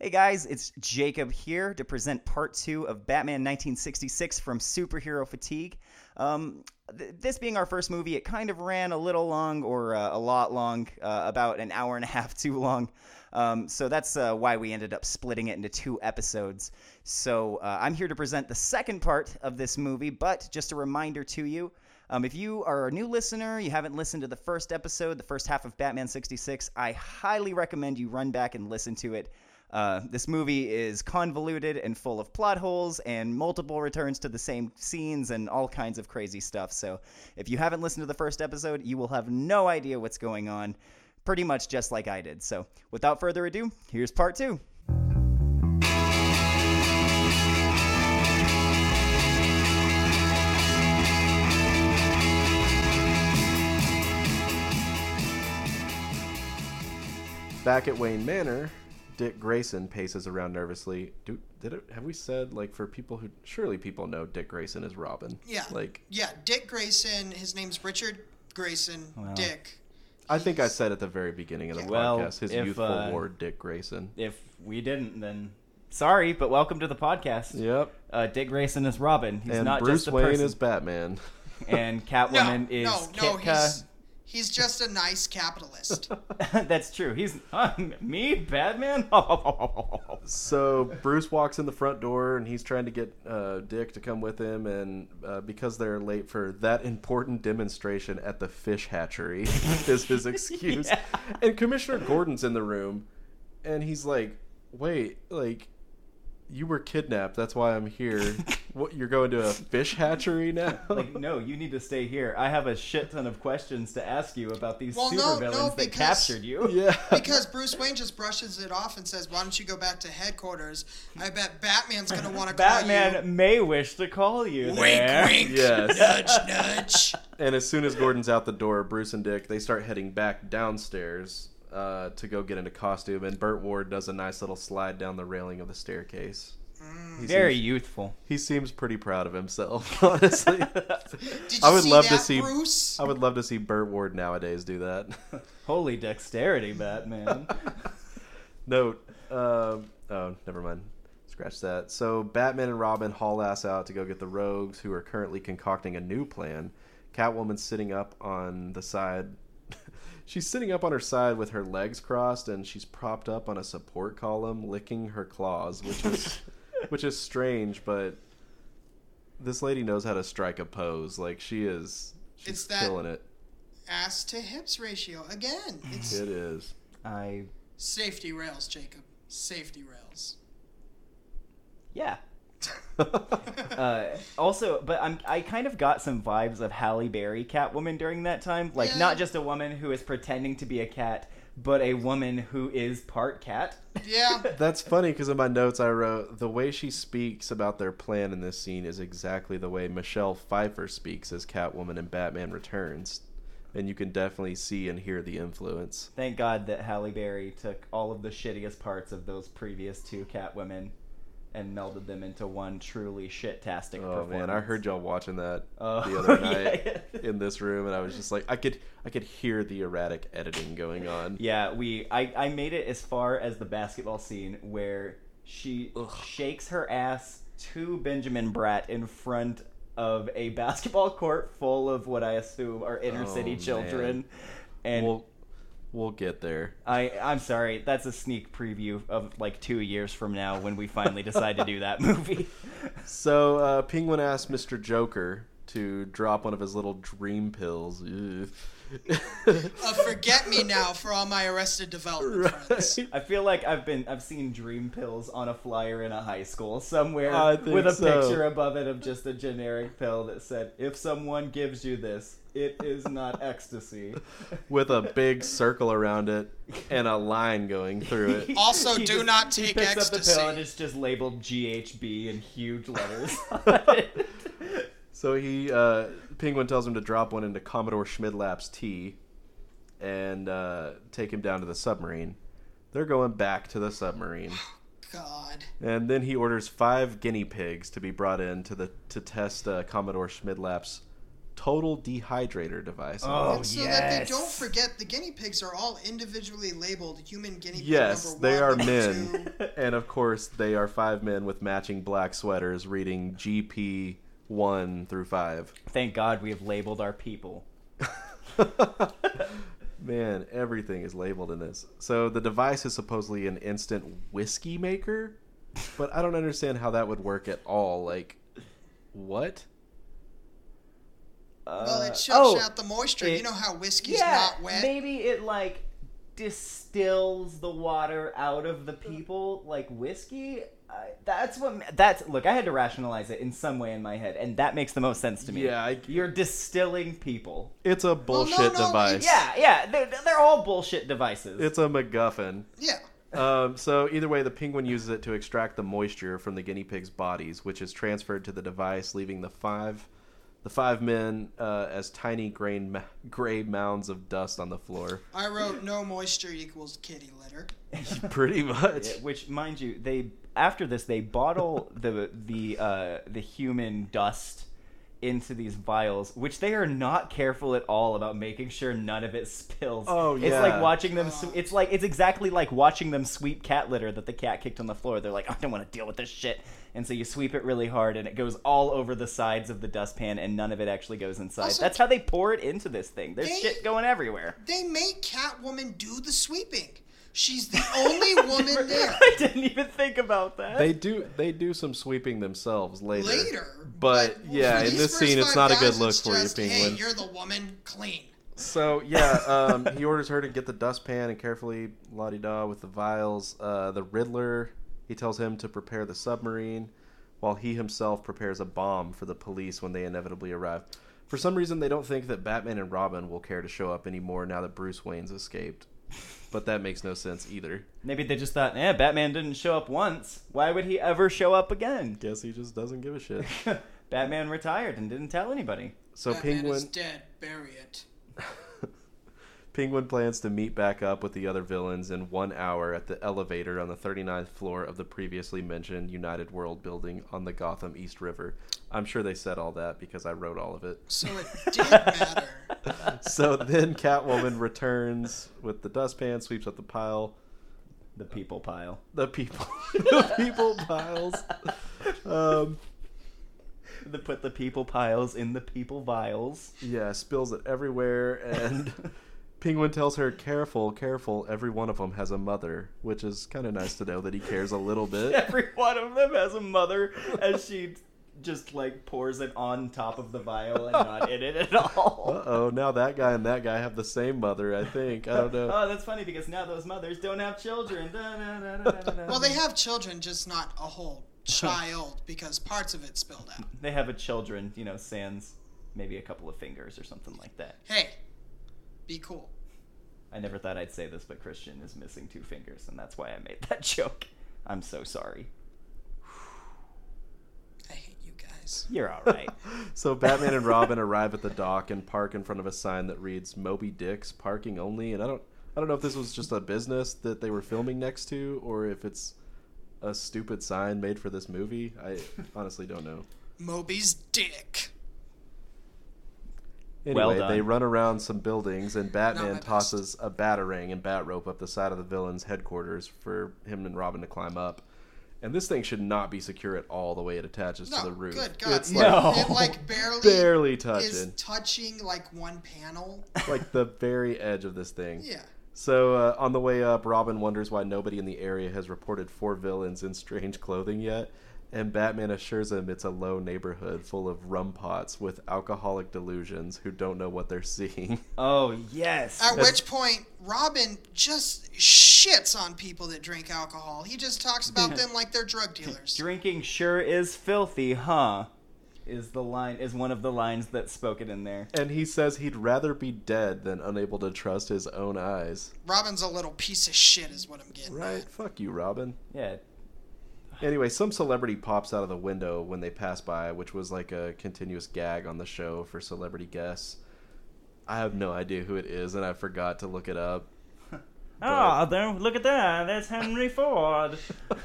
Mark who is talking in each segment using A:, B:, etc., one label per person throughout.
A: Hey guys, it's Jacob here to present part two of Batman 1966 from Superhero Fatigue. Um, th- this being our first movie, it kind of ran a little long or uh, a lot long, uh, about an hour and a half too long. Um, so that's uh, why we ended up splitting it into two episodes. So uh, I'm here to present the second part of this movie, but just a reminder to you. Um, if you are a new listener, you haven't listened to the first episode, the first half of Batman 66, I highly recommend you run back and listen to it. Uh, this movie is convoluted and full of plot holes and multiple returns to the same scenes and all kinds of crazy stuff. So, if you haven't listened to the first episode, you will have no idea what's going on, pretty much just like I did. So, without further ado, here's part two.
B: Back at Wayne Manor, Dick Grayson paces around nervously. Do, did it? Have we said like for people who surely people know Dick Grayson is Robin?
C: Yeah.
B: Like
C: Yeah, Dick Grayson. His name's Richard Grayson. Dick.
B: I think I said at the very beginning of the
A: Well,
B: podcast, his
A: if,
B: youthful
A: uh,
B: ward Dick Grayson.
A: If we didn't, then sorry, but welcome to the podcast.
B: Yep.
A: Uh, Dick Grayson is Robin. He's
B: and
A: not
B: Bruce
A: just a
B: Wayne
A: person.
B: is Batman.
A: and
C: No,
A: Catwoman is
C: no, no.
A: Kitka.
C: He's he's just a nice capitalist.
A: That's true. He's uh, me, Batman.
B: so Bruce walks in the front door and he's trying to get uh, Dick to come with him, and uh, because they're late for that important demonstration at the fish hatchery, is his excuse.
A: Yeah.
B: And Commissioner Gordon's in the room, and he's like, "Wait, like." You were kidnapped. That's why I'm here. what you're going to a fish hatchery now?
A: like, no, you need to stay here. I have a shit ton of questions to ask you about these
C: Well, no,
A: supervillains
C: no,
A: that
C: because-
A: captured you.
B: yeah.
C: because Bruce Wayne just brushes it off and says, "Why don't you go back to headquarters?" I bet Batman's gonna want to call
A: Batman may wish to call you
C: you.
A: there.
C: Wink, wink.
B: Yes.
C: Nudge, nudge.
B: And as soon as Gordon's out the door, Bruce and Dick they start heading back downstairs uh, to go get into costume, and Burt Ward does a nice little slide down the railing of the staircase. He
A: Very
B: seems,
A: youthful.
B: he seems pretty proud of himself, honestly.
C: Did you
B: I would
C: see
B: love
C: that,
B: to see
C: Bruce.
B: I would love to see Burt Ward nowadays do that.
A: Holy dexterity, Batman.
B: Note, um oh, never mind. Scratch that. So Batman and Robin haul ass out to go get the rogues, who are currently concocting a new plan. Catwoman's sitting up on the side. she's sitting up on her side with her legs crossed, and she's propped up on a support column, licking her claws, which is which is strange, but this lady knows how to strike a pose. Like she is, she's
C: It's that-
B: killing it.
C: Ass to hips ratio again. It's
B: It is.
A: I
C: safety rails, Jacob. Safety rails.
A: yeah. Uh, also, but I'm I kind of got some vibes of Halle Berry Catwoman during that time. Like
C: Yeah.
A: not just a woman who is pretending to be a cat, but a woman who is part cat.
C: Yeah.
B: That's funny because in my notes I wrote the way she speaks about their plan in this scene is exactly the way Michelle Pfeiffer speaks as Catwoman in Batman Returns, and you can definitely see and hear the influence.
A: Thank God that Halle Berry took all of the shittiest parts of those previous two Catwomen and melded them into one truly shit-tastic
B: Oh
A: performance.
B: man, I heard y'all watching that
A: Oh,
B: the other night
A: yeah.
B: in this room, and I was just like, I could, I could hear the erratic editing going on.
A: Yeah, we. I, I made it as far as the basketball scene where she shakes her ass to Benjamin Bratt in front of a basketball court full of what I assume are inner
B: Oh,
A: city
B: man.
A: children. And
B: We'll, we'll get there.
A: I, I'm sorry, that's a sneak preview of like two years from now when we finally decide to do that movie.
B: So uh, Penguin asked Mr. Joker to drop one of his little dream pills. Ugh.
C: Uh, forget me now for all my arrested development friends.
B: Right.
A: I feel like I've been I've seen Dream Pills on a flyer in a high school somewhere
B: I think
A: with a
B: so.
A: picture above it of just a generic pill that said, "If someone gives you this, it is not ecstasy."
B: with a big circle around it and a line going through it.
C: Also,
A: He
C: do
A: just-
C: not
A: he
C: take
A: picks up the
C: ecstasy.
A: pill and it's just labeled GHB in huge letters. on it.
B: So he uh, Penguin tells him to drop one into Commodore Schmidlap's tea and uh, take him down to the submarine. They're going back to the submarine,
C: God.
B: and then he orders five guinea pigs to be brought in to the to test uh, Commodore Schmidlap's total dehydrator device.
A: Oh,
C: And so that they
A: yes.
C: don't forget, the guinea pigs are all individually labeled human guinea pig
B: Yes,
C: number one,
B: they are
C: number
B: men.
C: two.
B: and of course, they are five men with matching black sweaters reading GP one through five.
A: Thank God we have labeled our people.
B: Man, everything is labeled in this. So the device is supposedly an instant whiskey maker, but I don't understand how that would work at all. Like, what?
A: Uh,
C: Well, it shuts
A: oh,
C: out the moisture.
A: it-
C: you know how whiskey's
A: yeah,
C: not wet.
A: maybe it like distills the water out of the
C: Uh.
A: people like whiskey. I, that's what that's look. I had to rationalize it in some way in my head, and that makes the most sense to me.
B: Yeah, I-
A: you're distilling people.
B: It's a
C: no,
B: bullshit
C: no,
B: device.
A: Yeah, yeah, they're, they're all bullshit devices.
B: It's a MacGuffin.
C: Yeah.
B: Um, so either way, the penguin uses it to extract the moisture from the guinea pigs' bodies, which is transferred to the device, leaving the five, the five men uh, as tiny grain, ma- gray mounds of dust on the floor.
C: I wrote no moisture equals kitty litter.
B: Pretty much.
A: Yeah, which, mind you, they after this they bottle the the uh, the human dust into these vials, which they are not careful at all about making sure none of it spills.
B: Oh,
A: it's
B: yeah.
A: like watching them.
C: Oh.
A: Sw- it's like it's exactly like watching them sweep cat litter that the cat kicked on the floor. They're like, I don't want to deal with this shit, and so you sweep it really hard, and it goes all over the sides of the dustpan, and none of it actually goes inside.
C: Also-
A: That's how they pour it into this thing. There's
C: They-
A: shit going everywhere.
C: They make Catwoman do the sweeping. She's the only woman there.
A: I didn't even think about that.
B: They do. They do some sweeping themselves later.
C: Later,
B: But, yeah,
C: for
B: in
C: these
B: this
C: first
B: scene, it's not
C: five
B: a
C: guys,
B: good look
C: it's
B: for you,
C: just,
B: Penguin.
C: Hey, you're the woman. Clean.
B: So yeah, um, he orders her to get the dustpan and carefully la di da with the vials. Uh, the Riddler, he tells him to prepare the submarine, while he himself prepares a bomb for the police when they inevitably arrive. For some reason, they don't think that Batman and Robin will care to show up anymore now that Bruce Wayne's escaped. But that makes no sense either.
A: Maybe they just thought, eh, Batman didn't show up once. Why would he ever show up again?
B: Guess he just doesn't give a shit.
A: Batman retired and didn't tell anybody.
B: So
C: Batman
B: Penguin
C: is dead. Bury it.
B: Penguin plans to meet back up with the other villains in one hour at the elevator on the 39th floor of the previously mentioned United World building on the Gotham East River. I'm sure they said all that because I wrote all of it.
C: So it did matter.
B: So then Catwoman returns with the dustpan, sweeps up the pile,
A: The people pile.
B: the people, the people piles. Um,
A: Uh, They put the people piles in the people vials.
B: yeah, spills it everywhere, and Penguin tells her, "Careful, careful! Every one of them has a mother," which is kind of nice to know that he cares a little bit.
A: Every one of them has a mother as she just like pours it on top of the vial and not in it at
B: Uh
A: all.
B: oh, now that guy and that guy have the same mother, I think. I don't know.
A: Oh, that's funny because now those mothers don't have children. Da, da, da, da, da, da.
C: Well, they have children, just not a whole child because parts of it spilled out.
A: They have a children, you know, sans maybe a couple of fingers or something like that.
C: Hey, be cool.
A: I never thought I'd say this, but Christian is missing two fingers, and that's why I made that joke. I'm so sorry.
C: I hate you guys.
A: You're all right.
B: So Batman and Robin arrive at the dock and park in front of a sign that reads Moby Dick's parking only and I don't I don't know if this was just a business that they were filming next to or if it's a stupid sign made for this movie. I honestly don't know.
C: Moby's dick.
B: Anyway,
A: Well done.
B: they run around some buildings and
C: Not
B: Batman
C: my best.
B: tosses a batarang and bat rope up the side of the villain's headquarters for him and Robin to climb up. And this thing should not be secure at all the way it attaches
C: No,
B: to the roof.
C: good God.
B: It's
C: it,
B: like
A: No.
C: it, like barely,
B: barely
C: is
B: touching,
C: touching like one panel.
B: like the very edge of this thing.
C: Yeah.
B: So uh, on the way up, Robin wonders why nobody in the area has reported four villains in strange clothing yet, and Batman assures him it's a low neighborhood full of rum pots with alcoholic delusions who don't know what they're seeing.
A: oh yes.
C: At which point, Robin just shits on people that drink alcohol. He just talks about them like they're drug dealers.
A: Drinking sure is filthy, huh? Is the line is one of the lines that's spoken in there.
B: and he says he'd rather be dead than unable to trust his own eyes.
C: Robin's a little piece of shit, is what I'm getting.
B: Right? Fuck you, Robin.
A: Yeah.
B: Anyway, some celebrity pops out of the window when they pass by, which was like a continuous gag on the show for celebrity guests. I have no idea who it is, and I forgot to look it up.
A: Oh, don't look at that. That's Henry Ford.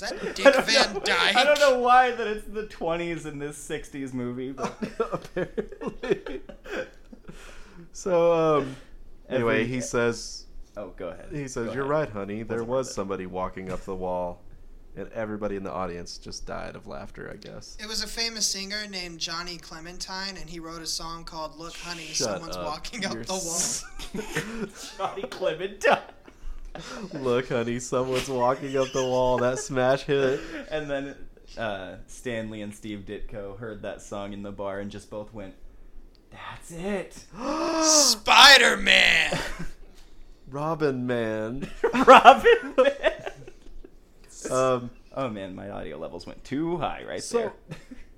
C: that Dick Van Dyke?
A: I don't know why that it's the 20s in this 60s movie, but
B: Apparently. so, um, anyway,
A: Every-
B: he says
A: Oh, go ahead.
B: He says,
A: Go
B: "You're
A: ahead.
B: right, honey. There
A: Wasn't
B: was
A: worth it."
B: somebody walking up the wall, and everybody in the audience just died of laughter. I guess."
C: It was a famous singer named Johnny Clementine, and he wrote a song called "Look, Honey,
B: Shut
C: Someone's
B: up.
C: Walking Up
B: You're
C: the Wall."
B: s-
A: Johnny Clementine.
B: Look, honey, someone's walking up the wall. That smash hit.
A: and then uh, Stanley and Steve Ditko heard that song in the bar and just both went, "That's it,
C: Spider Man.
B: Robin Man.
A: Robin."
B: Um,
A: oh man, my audio levels went too high right
B: So-
A: there.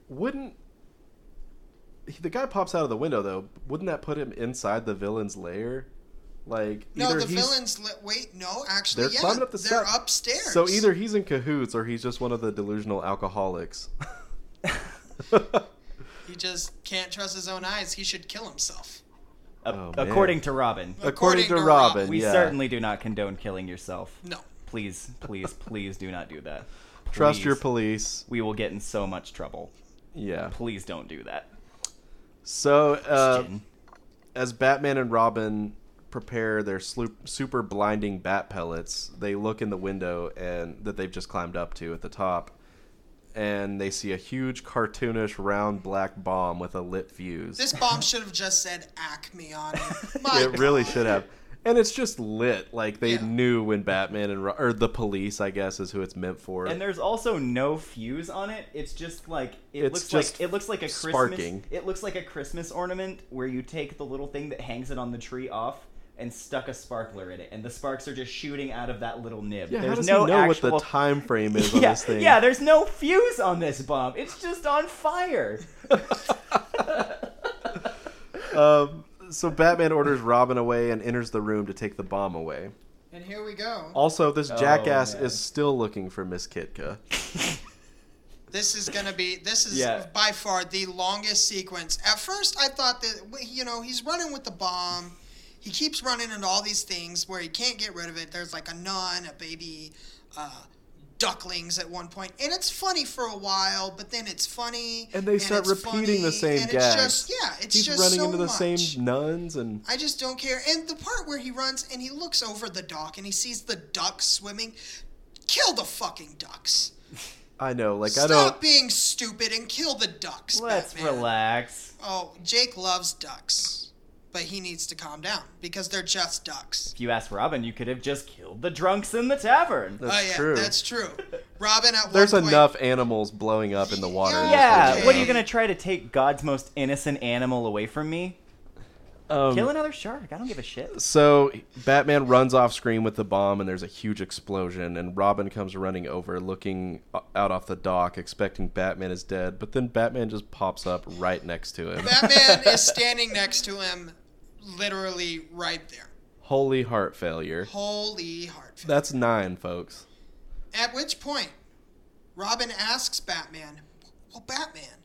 B: wouldn't he- the guy pops out of the window though? Wouldn't that put him inside the villain's lair? Like
C: No,
B: either
C: the
B: he's,
C: villains. Li- wait, no, actually,
B: They're
C: yeah,
B: climbing up the
C: they're
B: step-
C: upstairs.
B: So either he's in cahoots or he's just one of the delusional alcoholics.
C: he just can't trust his own eyes. He should kill himself.
A: A-
B: Oh, man.
A: according to Robin,
B: According to Robin,
A: we
B: yeah.
A: certainly do not condone killing yourself.
C: No.
A: Please, please, please do not do that.
B: trust your
A: Please.
B: police.
A: We will get in so much trouble.
B: Yeah.
A: Please don't do that.
B: So uh,
A: Jen.
B: as Batman and Robin prepare their slu- super blinding bat pellets, they look in the window and that they've just climbed up to at the top, and they see a huge cartoonish round black bomb with a lit fuse.
C: This bomb should have just said Acme on it. My
B: it really
C: God.
B: should have. And it's just lit, like they
C: Yeah.
B: knew when Batman and Ro- or the police, I guess, is who it's meant for.
A: And there's also no fuse on it. It's just like it
B: It's
A: looks
B: just
A: like it looks like a Christmas.
B: sparking.
A: It looks like a Christmas ornament where you take the little thing that hangs it on the tree off and stuck a sparkler in it, and the sparks are just shooting out of that little nib.
B: yeah,
A: there's
B: how does
A: no
B: he know
A: actual.
B: what the time frame is on
A: yeah,
B: this thing?
A: yeah, there's no fuse on this bomb. It's just on fire.
B: Um, so Batman orders Robin away and enters the room to take the bomb away.
C: And here we go.
B: Also, this
A: Oh,
B: jackass
A: man.
B: is still looking for Miss Kitka.
C: This is gonna be. This is
A: Yeah.
C: by far the longest sequence. At first, I thought that you know he's running with the bomb. He keeps running into all these things where he can't get rid of it. There's like a nun, a baby, uh, ducklings at one point, and it's funny for a while, but then it's funny.
B: And they start
C: it's
B: repeating the
C: funny,
B: same
C: and
B: gags.
C: It's just, yeah, it's
B: He's
C: just
B: running
C: so
B: into the
C: much.
B: same nuns and
C: I just don't care. And the part where he runs and he looks over the dock and he sees the ducks swimming, kill the fucking ducks.
B: I know, like I
C: Stop
B: don't
C: being stupid and kill the ducks.
A: Let's
C: Batman.
A: relax.
C: Oh, Jake loves ducks, but he needs to calm down because they're just ducks.
A: If you ask Robin, you could have just killed the drunks in the tavern.
B: That's
C: oh yeah,
B: true.
C: that's true. Robin at
B: there's
C: one point,
B: enough animals blowing up in the water. in this
A: yeah,
C: Okay.
B: movie.
A: what are you gonna try to take God's most innocent animal away from me?
B: Um,
A: Kill another shark. I don't give a shit.
B: So Batman runs off screen with the bomb, and there's a huge explosion. And Robin comes running over, looking o- out off the dock, expecting Batman is dead. But then Batman just pops up right next to him.
C: Batman is standing next to him, literally right there.
B: Holy heart failure.
C: Holy heart. failure.
B: That's nine, folks.
C: At which point, Robin asks Batman, Well, Batman,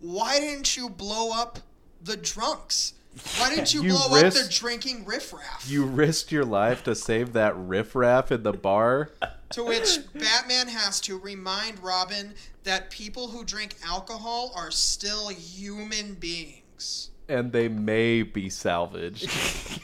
C: why didn't you blow up the drunks? Why didn't you,
B: You
C: blow up
B: risked-
C: the drinking riffraff?
B: You risked your life to save that riffraff in the bar.
C: To which Batman has to remind Robin that people who drink alcohol are still human beings.
B: and they may be salvaged.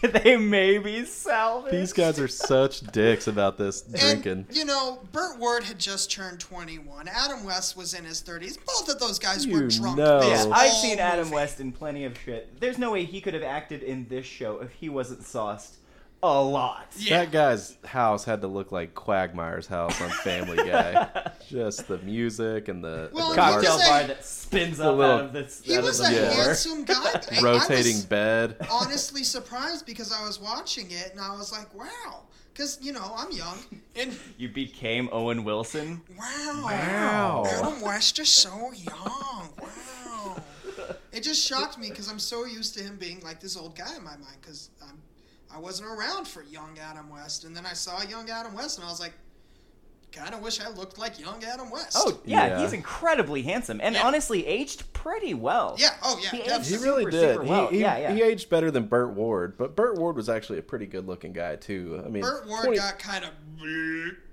A: they may be salvaged.
B: These guys are such dicks about this drinking.
C: And, you know, Burt Ward had just turned 21. Adam West was in his 30s. Both of those guys were
B: You
C: drunk.
B: know.
C: this
B: Yeah,
A: I've
C: whole
A: seen Adam
C: movie.
A: West in plenty of shit. There's no way he could have acted in this show if he wasn't sauced a lot.
C: Yeah.
B: That guy's house had to look like Quagmire's house on Family Guy. Just the music and the, the
C: Well, he was
A: Cocktail
C: a-
A: bar that spins up
B: little-
A: out of this.
C: He
A: out of
C: was
A: the
C: a
B: Yeah.
A: floor.
C: handsome guy. I- I was-
B: rotating bed.
C: honestly surprised because I was watching it and I was like, wow. Because, you know, I'm young. And
A: You became Owen Wilson.
C: wow.
B: Wow.
C: Adam West is so young. Wow. It just shocked me because I'm so used to him being like this old guy in my mind because I'm. I wasn't around for young Adam West, and then I saw young Adam West, and I was like, kind of wish I looked like young Adam West.
A: Oh yeah,
B: Yeah.
A: he's incredibly handsome and
C: Yeah.
A: honestly aged pretty well.
C: yeah, oh yeah,
A: He is-
C: definitely.
B: He really
A: Super,
B: did.
A: super
B: He-
A: well.
B: He,
A: Yeah, yeah.
B: he aged better than Burt Ward, but Burt Ward was actually a pretty good looking guy too. I mean,
C: Burt Ward
B: 20
C: got kind of.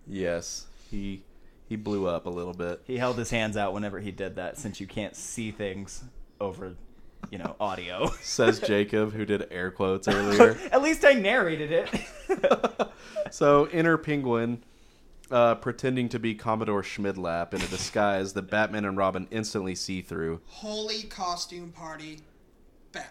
B: yes, he he blew up a little bit.
A: He held his hands out whenever he did that, since you can't see things over you know, audio.
B: Says Jacob, who did air quotes earlier.
A: At least I narrated it.
B: so, Inner Penguin, uh, pretending to be Commodore Schmidlap in a disguise that Batman and Robin instantly see through.
C: Holy costume party, Batman.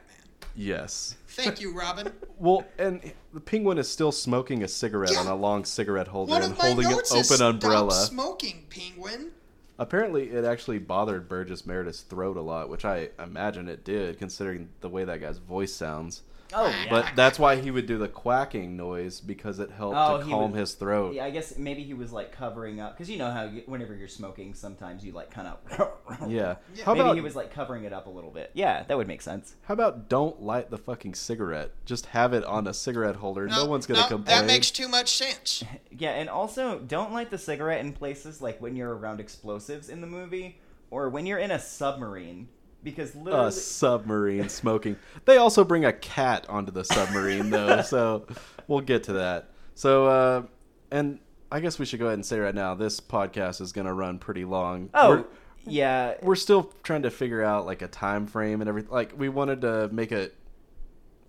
B: Yes.
C: Thank you, Robin.
B: Well, and the penguin is still smoking a cigarette on a long cigarette holder
C: One
B: and
C: of my
B: holding an
C: notes is
B: open
C: stop
B: umbrella.
C: smoking, Penguin.
B: Apparently, it actually bothered Burgess Meredith's throat a lot, which I imagine it did, considering the way that guy's voice sounds.
A: oh, yeah.
B: But that's why he would do the quacking noise because it helped
A: Oh,
B: to
A: he
B: calm
A: would-
B: his throat.
A: yeah, I guess maybe he was like covering up because you know how you, whenever you're smoking, sometimes you like kind of.
B: Yeah.
C: Yeah.
B: How
A: Maybe
B: about
A: he was like covering it up a little bit. Yeah, that would make sense.
B: how about don't light the fucking cigarette? Just have it on a cigarette holder. No, one's gonna
C: no,
B: complain.
C: That makes too much sense.
A: Yeah, and also don't light the cigarette in places like when you're around explosives in the movie or when you're in a submarine because literally
B: a submarine smoking. They also bring a cat onto the submarine though, so we'll get to that. So uh and I guess we should go ahead and say right now this podcast is gonna run pretty long.
A: Oh,
B: We're-
A: yeah.
B: we're still trying to figure out like a time frame and everything. Like we wanted to make it,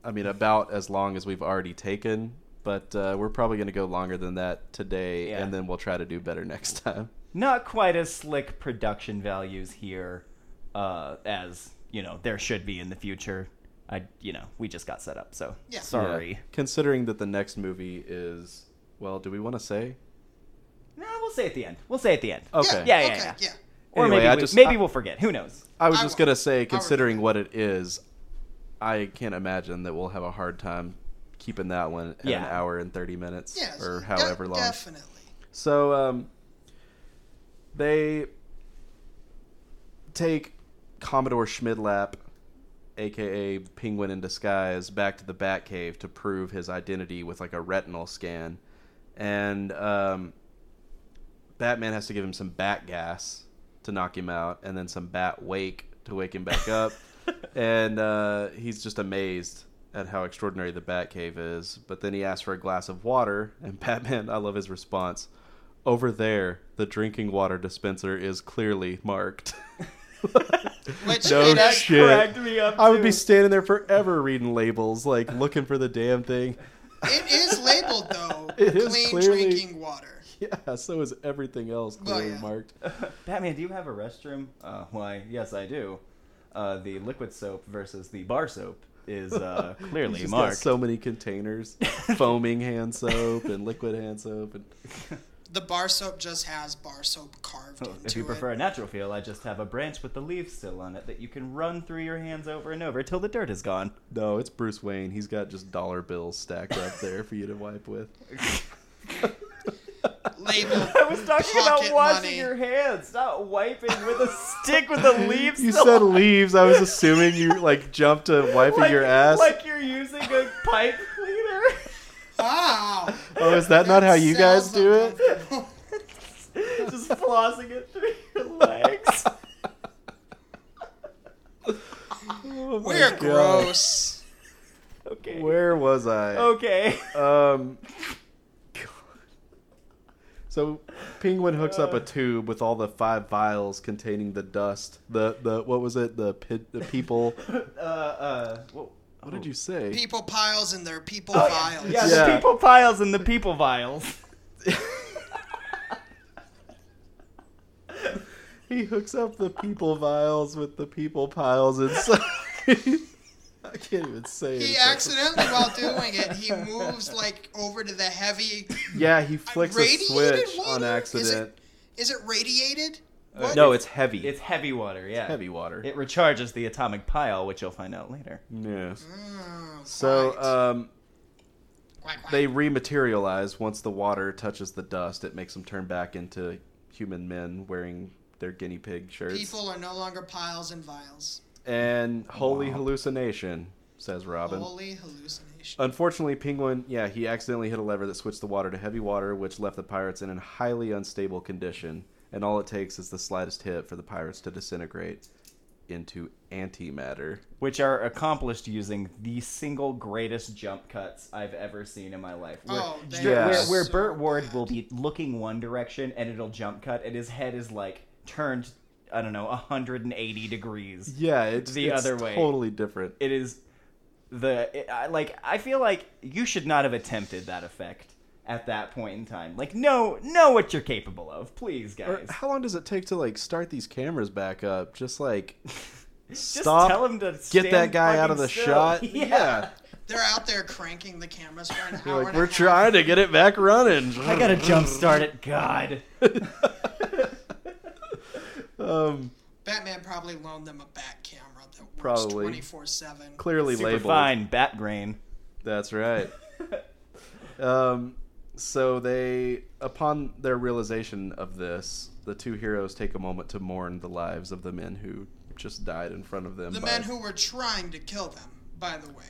B: I mean, about as long as we've already taken, but uh, we're probably going to go longer than that today,
A: Yeah.
B: and then we'll try to do better next time.
A: Not quite as slick production values here uh, as, you know, there should be in the future. I, you know, we just got set up, so
C: Yeah.
A: sorry.
B: Yeah. Considering that the next movie is, well, do we want to say?
A: No, we'll say at the end. We'll say at the end.
B: Okay.
A: Yeah, yeah,
C: okay,
A: yeah.
C: yeah.
A: Or
B: Anyway,
A: maybe,
B: I
A: we,
B: just-
A: maybe
B: I-
A: we'll forget. Who knows?
B: I was
C: I
B: just
C: will.
B: gonna say,
C: remember.
B: considering what it is, I can't imagine that we'll have a hard time keeping that one at
A: Yeah.
B: an hour and thirty minutes
C: Yes,
B: or
C: de-
B: however long.
C: Definitely.
B: So um, they take Commodore Schmidlap, aka Penguin in disguise, back to the Batcave to prove his identity with like a retinal scan, and um, Batman has to give him some bat gas to knock him out, and then some bat wake to wake him back up, and uh, he's just amazed at how extraordinary the Batcave is. But then he asks for a glass of water, and Batman, I love his response. Over there, the drinking water dispenser is clearly marked.
C: Which
B: No
C: it act-
B: shit.
A: Cracked me up.
B: I would
A: too.
B: be standing there forever reading labels, like looking for the damn thing.
C: it is labeled though.
B: It is
C: clean
B: clearly-
C: drinking water.
B: Yeah, so is everything else clearly
C: yeah.
B: marked.
A: Batman, do you have a restroom? Uh, why, yes, I do. Uh, the liquid soap versus the bar soap is uh,
B: He's
A: clearly
B: just
A: marked.
B: got so many containers, foaming hand soap and liquid hand soap, and
C: The bar soap just has bar soap carved
B: Oh,
C: into
A: if you
C: it.
A: prefer a natural feel, I just have a branch with the leaves still on it that you can run through your hands over and over till the dirt is gone.
B: no, it's Bruce Wayne. He's got just dollar bills stacked up there for you to wipe with.
C: Label.
A: I was talking
C: Pocket
A: about washing
C: money.
A: your hands, not wiping with a stick with the leaves.
B: You
A: still
B: said
A: on.
B: leaves. I was assuming you like jumped to wiping
A: like,
B: your ass.
A: like you're using a pipe cleaner.
C: Wow.
B: oh, is that not how you guys
C: sounds
B: do it?
C: uncomfortable.
A: just flossing it through your legs.
B: Oh my
C: We're
B: God.
C: gross.
A: Okay.
B: Where was I?
A: Oh, Okay.
C: Uh,
B: Um. So, Penguin hooks up a
C: Uh.
B: tube with all the five vials containing the dust. The the what was it? The pit, the people.
A: Uh, uh, what,
B: What did you say?
C: People piles and their people vials.
A: Yeah, the
B: Oh, Yeah.
A: people piles and the people vials.
B: He hooks up the people vials with the people piles inside. I can't even say. it.
C: He
B: It's like-
C: accidentally, while doing it, he moves like over to the heavy.
B: Yeah, he flicks a
C: Radiated
B: switch on
C: water? Is
B: accident.
C: it, is it radiated? What?
B: Uh, no, it's heavy.
A: It's heavy water, yeah.
B: heavy water.
A: It recharges the atomic pile, which you'll find out later.
B: yes.
C: Mm,
B: So,
C: right.
B: um,
C: Quack, quack.
B: they rematerialize once the water touches the dust. It makes them turn back into human men wearing their guinea pig shirts.
C: people are no longer piles and vials.
B: And holy
A: Wow.
B: hallucination, says Robin.
C: Holy hallucination.
B: Unfortunately, Penguin, yeah, he accidentally hit a lever that switched the water to heavy water, which left the pirates in a highly unstable condition. And all it takes is the slightest hit for the pirates to disintegrate into antimatter.
A: Which are accomplished using the single greatest jump cuts I've ever seen in my life. Where,
C: Oh, they
B: Yeah.
C: are
A: where, where
C: so
A: Burt Ward
C: bad.
A: will be looking one direction and it'll jump cut, and his head is like turned I don't know 180 degrees.
B: Yeah, it's
A: The
B: it's
A: other way.
B: Totally different.
A: It is the it, I, like I feel like you should not have attempted that effect at that point in time. Like know know what you're capable of, please
B: Or
A: guys.
B: how long does it take to like start these cameras back up? Just like
A: Just
B: stop.
A: tell him to
B: get
A: stand
B: that guy
A: fucking
B: out of the
A: still.
B: shot.
A: Yeah.
C: They're out there cranking the cameras for an
B: You're
C: hour.
B: like
C: and a
B: we're
C: half.
B: trying to get it back running.
A: I got to jump start it. God.
B: um,
C: Batman probably loaned them a back camera that works
B: Probably.
C: twenty four seven.
B: clearly
A: Super
B: labeled.
A: fine bat grain.
B: That's right. um, so they, upon their realization of this, the two heroes take a moment to mourn the lives of the men who just died in front of them.
C: The
B: by-
C: men who were trying to kill them, by the way.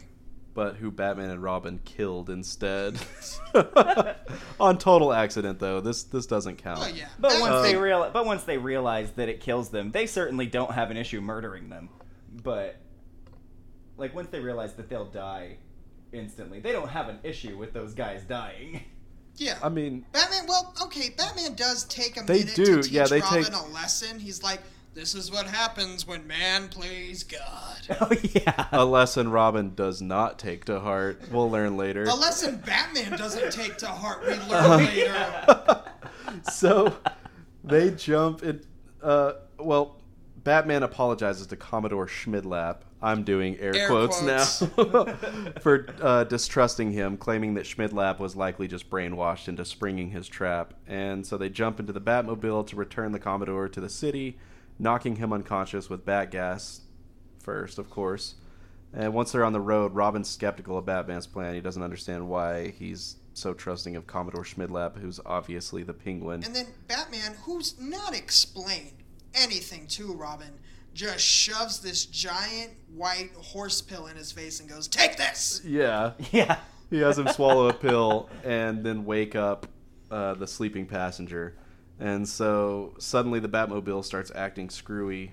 B: but who Batman and Robin killed instead. On total accident, though. This this doesn't count.
C: Oh yeah.
A: But
C: Batman-
A: once
B: Um,
A: they real, but once they realize that it kills them, they certainly don't have an issue murdering them. But like once they realize that they'll die instantly, they don't have an issue with those guys dying.
C: yeah.
B: I mean,
C: Batman. Well, okay. Batman does take a
B: They
C: minute
B: do,
C: to teach
B: yeah, they
C: Robin
B: take-
C: a lesson. He's like, "This is what happens when man plays God."
A: Oh yeah.
B: a lesson Robin does not take to heart. We'll learn later.
C: A lesson Batman doesn't take to heart. We learn later.
B: so they jump in. Uh, well, Batman apologizes to Commodore Schmidlap. I'm doing air,
C: Air
B: quotes,
C: quotes.
B: now for uh, distrusting him, claiming that Schmidlap was likely just brainwashed into springing his trap. And so they jump into the Batmobile to return the Commodore to the city, knocking him unconscious with bat gas first, of course. And once they're on the road, Robin's skeptical of Batman's plan. He doesn't understand why he's so trusting of Commodore Schmidlap, who's obviously the penguin.
C: And then Batman, who's not explained anything to Robin, just shoves this giant white horse pill in his face and goes, "Take this."
B: Yeah.
A: Yeah.
B: He has him swallow a pill and then wake up uh, the sleeping passenger. And so suddenly the Batmobile starts acting screwy.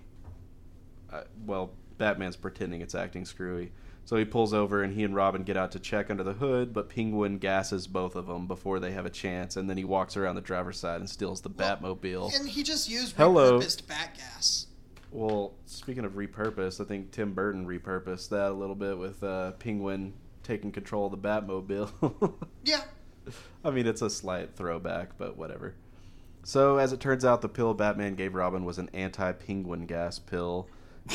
B: Uh, well, Batman's pretending it's acting screwy. So he pulls over and he and Robin get out to check under the hood, but Penguin gasses both of them before they have a chance. And then he walks around the driver's side and steals the
C: Well,
B: Batmobile.
C: And he just used
B: Hello.
C: repurposed bat gas.
B: Well, speaking of repurposed, I think Tim Burton repurposed that a little bit with uh, Penguin taking control of the Batmobile.
C: Yeah.
B: I mean, it's a slight throwback, but whatever. So, as it turns out, the pill Batman gave Robin was an anti penguin gas pill.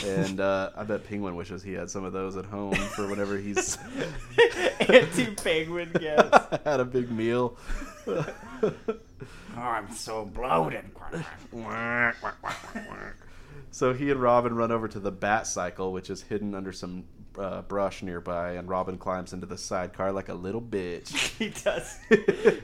B: And uh, I bet Penguin wishes he had some of those at home for whenever he's
A: Anti penguin gas.
B: had a big meal.
A: Oh, I'm so bloated.
B: So he and Robin run over to the Bat Cycle, which is hidden under some uh, brush nearby, and Robin climbs into the sidecar like a little bitch.
A: he does.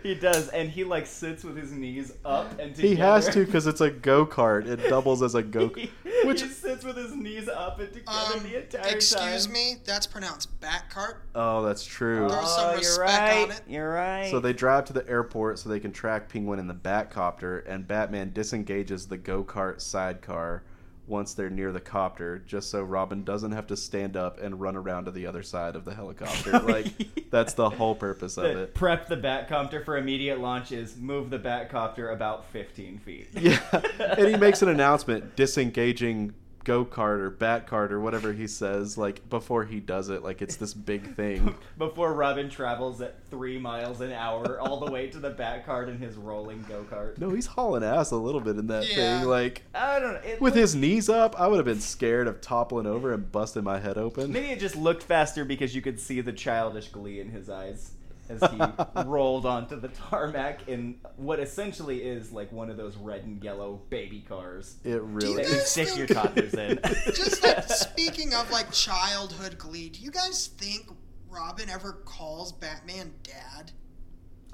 A: He does, and he like sits with his knees up and together.
B: He has to because it's a go kart. It doubles as a go.
A: He-
B: Which
A: he sits with his knees up and together
C: Um,
A: the entire time.
C: excuse me, that's pronounced bat cart.
B: oh, that's true.
C: Throw some
A: Oh, you're
C: respect
A: right.
C: on it.
A: You're right.
B: So they drive to the airport so they can track Penguin in the Batcopter, and Batman disengages the go kart sidecar once they're near the copter, just so Robin doesn't have to stand up and run around to the other side of the helicopter. like, that's the whole purpose of
A: The-
B: it.
A: Prep the Batcopter for immediate launch is move the Batcopter about 15 feet.
B: Yeah. And he makes an announcement disengaging go kart or bat kart or whatever he says, like, before he does it. Like, it's this big thing.
A: Before Robin travels at three miles an hour all the way to the Batcart in his rolling go kart.
B: No, he's hauling ass a little bit in that
C: Yeah.
B: thing. Like,
A: I don't know. It
B: with
A: looked-
B: his knees up, I would have been scared of toppling over and busting my head open.
A: Maybe it just looked faster because you could see the childish glee in his eyes as he rolled onto the tarmac in what essentially is like one of those red and yellow baby cars
B: It really
A: that
C: guys
A: you
B: is.
A: stick your toddlers in.
C: Just like speaking of like childhood glee, do you guys think Robin ever calls Batman dad? I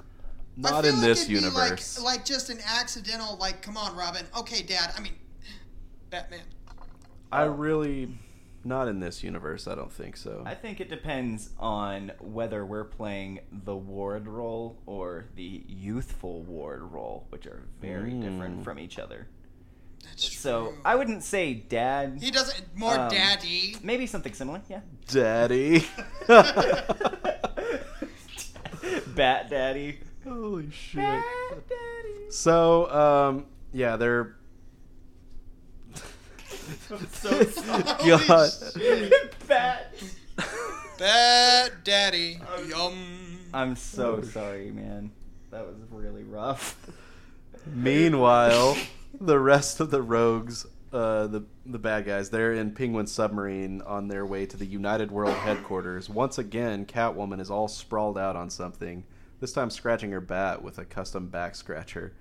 B: not
C: feel
B: in
C: like
B: this
C: it'd be, like-
B: universe.
C: Like, just an accidental, like, come on, Robin. Okay, dad. I mean, Batman.
B: I really not in this universe. I don't think so.
A: I think it depends on whether we're playing the ward role or the youthful ward role, which are very different from each other.
C: That's
A: So
C: true.
A: I wouldn't say dad.
C: He doesn't. More
A: Um,
C: daddy.
A: Maybe something similar, yeah.
B: Daddy.
A: Bat daddy.
B: Holy shit.
A: Bat daddy.
B: So, um, yeah, they're
D: I'm so sorry.
B: God.
D: Bat.
C: Bad Daddy.
A: Um,
C: Yum.
A: I'm so sorry, man. That was really rough.
B: Meanwhile, the rest of the rogues, uh, the the bad guys, they're in Penguin submarine on their way to the United World headquarters. Once again, Catwoman is all sprawled out on something. This time, scratching her bat with a custom back scratcher,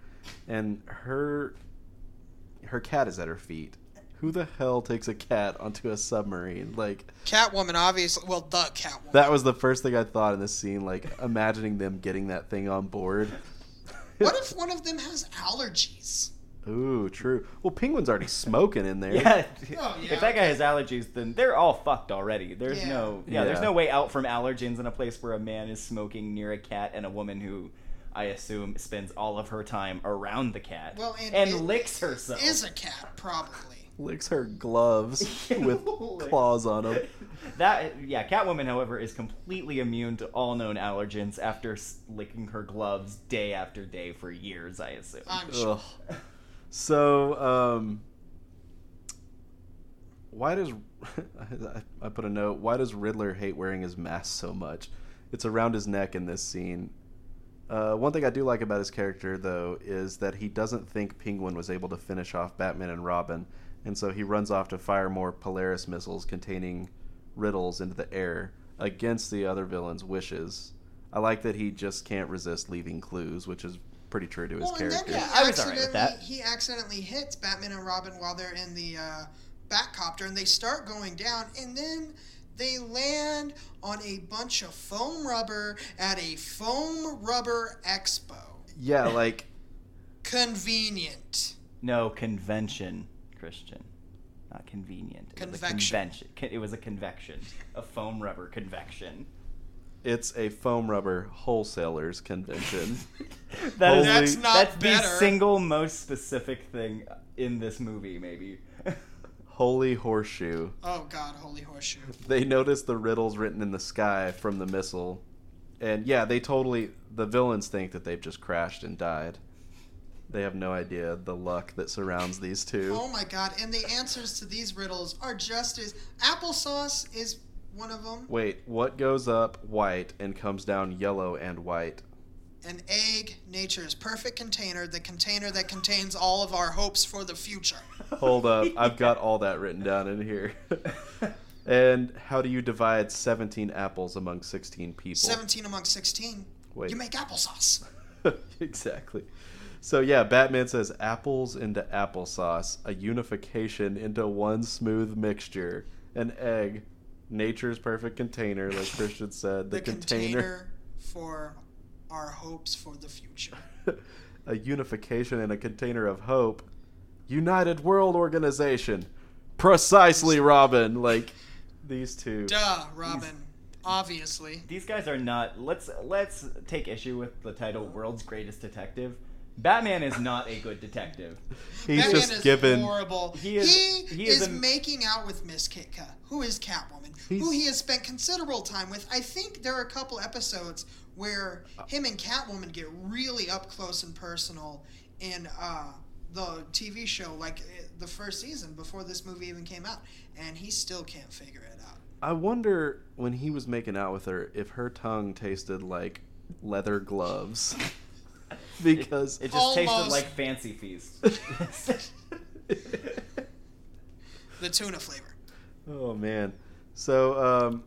B: and her her cat is at her feet. Who the hell takes a cat onto a submarine? Like
C: Catwoman, obviously. Well, the Catwoman.
B: that was the first thing I thought in this scene. Like imagining them getting that thing on board.
C: what if one of them has allergies?
B: Ooh, true. Well, Penguin's already smoking in there.
A: Yeah.
C: Oh, yeah.
A: If that guy has allergies, then they're all fucked already. There's
C: Yeah.
A: no yeah, there's
B: Yeah.
A: no way out from allergens in a place where a man is smoking near a cat and a woman who I assume spends all of her time around the cat
C: Well, and, it
A: licks herself.
C: Is a cat probably?
B: Licks her gloves with
A: Licks.
B: claws on them.
A: that yeah, Catwoman however is completely immune to all known allergens after s- licking her gloves day after day for years, I assume.
C: I'm sure.
B: Ugh. So, um, why does I- I put a note? Why does Riddler hate wearing his mask so much? It's around his neck in this scene. Uh, one thing I do like about his character, though, is that he doesn't think Penguin was able to finish off Batman and Robin, and so he runs off to fire more Polaris missiles containing riddles into the air against the other villain's wishes. I like that he just can't resist leaving clues, which is pretty true to his
C: Well, and then
B: character.
C: he
A: Yeah, I was alright with that.
C: accidentally- He accidentally hits Batman and Robin while they're in the uh, Batcopter, and they start going down, and then they land on a bunch of foam rubber at a foam rubber expo.
B: Yeah, like
C: Convenient.
A: No, convention, Christian. Not convenient. It was a
C: Convection.
A: convention. Con- It was a convection. A foam rubber convection.
B: it's a foam rubber wholesalers convention.
A: That is
C: That's not
A: that's
C: better.
A: the single most specific thing in this movie, maybe.
B: Holy horseshoe.
C: Oh God, holy horseshoe!
B: They noticed the riddles written in the sky from the missile. And yeah, they totally the villains think that they've just crashed and died. They have no idea the luck that surrounds these two.
C: Oh my God! And the answers to these riddles are just as applesauce is one of them.
B: Wait, what goes up white and comes down yellow and white?
C: An egg, nature's perfect container, the container that contains all of our hopes for the future.
B: Hold up, I've got all that written down in here. and how do you divide 17 apples among 16 people?
C: 17 among 16.
B: Wait.
C: You make applesauce.
B: exactly. So yeah, Batman says apples into applesauce, a unification into one smooth mixture, an egg, nature's perfect container, like Christian said, the,
C: The,
B: container,
C: container. for our hopes for the future.
B: a unification and a container of hope, United World Organization. Precisely, Robin. Like these two.
C: Duh, Robin. Obviously.
A: These guys are not. Let's let's take issue with the title "World's Greatest Detective." Batman is not a good detective.
B: He's
C: that
B: just
C: man is
B: given.
C: horrible. He
A: He
C: is,
A: is- he is a-
C: making out with Miss Kitka, who is Catwoman, who
B: He's-
C: he has spent considerable time with. I think there are a couple episodes where him and Catwoman get really up close and personal in uh, the TV show, like eh, the first season before this movie even came out, and he still can't figure it out.
B: I wonder when he was making out with her if her tongue tasted like leather gloves. because
A: It just tasted
C: Almost.
A: like Fancy Feast.
C: The tuna flavor.
B: oh man. So um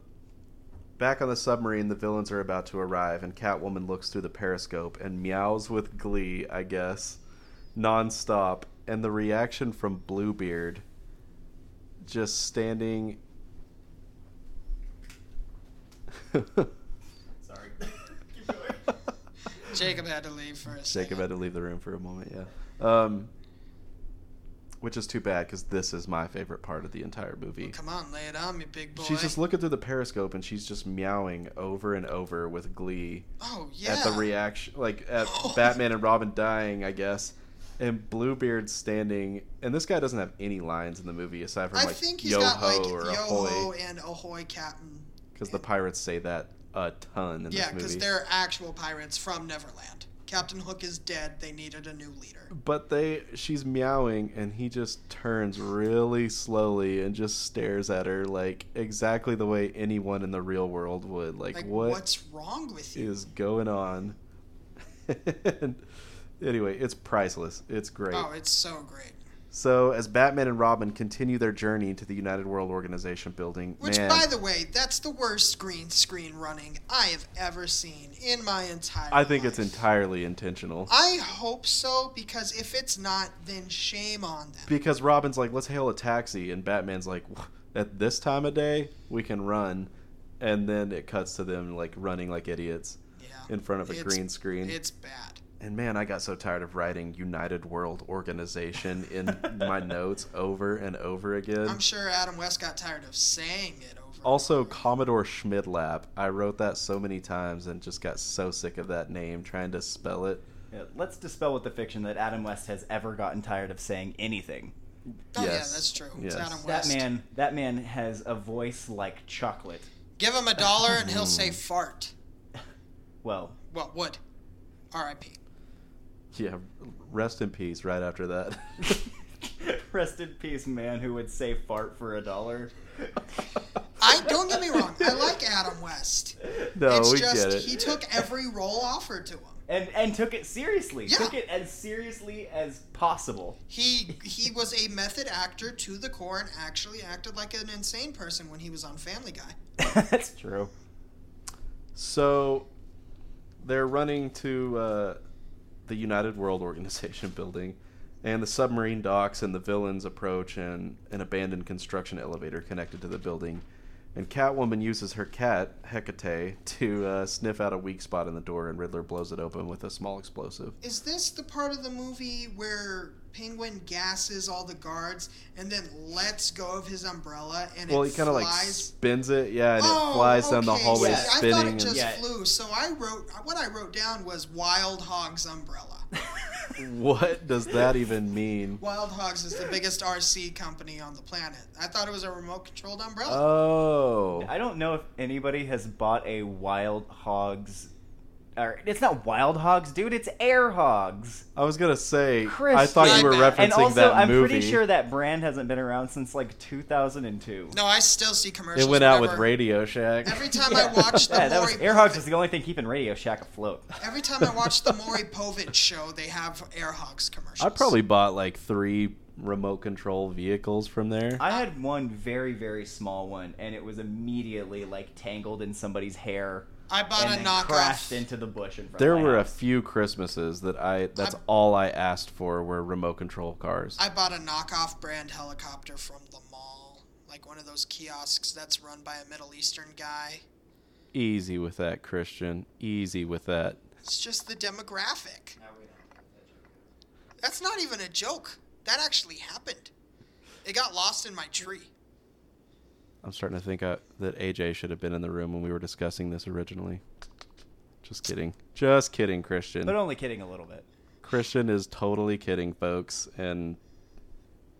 B: back on the submarine the villains are about to arrive and Catwoman looks through the periscope and meows with glee, I guess, nonstop and the reaction from Bluebeard just standing
A: Sorry.
C: Jacob had to leave for a second.
B: Jacob had to leave the room for a moment, yeah. Um, which is too bad because this is my favorite part of the entire movie.
C: Come on, lay it on me, big boy.
B: She's just looking through the periscope and she's just meowing over and over with glee
C: oh yeah.
B: at the reaction, like at Batman and Robin dying, I guess, and Bluebeard standing. And this guy doesn't have any lines in the movie aside from
C: I
B: like
C: think he's
B: yo
C: got
B: ho
C: like
B: or
C: yo ho
B: ahoy
C: and ahoy, captain.
B: because the pirates say that a ton in
C: Yeah,
B: this
C: because
B: movie.
C: they're actual pirates from Neverland. Captain Hook is dead. They needed a new leader.
B: But they, she's meowing, and he just turns really slowly and just stares at her like exactly the way anyone in the real world would. Like,
C: Like,
B: what
C: what's wrong with you?
B: is going on? anyway, it's priceless. It's great.
C: Oh, it's so great.
B: So, as Batman and Robin continue their journey to the United World Organization building,
C: Which,
B: man,
C: by the way, that's the worst green screen running I have ever seen in my entire.
B: I think it's
C: life.
B: entirely intentional.
C: I hope so because if it's not, then shame on them.
B: because Robin's like, let's hail a taxi, and Batman's like, at this time of day, we can run, and then it cuts to them like running like idiots
C: yeah,
B: in front of a
C: It's-
B: green screen.
C: it's bad.
B: And man, I got so tired of writing United World Organization in my notes over and over again.
C: I'm sure Adam West got tired of saying it over. and
B: Also,
C: over.
B: Commodore Schmidlap. I wrote that so many times and just got so sick of that name trying to spell it.
A: Yeah, let's dispel with the fiction that Adam West has ever gotten tired of saying anything.
C: oh yeah,
B: Yes.
C: that's true.
B: Yes.
C: It's Adam
A: That
C: West.
A: man, that man has a voice like chocolate.
C: Give him a dollar and he'll
B: Mm.
C: say fart.
A: Well,
C: Well, would. R.I.P.
B: Yeah, rest in peace. Right after that.
A: rest in peace, man who would say fart for a dollar.
C: I don't get me wrong. I like Adam West.
B: no,
C: it's
B: we
C: just
B: get it.
C: he took every role offered to him.
A: and and took it seriously.
C: Yeah.
A: Took it as seriously as possible.
C: He he was a method actor to the core and actually acted like an insane person when he was on Family Guy.
A: That's true.
B: So they're running to uh, the United World Organization building, and the submarine docks and the villains approach an, an abandoned construction elevator connected to the building. And Catwoman uses her cat, Hecate, to uh, sniff out a weak spot in the door, and Riddler blows it open with a small explosive.
C: Is this the part of the movie where Penguin gasses all the guards and then lets go of his umbrella and
B: well,
C: it
B: he kind of like
C: flies?
B: spins it, yeah, and
C: oh,
B: it flies down the
C: okay,
B: hallway
A: yeah.
C: see,
B: spinning.
C: I thought it
B: and-
C: just
A: Yeah.
C: flew. So I wrote what I wrote down was Wild Hog's umbrella.
B: what does that even mean?
C: Wild Hogs is the biggest RC company on the planet. I thought it was a remote controlled umbrella.
B: Oh.
A: I don't know if anybody has bought a wild hogs or it's not wild hogs, dude, it's air hogs.
B: I was gonna say, I
A: Christian.
B: thought you were
C: Nightmare.
B: referencing
A: And also,
B: that
A: I'm
B: movie.
A: pretty sure that brand hasn't been around since like 2002.
C: no, I still see commercials.
B: it went out with
C: whenever-
B: Radio Shack.
C: Every time
A: Yeah.
C: I watch the
A: yeah, that
C: Maury
A: was air
C: Povich-
A: hogs was the only thing keeping Radio Shack afloat.
C: Every time I watch the Maury Povich show, they have Air Hogs commercials.
B: I probably bought like three remote control vehicles from there.
A: I had one very very small one, and it was immediately like tangled in somebody's hair.
C: I bought
A: and
C: a
A: then
C: knockoff.
A: crashed into the bush in front.
B: there
A: of my
B: were a
A: house.
B: few Christmases that I that's
C: I-
B: all I asked for were remote control cars.
C: I bought a knockoff brand helicopter from the mall, like one of those kiosks that's run by a Middle Eastern guy.
B: Easy with that, Christian. Easy with that.
C: It's just the demographic. That's not even a joke. That actually happened. It got lost in my tree.
B: I'm starting to think I, that AJ should have been in the room when we were discussing this originally. Just kidding. Just kidding, Christian.
A: but only kidding a little bit.
B: Christian is totally kidding, folks, and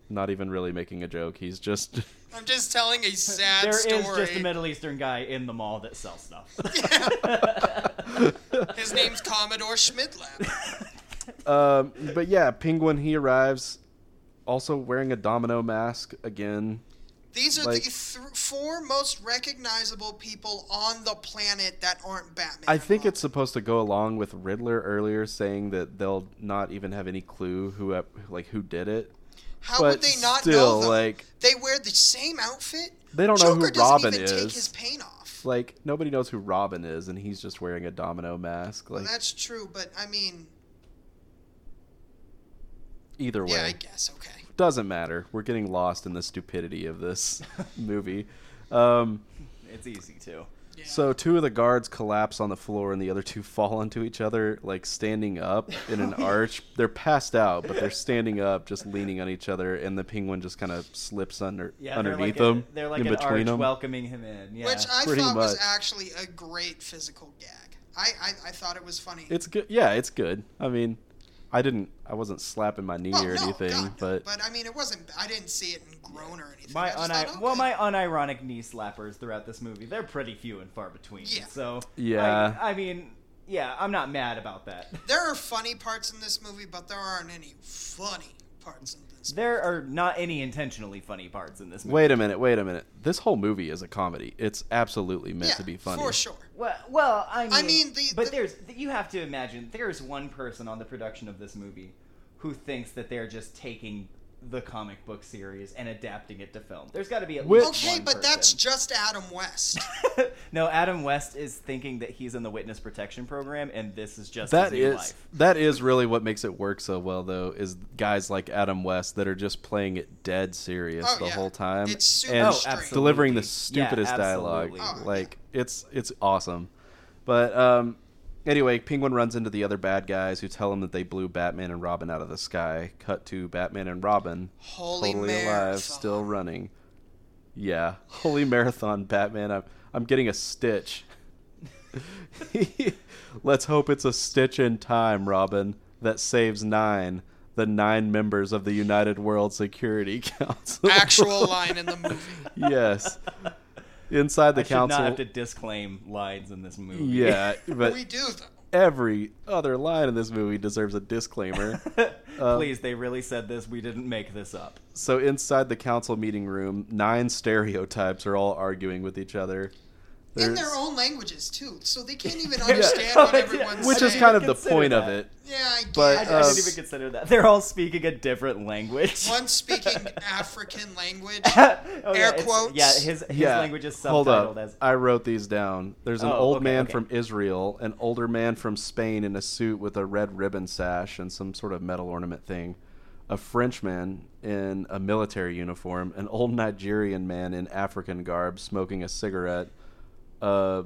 B: not even really making a joke. He's just
C: I'm just telling a sad
A: There is
C: story.
A: just a Middle Eastern guy in the mall that sells stuff.
C: His name's Commodore Schmidlap.
B: um, but yeah, Penguin he arrives also wearing a domino mask again.
C: These are
B: Like-
C: the th- four most recognizable people on the planet that aren't Batman.
B: I
C: and
B: think
C: Robin.
B: it's supposed to go along with Riddler earlier saying that they'll not even have any clue who ep- like who did it.
C: how
B: but
C: would they not
B: still,
C: know? Though?
B: like-
C: they wear the same outfit.
B: They don't know
C: Joker
B: who
C: doesn't
B: Robin
C: even Take
B: is.
C: his paint off.
B: Like nobody knows who Robin is, and he's just wearing a domino mask. Like
C: That's true, but I mean,
B: either way,
C: yeah, I guess okay.
B: doesn't matter. We're getting lost in the stupidity of this movie. Um,
A: It's easy to.
C: Yeah.
B: So two of the guards collapse on the floor, and the other two fall into each other, like standing up in an arch. They're passed out, but they're standing up, just leaning on each other, and the penguin just kind of slips under
A: Yeah,
B: underneath
A: they're like
B: them,
A: A, they're like
B: in
A: an
B: between
A: arch
B: them.
A: welcoming him in. Yeah.
C: which I
B: pretty
C: thought was
B: much.
C: actually a great physical gag. I, I, I thought it was funny.
B: It's good. Yeah, it's good. I mean, I didn't, I wasn't slapping my knee
A: Oh,
C: Well,
B: or
C: no,
B: anything,
C: God, no,
B: but
C: but I mean, it wasn't. I didn't see it and groan or anything.
A: my
C: I just
A: uni-
C: thought,
A: well,
C: okay.
A: my unironic knee slappers throughout this movie, they're pretty few and far between.
C: Yeah.
A: So
B: Yeah.
A: I, I mean, yeah, I'm not mad about that.
C: There are funny parts in this movie, but there aren't any funny parts in this.
A: There are not any intentionally funny parts in this movie.
B: Wait a minute, wait a minute. This whole movie is a comedy. It's absolutely meant
C: yeah,
B: to be funny.
C: for sure.
A: Well, well, I mean,
C: mean, the-
A: but
C: the-
A: there's you have to imagine there's one person on the production of this movie who thinks that they're just taking the comic book series and adapting it to film. There's got to be at
B: Which-
A: least
C: Okay,
A: one
C: but that's
A: person.
C: just Adam West.
A: no. Adam West is thinking that he's in the witness protection program, and this is just his
B: That
A: new
B: is
A: life.
B: that is really what makes it work so well though is guys like Adam West that are just playing it dead serious
C: Oh,
B: the
C: yeah.
B: whole time
C: It's super
B: and
A: Oh,
C: strange.
A: absolutely.
B: delivering the
A: Yeah,
B: stupidest dialogue.
A: absolutely.
C: Oh, yeah.
B: like it's it's awesome. But um anyway, Penguin runs into the other bad guys who tell him that they blew Batman and Robin out of the sky. Cut to Batman and Robin
C: Holy
B: totally
C: marathon.
B: alive, still running. Yeah, holy marathon, Batman! I'm I'm getting a stitch. Let's hope it's a stitch in time, Robin, that saves nine, the nine members of the United World Security Council.
C: Actual line in the movie.
B: yes, inside the
A: I should
B: council.
A: not have to disclaim lines in this movie.
B: yeah, but
C: We do though.
B: every other line in this movie deserves a disclaimer. Um,
A: Please, they really said this. We didn't make this up.
B: So inside the council meeting room, nine stereotypes are all arguing with each other.
C: In
B: There's-
C: their own languages too, so they can't even understand what
A: Yeah.
C: everyone's
B: which is
C: saying.
B: kind of the
A: Consider
B: point of
A: that.
B: it.
C: yeah, I guess.
B: but,
A: I, I
B: Uh,
A: didn't even consider that. They're all speaking a different language.
B: um,
C: One speaking African language.
A: Oh, yeah,
C: air
A: it's-
C: quotes.
A: Yeah, his, his
B: yeah.
A: language is subtitled
B: Hold up.
A: as
B: I wrote these down. There's an
A: Oh,
B: old
A: okay,
B: man
A: okay.
B: from Israel, an older man from Spain in a suit with a red ribbon sash and some sort of metal ornament thing, a Frenchman in a military uniform, an old Nigerian man in African garb smoking a cigarette, a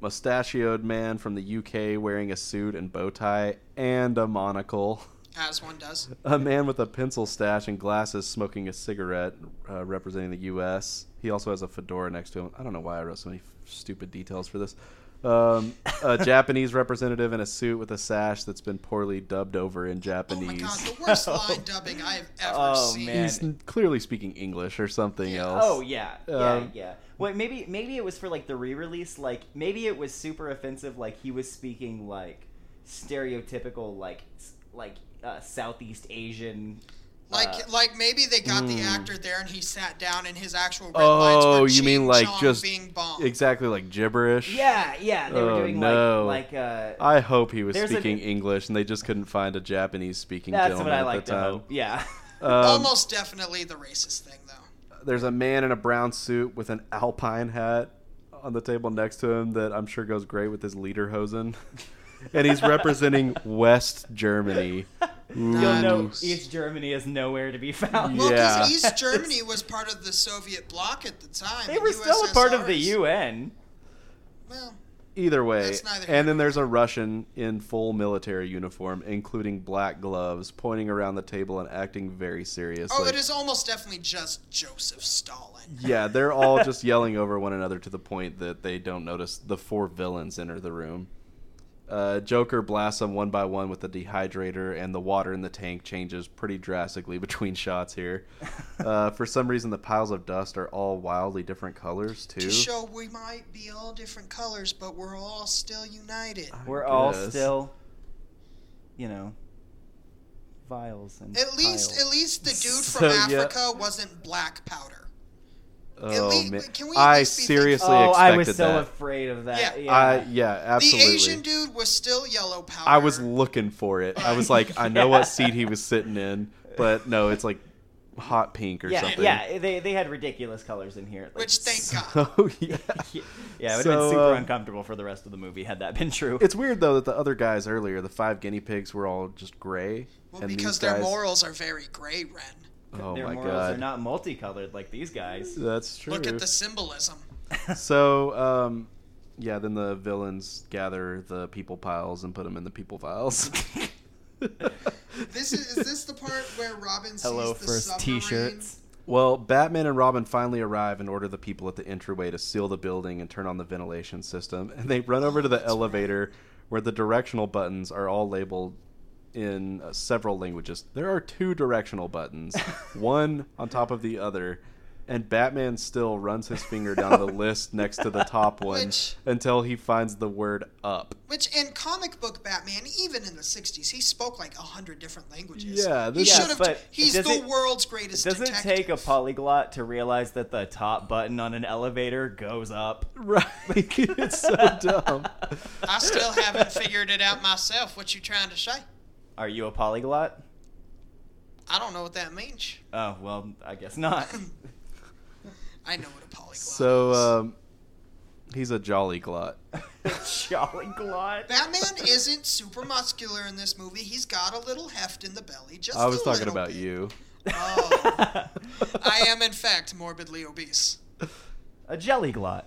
B: mustachioed man from the UK wearing a suit and bow tie and a monocle.
C: as one does.
B: A man with a pencil stash and glasses smoking a cigarette uh, representing the U.S. He also has a fedora next to him. I don't know why I wrote so many f- stupid details for this. Um, a Japanese representative in a suit with a sash that's been poorly dubbed over in
C: Oh my
B: Japanese.
C: god, the worst line dubbing I have ever
A: Oh,
C: seen.
A: man.
B: He's n- clearly speaking English or something
C: Yeah.
B: else.
A: Oh yeah, yeah,
B: Um,
A: yeah. Wait, maybe maybe it was for like the re-release. Like maybe it was super offensive. Like he was speaking like stereotypical like s- like uh, Southeast Asian.
C: Like,
A: uh,
C: like maybe they got the actor there and he sat down and his actual red lines
B: hmm. Oh,
C: were
B: you mean
C: "Ching
B: like
C: chong,
B: just
C: bing bong.
B: exactly like gibberish?
A: yeah, yeah. They
B: Oh,
A: were doing
B: no.
A: like like uh,
B: I hope he was
A: There's an-
B: speaking English and they just couldn't find a Japanese speaking
A: that's
B: gentleman
A: what I
B: at
A: like
B: the
A: to
B: time.
A: hope. Yeah.
B: Um,
C: Almost definitely the racist thing though.
B: there's a man in a brown suit with an alpine hat on the table next to him that I'm sure goes great with his lederhosen. and he's representing West Germany.
A: You'll
C: Nice.
A: know East Germany is nowhere to be found.
C: Well, because
B: Yeah.
C: East Germany was part of the Soviet bloc at the time.
A: They
C: the
A: were still a part of the
C: USSRs.
A: UN.
C: Well,
B: Either way.
C: That's neither here
B: And then there's a Russian in full military uniform, including black gloves, pointing around the table and acting very serious.
C: oh,
B: like-
C: it is almost definitely just Joseph Stalin.
B: yeah, they're all just yelling over one another to the point that they don't notice the four villains enter the room. Uh, Joker blasts them one by one with the dehydrator, and the water in the tank changes pretty drastically between shots here. Uh, for some reason, the piles of dust are all wildly different colors, too.
C: To show we might be all different colors, but we're all still united.
A: We're all
B: Yes.
A: still, you know, vials and
C: At least,
A: piles.
C: at least the dude
B: So,
C: from
B: yeah.
C: Africa wasn't black powder.
B: oh,
C: least-
B: man.
C: can we at
B: I
C: least be
B: seriously
A: oh,
B: expected
A: I was so
B: that.
A: afraid of that.
C: Yeah.
A: Yeah.
B: I, yeah, absolutely.
C: The Asian dude was still yellow powder.
B: I was looking for it. I was like, I know
A: Yeah.
B: what seat he was sitting in, but no, it's like hot pink or
A: yeah,
B: something.
A: yeah, they they had ridiculous colors in here. like-
C: which thank God.
B: So, yeah.
A: yeah, yeah, it would have
B: So,
A: been super
B: uh,
A: uncomfortable for the rest of the movie had that been true.
B: It's weird though that the other guys earlier, the five guinea pigs, were all just gray.
C: Well,
B: and
C: because
B: these
C: their
B: guys,
C: morals are very gray, Ren.
B: Oh
A: Their
B: my
A: morals
B: god,
A: are not multicolored like these guys.
B: that's true.
C: Look at the symbolism.
B: So, um, yeah, then the villains gather the people piles and put them in the people piles.
C: This is, is this the part where Robin sees
A: Hello,
C: the
A: first
C: submarine?
A: T-shirts.
B: Well, Batman and Robin finally arrive and order the people at the entryway to seal the building and turn on the ventilation system. And they run over to the elevator where the directional buttons are all labeled in uh, several languages. There are two directional buttons, one on top of the other. and Batman still runs his finger down the list next to the top one
C: Which-
B: until he finds the word up.
C: Which in comic book Batman, even in the '60s, he spoke like a hundred different languages.
B: Yeah,
C: he
B: this-
A: Yeah,
C: should have.
A: but
C: he's
A: does
C: the
A: it-
C: world's greatest.
A: Does it
C: detective.
A: take a polyglot to realize that the top button on an elevator goes up?
B: Right. it's so dumb.
C: I still haven't figured it out myself. What you trying to say?
A: Are you a polyglot?
C: I don't know what that means.
A: Oh, well, I guess not.
C: I know what a polyglot
B: So
C: is.
B: um, he's a jolly glot.
A: Jollyglot.
C: Batman isn't super muscular in this movie. He's got a little heft in the belly. Just
B: I was
C: a
B: talking
C: little
B: about
C: bit.
B: you.
C: Oh, I am in fact morbidly obese.
A: a jellyglot.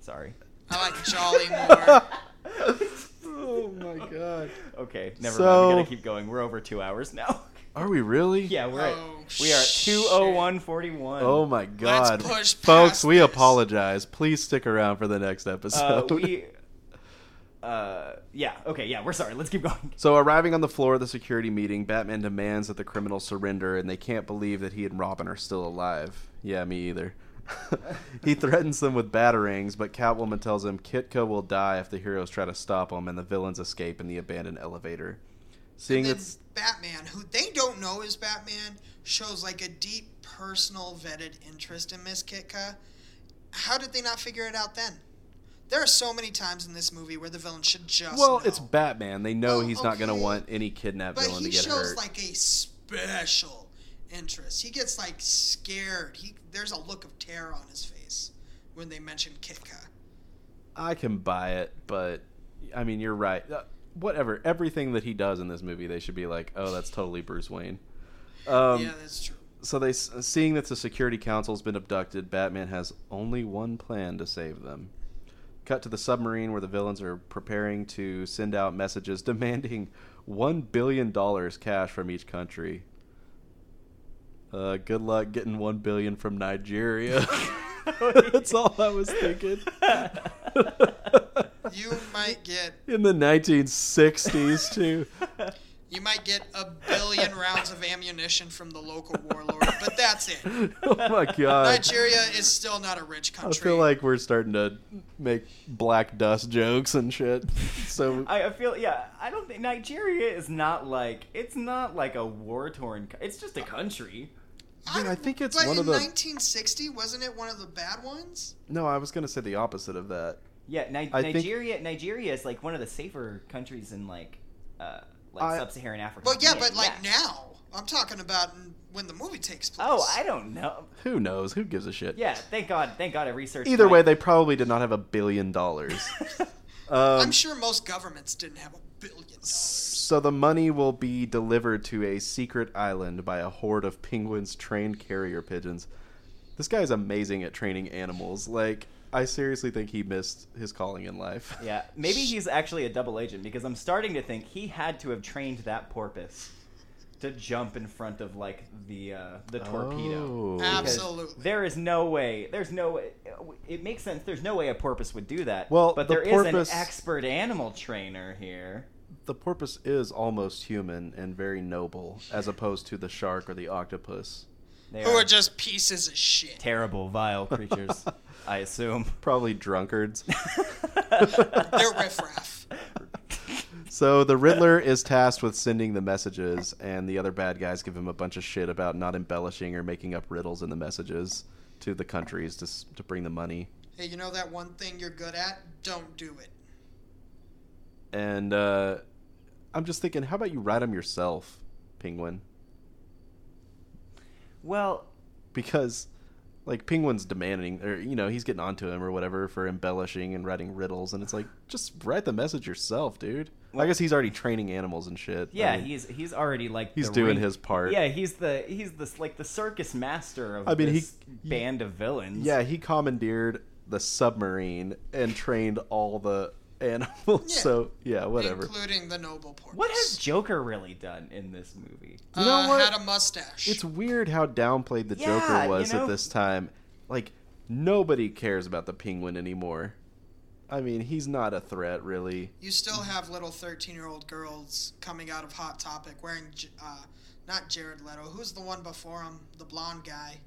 A: Sorry.
C: I like Jolly more.
B: Oh my god.
A: Okay, never
B: So-
A: mind. We gotta keep going. We're over two hours now.
B: Are we really?
A: yeah, we're
C: Oh,
A: at we are at
C: shit.
A: two oh one forty one.
B: Oh my god. Folks,
C: push past
B: we
C: this.
B: apologize. Please stick around for the next
A: uh,
B: episode.
A: we. Uh, yeah. Okay. Yeah, we're sorry. Let's keep going.
B: So, arriving on the floor of the security meeting, Batman demands that the criminals surrender, and they can't believe that he and Robin are still alive. Yeah, me either. he threatens them with batarangs, but Catwoman tells him Kitka will die if the heroes try to stop him, and the villains escape in the abandoned elevator. Seeing
C: then
B: that
C: Batman, who they don't know is Batman, shows like a deep personal vetted interest in Miss Kitka. How did they not figure it out then? There are so many times in this movie where the villain should just
B: well,
C: know.
B: it's Batman. They know
C: Well,
B: he's not going to
C: okay.
B: want any kidnapped
C: but
B: villain
C: he
B: to get
C: shows
B: hurt.
C: like a special interest. He gets like scared. He there's a look of terror on his face when they mention Kitka.
B: I can buy it, but I mean, you're right. Uh, Whatever, everything that he does in this movie, they should be like, "Oh, that's totally Bruce Wayne." Um,
C: yeah, that's true.
B: so they s- seeing that the security council's been abducted batman has only one plan to save them cut to the submarine where the villains are preparing to send out messages demanding one billion dollars cash from each country uh, good luck getting one billion from nigeria that's all i was thinking
C: You might get
B: in the 1960s too
C: you might get a billion rounds of ammunition from the local warlord, but that's it.
B: oh my god
C: Nigeria is still not a rich
B: I
C: country.
B: feel like we're starting to make black dust jokes and shit. So
A: I, I feel yeah. I don't think Nigeria is not like it's not like a war torn. It's just a country.
B: I
C: don't-
B: think it's
C: but
B: one
C: in
B: of the-
C: 1960, wasn't it one of the bad ones?
B: no, I was gonna say the opposite of that.
A: Yeah, Ni-
B: I think-
A: Nigeria. Nigeria is like one of the safer countries in like, uh, like
B: I-
A: sub-Saharan Africa.
C: Well, yeah,
A: Yeah,
C: but like
A: yeah.
C: now, I'm talking about in- when the movie takes place.
A: Oh, I don't know.
B: Who knows? Who gives a shit?
A: Yeah, thank God. Thank God I researched.
B: Either way,
A: my-
B: they probably did not have a billion dollars.
C: I'm
B: um,
C: sure most governments didn't have a billion. dollars.
B: so the money will be delivered to a secret island by a horde of penguins trained carrier pigeons. This guy is amazing at training animals. Like, I seriously think he missed his calling in life.
A: Yeah, maybe he's actually a double agent because I'm starting to think he had to have trained that porpoise to jump in front of like the uh, the torpedo.
B: Oh.
A: Because
C: Absolutely.
A: There is no way. There's no way. It makes sense. There's no way a porpoise would do that.
B: Well,
A: but
B: the
A: there is
B: porpoise-
A: an expert animal trainer here.
B: the porpoise is almost human and very noble, as opposed to the shark or the octopus.
A: They
C: Who are just pieces of shit.
A: terrible, vile creatures. I assume.
B: Probably drunkards.
C: They're riffraff.
B: so the Riddler is tasked with sending the messages, and the other bad guys give him a bunch of shit about not embellishing or making up riddles in the messages to the countries to, s- to bring the money.
C: Hey, you know that one thing you're good at? Don't do it.
B: And uh, I'm just thinking, how about you write them yourself, Penguin?
A: Well,
B: Because, like, Penguin's demanding, or, you know, he's getting onto him or whatever for embellishing and writing riddles, and it's like, just write the message yourself, dude. I guess he's already training animals and shit. I
A: yeah,
B: mean-
A: he's he's already like
B: He's
A: the
B: doing
A: ring-
B: his part.
A: Yeah, he's the he's this like the circus master of
B: I mean, he-
A: this band of villains.
B: Yeah, he commandeered the submarine and trained all the animals.
C: Yeah.
B: So yeah, whatever.
C: Including the noble porpoise.
A: What has Joker really done in this movie?
B: You know
C: uh,
B: what?
C: Had a mustache.
B: it's weird how downplayed the
A: Yeah,
B: Joker
A: you
B: was
A: know-
B: at this time. Like nobody cares about the Penguin anymore. I mean, he's not a threat really.
C: You still have little 13 year old girls coming out of Hot Topic wearing, J- uh, not Jared Leto, who's the one before him? The blonde guy.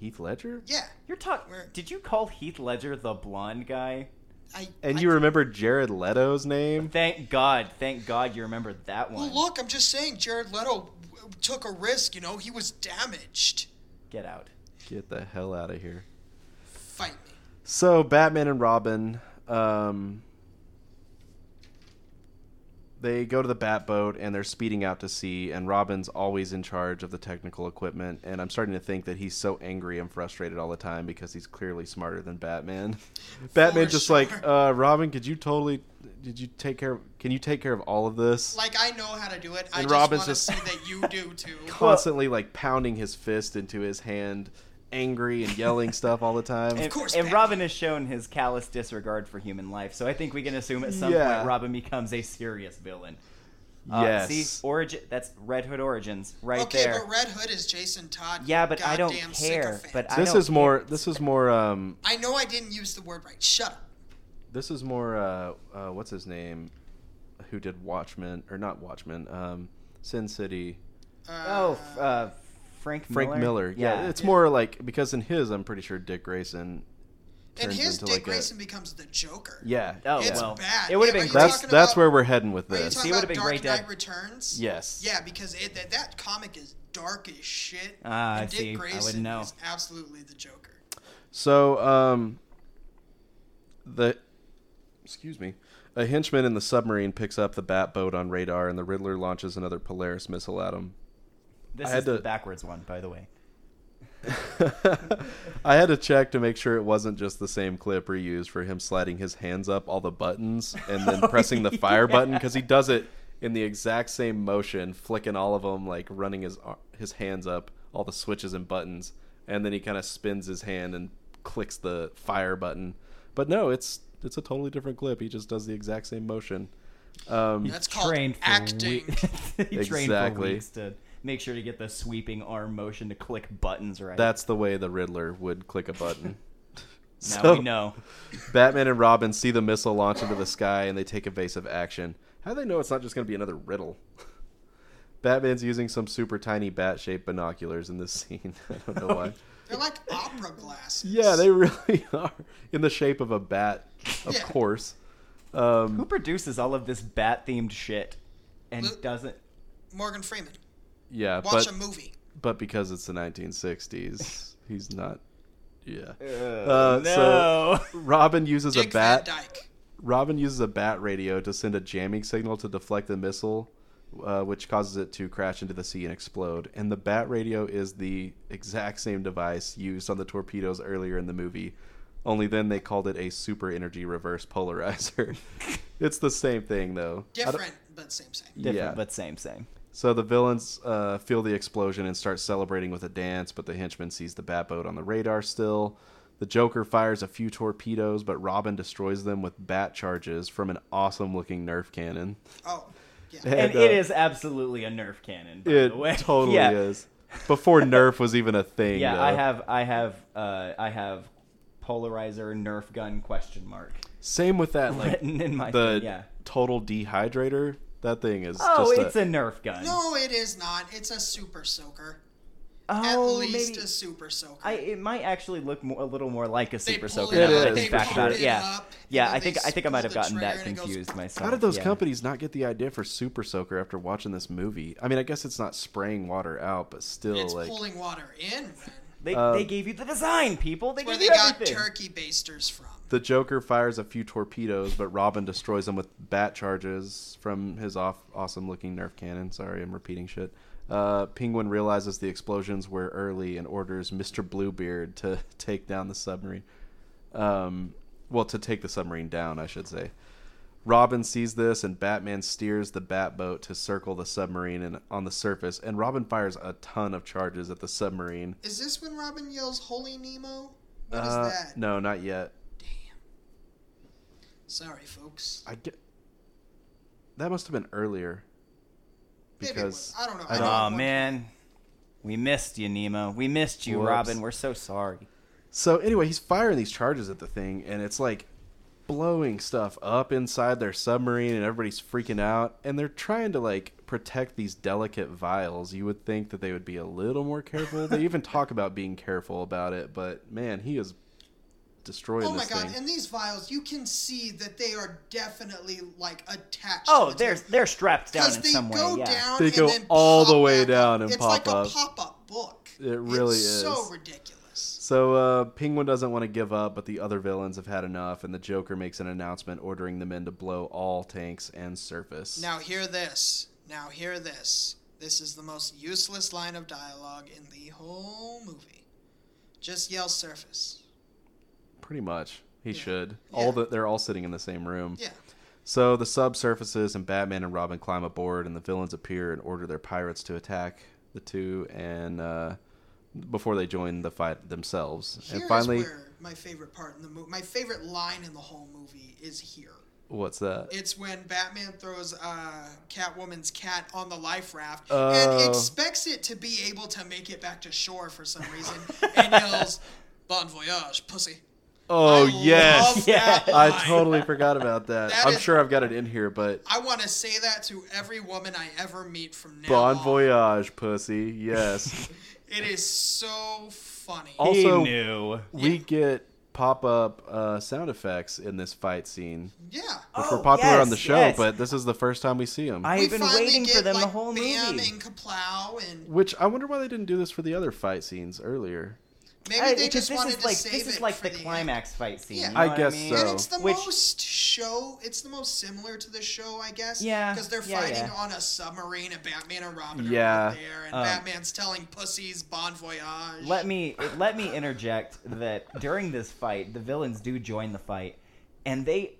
B: Heath Ledger?
C: Yeah.
A: You're talking.
C: Where-
A: Did you call Heath Ledger the blonde guy?
C: I,
B: And
C: I-
B: you remember Jared Leto's name?
A: Thank God. Thank God you remembered that
C: Well,
A: one.
C: look, I'm just saying Jared Leto w- took a risk. You know, he was damaged.
A: Get out.
B: Get the hell out of here.
C: Fight me.
B: So Batman and Robin, um, they go to the Batboat and they're speeding out to sea. And Robin's always in charge of the technical equipment. And I'm starting to think that he's so angry and frustrated all the time because he's clearly smarter than Batman. Batman just
C: sure.
B: like, uh, Robin, could you totally, did you take care? Of, can you take care of all of this?
C: Like I know how to do it. I
B: And
C: just
B: Robin's
C: want to
B: just-
C: see that you do too.
B: Constantly like pounding his fist into his hand, angry and yelling stuff all the time.
A: And,
C: course,
A: and
C: Batman.
A: Robin has shown his callous disregard for human life, so I think we can assume at some
B: Yeah.
A: point Robin becomes a serious villain. Uh,
B: yes.
A: See, origin. That's Red Hood origins right
C: okay,
A: there.
C: but Red Hood is Jason Todd. you
A: yeah, but I don't
C: goddamn
A: care.
C: sycophant.
A: But I
B: this
A: don't
B: is more.
A: care.
B: This is more. Um,
C: I know I didn't use the word right. Shut up.
B: this is more. Uh, uh, what's his name? Who did Watchmen or not Watchmen? Um, Sin City.
A: Oh, f- uh, Frank.
B: Frank
A: Miller.
B: Miller. Yeah, it's more like because in his, I'm pretty sure Dick Grayson.
C: and
B: turns
C: his
B: into
C: Dick
B: like a-
C: Grayson becomes the Joker.
B: yeah.
A: Oh
C: It's
A: well,
C: bad.
A: it would have
C: Yeah,
A: been
C: are
A: great.
C: you
B: That's
C: talking
B: that's
C: about-
B: where we're heading with
C: Are you
B: this.
A: See,
C: talking
A: it would've
C: about
A: been
C: Dark
A: Great
C: Knight
A: Dead.
C: Returns?
B: Yes.
C: Yeah, because it, that, that comic is dark as shit.
A: Ah, I
C: and Dick
A: see. I wouldn't
C: Grayson
A: know.
C: is absolutely the Joker.
B: So, um, the excuse me, a henchman in the submarine picks up the bat boat on radar, and the Riddler launches another Polaris missile at him.
A: This
B: I had
A: is the
B: to-
A: backwards one, by the way.
B: I had to check to make sure it wasn't just the same clip reused for him sliding his hands up all the buttons and then
A: Oh,
B: pressing the fire
A: yeah.
B: button because he does it in the exact same motion, flicking all of them, like running his ar- his hands up, all the switches and buttons, and then he kind of spins his hand and clicks the fire button. But no, it's it's a totally different clip. He just does the exact same motion. Um,
C: That's called
A: trained for
C: acting.
A: weeks. he trained for
B: Exactly.
A: weeks to make sure to get the sweeping arm motion to click buttons right.
B: that's the way the Riddler would click a button.
A: now
B: So-
A: we know.
B: Batman and Robin see the missile launch into the sky and they take evasive action. How do they know it's not just going to be another riddle? Batman's using some super tiny bat shaped binoculars in this scene. I don't know why.
C: They're like opera glasses.
B: yeah, they really are. In the shape of a bat, of
C: Yeah.
B: course.
A: Who produces all of this bat themed shit and
C: Lu-
A: doesn't?
C: Morgan Freeman.
B: Yeah, but
C: Watch a movie.
B: but because it's the 1960s, he's not. Yeah.
A: Uh,
B: so-
A: no.
B: Robin uses
C: Dick
B: a bat.
C: Van Dyke.
B: Robin uses a bat radio to send a jamming signal to deflect the missile, uh, which causes it to crash into the sea and explode. And the bat radio is the exact same device used on the torpedoes earlier in the movie, only then they called it a super energy reverse polarizer. it's the same thing, though. I don't-
C: Different, but same same.
A: Different,
B: Yeah.
A: but same, same.
B: So the villains uh, feel the explosion and start celebrating with a dance, but the henchman sees the Batboat on the radar still. The Joker fires a few torpedoes, but Robin destroys them with bat charges from an awesome looking Nerf cannon.
C: Oh, yeah.
A: And,
B: uh,
A: it is absolutely a Nerf cannon. By
B: It
A: the way.
B: totally
A: yeah.
B: is. Before Nerf was even a thing.
A: Yeah,
B: though.
A: I have, I have, uh, I have polarizer Nerf gun question mark
B: Same with that, like
A: written in my
B: the
A: thing, yeah.
B: total dehydrator. That thing is.
A: Oh,
B: just
A: it's a, Nerf gun.
C: No, it is not. It's a super soaker. At
A: oh,
C: least
A: maybe.
C: a super soaker.
A: I, it might actually look more, a little more like a
C: They
A: super
C: pull
A: soaker. now
B: it
A: that I
B: up, they
A: think back
B: pull
A: about
B: it
A: it. Yeah,
C: up, and
A: yeah. I
C: then
A: think
C: they
A: I think I might
C: pull
A: have
C: the
A: gotten that
C: trigger and it goes-
A: confused myself.
B: How did those
A: yeah.
B: companies not get the idea for super soaker after watching this movie? I mean, I guess it's not spraying water out, but still,
C: it's
B: like
C: pulling water in. Man.
A: They,
B: Uh,
A: they gave you the design, people. They
C: Where
A: gave
C: they
A: you
C: got
A: everything.
C: turkey basters from.
B: The Joker fires a few torpedoes, but Robin destroys them with bat charges from his off awesome looking Nerf cannon. Sorry, I'm repeating shit. Uh, Penguin realizes the explosions were early and orders Mr. Bluebeard to take down the submarine. Um, well, to take the submarine down, I should say. Robin sees this, and Batman steers the Batboat to circle the submarine and on the surface. And Robin fires a ton of charges at the submarine.
C: Is this when Robin yells "Holy Nemo"? What is
B: Uh,
C: that?
B: No, not yet.
C: Damn. Sorry, folks.
B: I get that must have been earlier
C: Maybe it
B: because
C: was. I don't know. I
B: I
C: don't-
A: Oh
C: Aw,
A: man, we missed you, Nemo. We missed you,
B: Whoops.
A: Robin. We're so sorry.
B: So anyway, he's firing these charges at the thing, and it's like blowing stuff up inside their submarine, and everybody's freaking out, and they're trying to like protect these delicate vials, you would think that they would be a little more careful. they even talk about being careful about it, but man, he is destroying
C: Oh my
B: this
C: god!
B: thing.
C: In these vials, you can see that they are definitely like attached.
A: Oh,
C: to
A: they're they're strapped down
C: because
A: in
C: they
A: some way.
C: go
A: yeah.
C: down.
B: They
C: and
B: go
C: then
B: all the
C: pop
B: way
C: back
B: down
C: up.
B: and
C: it's
B: pop
C: like
B: up.
C: a pop-up book.
B: It really
C: it's So
B: is.
C: ridiculous.
B: So uh, Penguin doesn't want to give up, but the other villains have had enough, and the Joker makes an announcement ordering the men to blow all tanks and surface.
C: Now hear this. Now hear this. This is the most useless line of dialogue in the whole movie. Just yell surface.
B: Pretty much, he
C: Yeah.
B: should.
C: Yeah.
B: All the, they're all sitting in the same room.
C: Yeah.
B: So the sub surfaces, and Batman and Robin climb aboard, and the villains appear and order their pirates to attack the two, and uh, before they join the fight themselves.
C: Here
B: and
C: is
B: finally,
C: where my favorite part in the movie, my favorite line in the whole movie is here.
B: what's that?
C: It's when Batman throws uh, Catwoman's cat on the life raft
B: Oh.
C: and expects it to be able to make it back to shore for some reason and yells, Bon voyage, pussy.
B: oh
C: I
B: yes,
C: love that
B: I
C: line.
B: totally forgot about that.
C: That
B: I'm
C: is-
B: sure I've got it in here, but
C: I want to say that to every woman I ever meet from now
B: Bon
C: on.
B: voyage, pussy. Yes.
C: It is so funny.
D: he
B: also,
D: knew.
B: we get pop up uh, sound effects in this fight scene,
C: Yeah.
B: which were
A: Oh,
B: popular on
A: yes,
B: the show,
A: yes.
B: but this is the first time we see them.
C: We
A: I've been
C: finally
A: waiting for
C: get,
A: them
C: like,
A: the whole
C: Bam
A: movie.
C: and Kaplow and
B: Which I wonder why they didn't do this for the other fight scenes earlier.
C: maybe
A: I-
C: they
A: because
C: just
A: this
C: wanted
A: is
C: to
A: like
C: save
A: this is
C: it
A: like
C: for
A: the
C: end.
A: climax fight scene.
C: Yeah.
A: you know
B: I
A: what
B: guess
A: mean?
B: so.
C: And it's the
A: Which-
C: most show. It's the most similar to the show, I guess.
A: Yeah,
C: Because they're
A: yeah,
C: fighting
A: yeah.
C: on a submarine, and Batman and Robin
B: Yeah,
C: are out there, and
A: um,
C: Batman's telling pussies "Bon voyage."
A: Let me let me interject that during this fight, the villains do join the fight, and they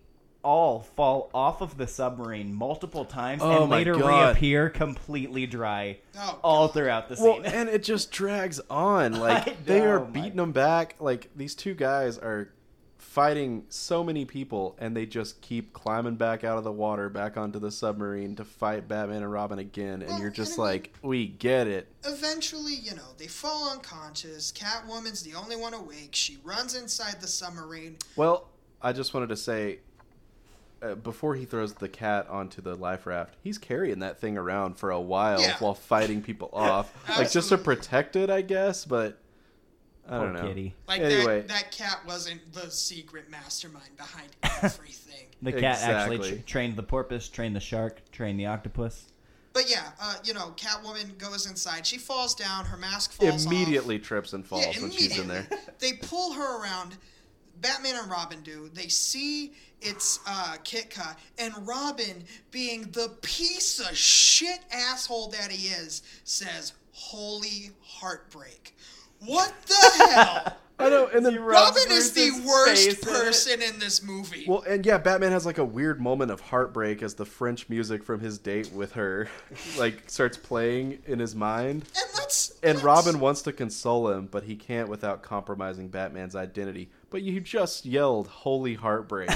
A: all fall off of the submarine multiple times
B: Oh
A: and
B: my
A: later
B: God.
A: reappear completely dry
C: Oh,
A: all throughout the
B: Well,
A: scene.
B: and it just drags on. Like they
A: know,
B: are
A: my-
B: beating them back. Like these two guys are fighting so many people, and they just keep climbing back out of the water, back onto the submarine to fight Batman and Robin again. And
C: Well,
B: you're just
C: and I mean-
B: like, we get it.
C: eventually, you know, they fall unconscious. Catwoman's the only one awake. She runs inside the submarine.
B: Well, I just wanted to say. Uh, before he throws the cat onto the life raft, he's carrying that thing around for a while
C: Yeah.
B: while fighting people off, like just to
C: Absolutely.
B: protect it, I guess. But I
A: Poor
B: don't know.
A: kitty.
C: Like
B: Anyway.
C: that, that cat wasn't the secret mastermind behind everything.
A: The cat actually
B: Exactly.
A: tr- trained the porpoise, trained the shark, trained the octopus.
C: but yeah, uh, you know, Catwoman goes inside. She falls down. Her mask falls off.
B: immediately trips and falls
C: Yeah,
B: when she's in there.
C: immediately. they pull her around. Batman and Robin do. They see it's uh, Kitka, and Robin, being the piece of shit asshole that he is, says, "Holy heartbreak! What the hell?
B: I know, and then
C: Robin is
A: Bruce's
C: the worst
A: face in it.
C: person in this movie."
B: well, and yeah, Batman has like a weird moment of heartbreak as the French music from his date with her, like starts playing in his mind.
C: and that's
B: And
C: that's-
B: Robin wants to console him, but he can't without compromising Batman's identity. But you just yelled "Holy heartbreak!"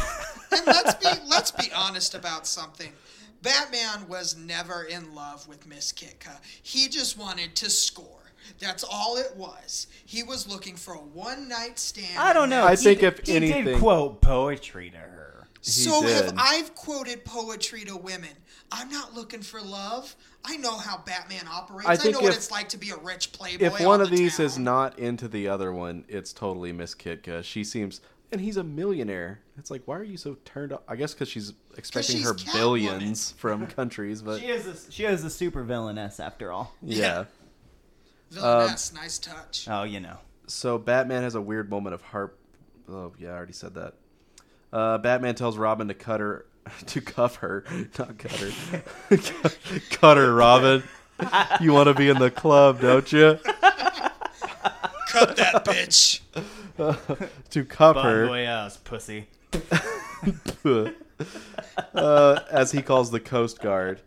C: and let's be let's be honest about something. Batman was never in love with Miss Kitka. He just wanted to score. That's all it was. He was looking for a one night stand.
A: I don't know.
B: I
A: he,
B: think if
A: he
B: anything-
A: did quote poetry to her.
C: So
B: did.
C: have I've quoted poetry to women. I'm not looking for love. I know how Batman operates. I,
B: think
C: know what
B: if-
C: it's like to be a rich playboy.
B: if
C: on
B: one
C: the
B: of these
C: town.
B: is not into the other one, it's totally Miss Kitka. She seems, and he's a millionaire. It's like, why are you so turned off? I guess because she's expecting
C: she's
B: her
C: Catwoman.
B: billions from countries, but
A: She is a, she is a super villainess after all.
B: yeah. um,
C: villainess, nice touch.
A: Oh, you know.
B: So Batman has a weird moment of heart. Oh yeah, I already said that. Uh, Batman tells Robin to cut her, to cuff her, not cut her, cut her, Robin. You want to be in the club, don't you?
C: Cut that bitch.
B: To cuff
D: Bon
B: her,
D: voyage, pussy.
B: uh, as he calls the Coast Guard.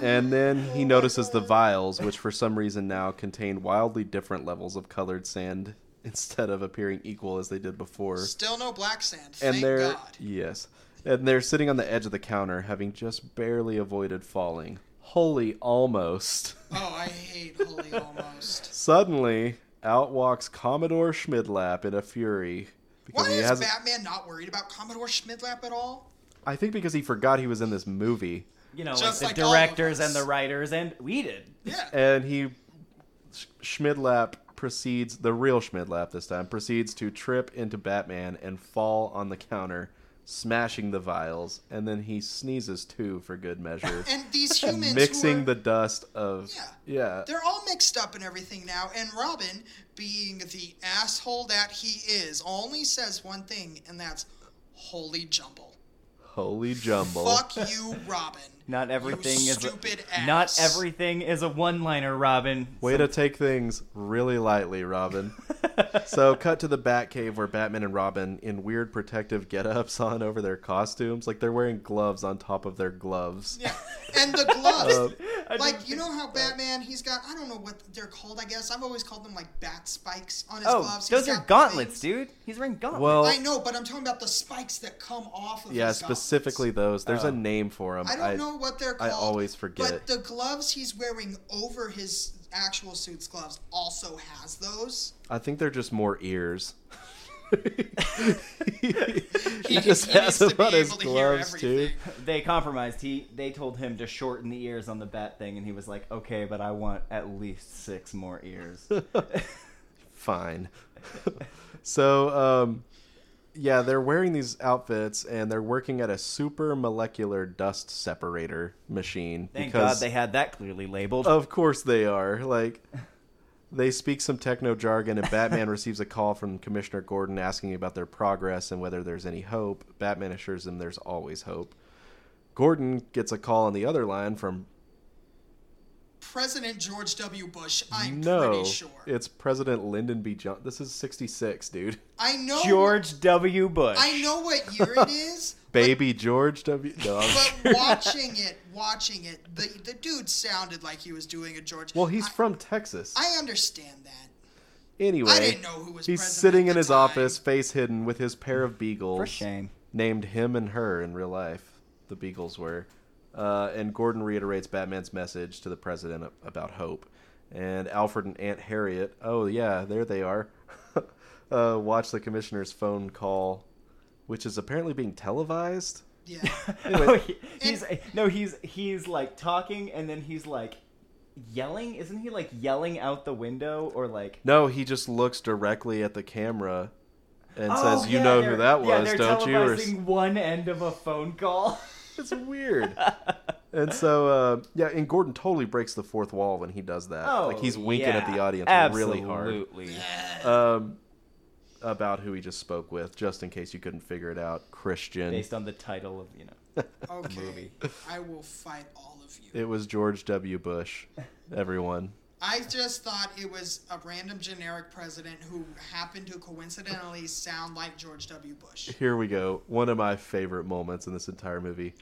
B: And then he notices the vials, which for some reason now contain wildly different levels of colored sand instead of appearing equal as they did before.
C: Still no black sand.
B: and
C: Thank
B: they're
C: God.
B: yes, and they're sitting on the edge of the counter, having just barely avoided falling. Holy, almost!
C: Oh, I hate holy almost.
B: Suddenly, out walks Commodore Schmidlap in a fury because
C: Why
B: he
C: is
B: has.
C: Batman not worried about Commodore Schmidlap at all?
B: I think because he forgot he was in this movie.
D: you know, like
C: Just
D: the
C: like all of
D: directors
C: us.
D: and the writers, and we did.
C: Yeah.
B: and he Sch- Schmidlap proceeds the real Schmidlap this time proceeds to trip into Batman and fall on the counter, smashing the vials, and then he sneezes too for good measure,
C: And these humans who
B: mixing
C: are,
B: the dust of
C: Yeah.
B: yeah.
C: They're all mixed up and everything now, and Robin, being the asshole that he is, only says one thing, and that's holy jumble.
B: holy jumble.
C: Fuck you, Robin.
A: Oh. Not everything
C: you
A: is
C: stupid
A: a,
C: ass.
A: not everything is a one-liner, Robin.
B: Way to take things really lightly, Robin. so, cut to the Batcave where Batman and Robin, in weird protective get-ups on over their costumes, like they're wearing gloves on top of their gloves.
C: Yeah. And the gloves.
B: Uh,
D: I
C: like
D: didn't
C: you
D: think-
C: know how Batman, he's got I don't know what they're called. I guess I've always called them like bat spikes on his
A: Oh,
C: gloves. He's
A: those are
C: got
A: gauntlets,
C: things-
A: dude. He's wearing gauntlets.
B: Well,
C: I know, but I'm talking about the spikes that come off of.
B: yeah,
C: his gauntlets.
B: specifically those. There's
A: Oh.
B: a name for them.
C: I don't know what they're
B: I
C: called.
B: always forget.
C: But the gloves he's wearing over his actual suit's gloves also has those.
B: I think they're just more ears. he,
C: He-
B: just
C: he
B: has
C: needs
B: them
C: to be
B: on his
C: able to hear
B: gloves too.
C: everything.
A: they compromised. He they told him to shorten the ears on the bat thing, and he was like, "Okay, but I want at least six more ears."
B: fine. so, um, yeah, they're wearing these outfits and they're working at a super molecular dust separator machine.
A: Thank
B: because
A: God they had that clearly labeled.
B: Of course they are. Like, they speak some techno jargon, and Batman receives a call from Commissioner Gordon asking about their progress and whether there's any hope. Batman assures him there's always hope. Gordon gets a call on the other line from
C: President George W. Bush, I'm
B: no,
C: pretty sure.
B: it's President Lyndon B. Johnson. This is '66, dude.
C: I know
A: George W. Bush.
C: Oh, I know what year it is.
B: Baby George W. No, I'm
C: But
B: sure.
C: watching it, watching it, the the dude sounded like he was doing a George.
B: well, he's
C: I,
B: from Texas.
C: I understand that.
B: anyway,
C: I didn't know who was.
B: he's
C: president
B: sitting
C: at
B: in
C: the
B: his
C: time.
B: office, face hidden, with his pair of beagles.
A: For shame.
B: named him and her in real life. The Beagles were. Uh, and Gordon reiterates Batman's message to the president ab- about hope. And Alfred and Aunt Harriet, oh, yeah, there they are, uh, watch the commissioner's phone call, which is apparently being televised.
C: Yeah.
A: oh, he- he's no, he's he's like talking, and then he's like yelling. Isn't he like yelling out the window or like?
B: No, he just looks directly at the camera and
A: Oh,
B: says, You
A: yeah,
B: know who
A: they're-
B: that
A: yeah,
B: was,
A: they're
B: don't you? Or s-
A: televising one end of a phone call.
B: It's weird. and so, uh, yeah, and Gordon totally breaks the fourth wall when he does that.
A: Oh,
B: like he's winking at
A: yeah,
B: the audience
A: absolutely.
B: really hard. um, about who he just spoke with, just in case you couldn't figure it out. Christian.
A: Based on the title of you know.
C: Okay.
A: Movie.
C: I will fight all of you.
B: it was George W. Bush. Everyone.
C: I just thought it was a random generic president who happened to coincidentally sound like George W. Bush.
B: Here we go. One of my favorite moments in this entire movie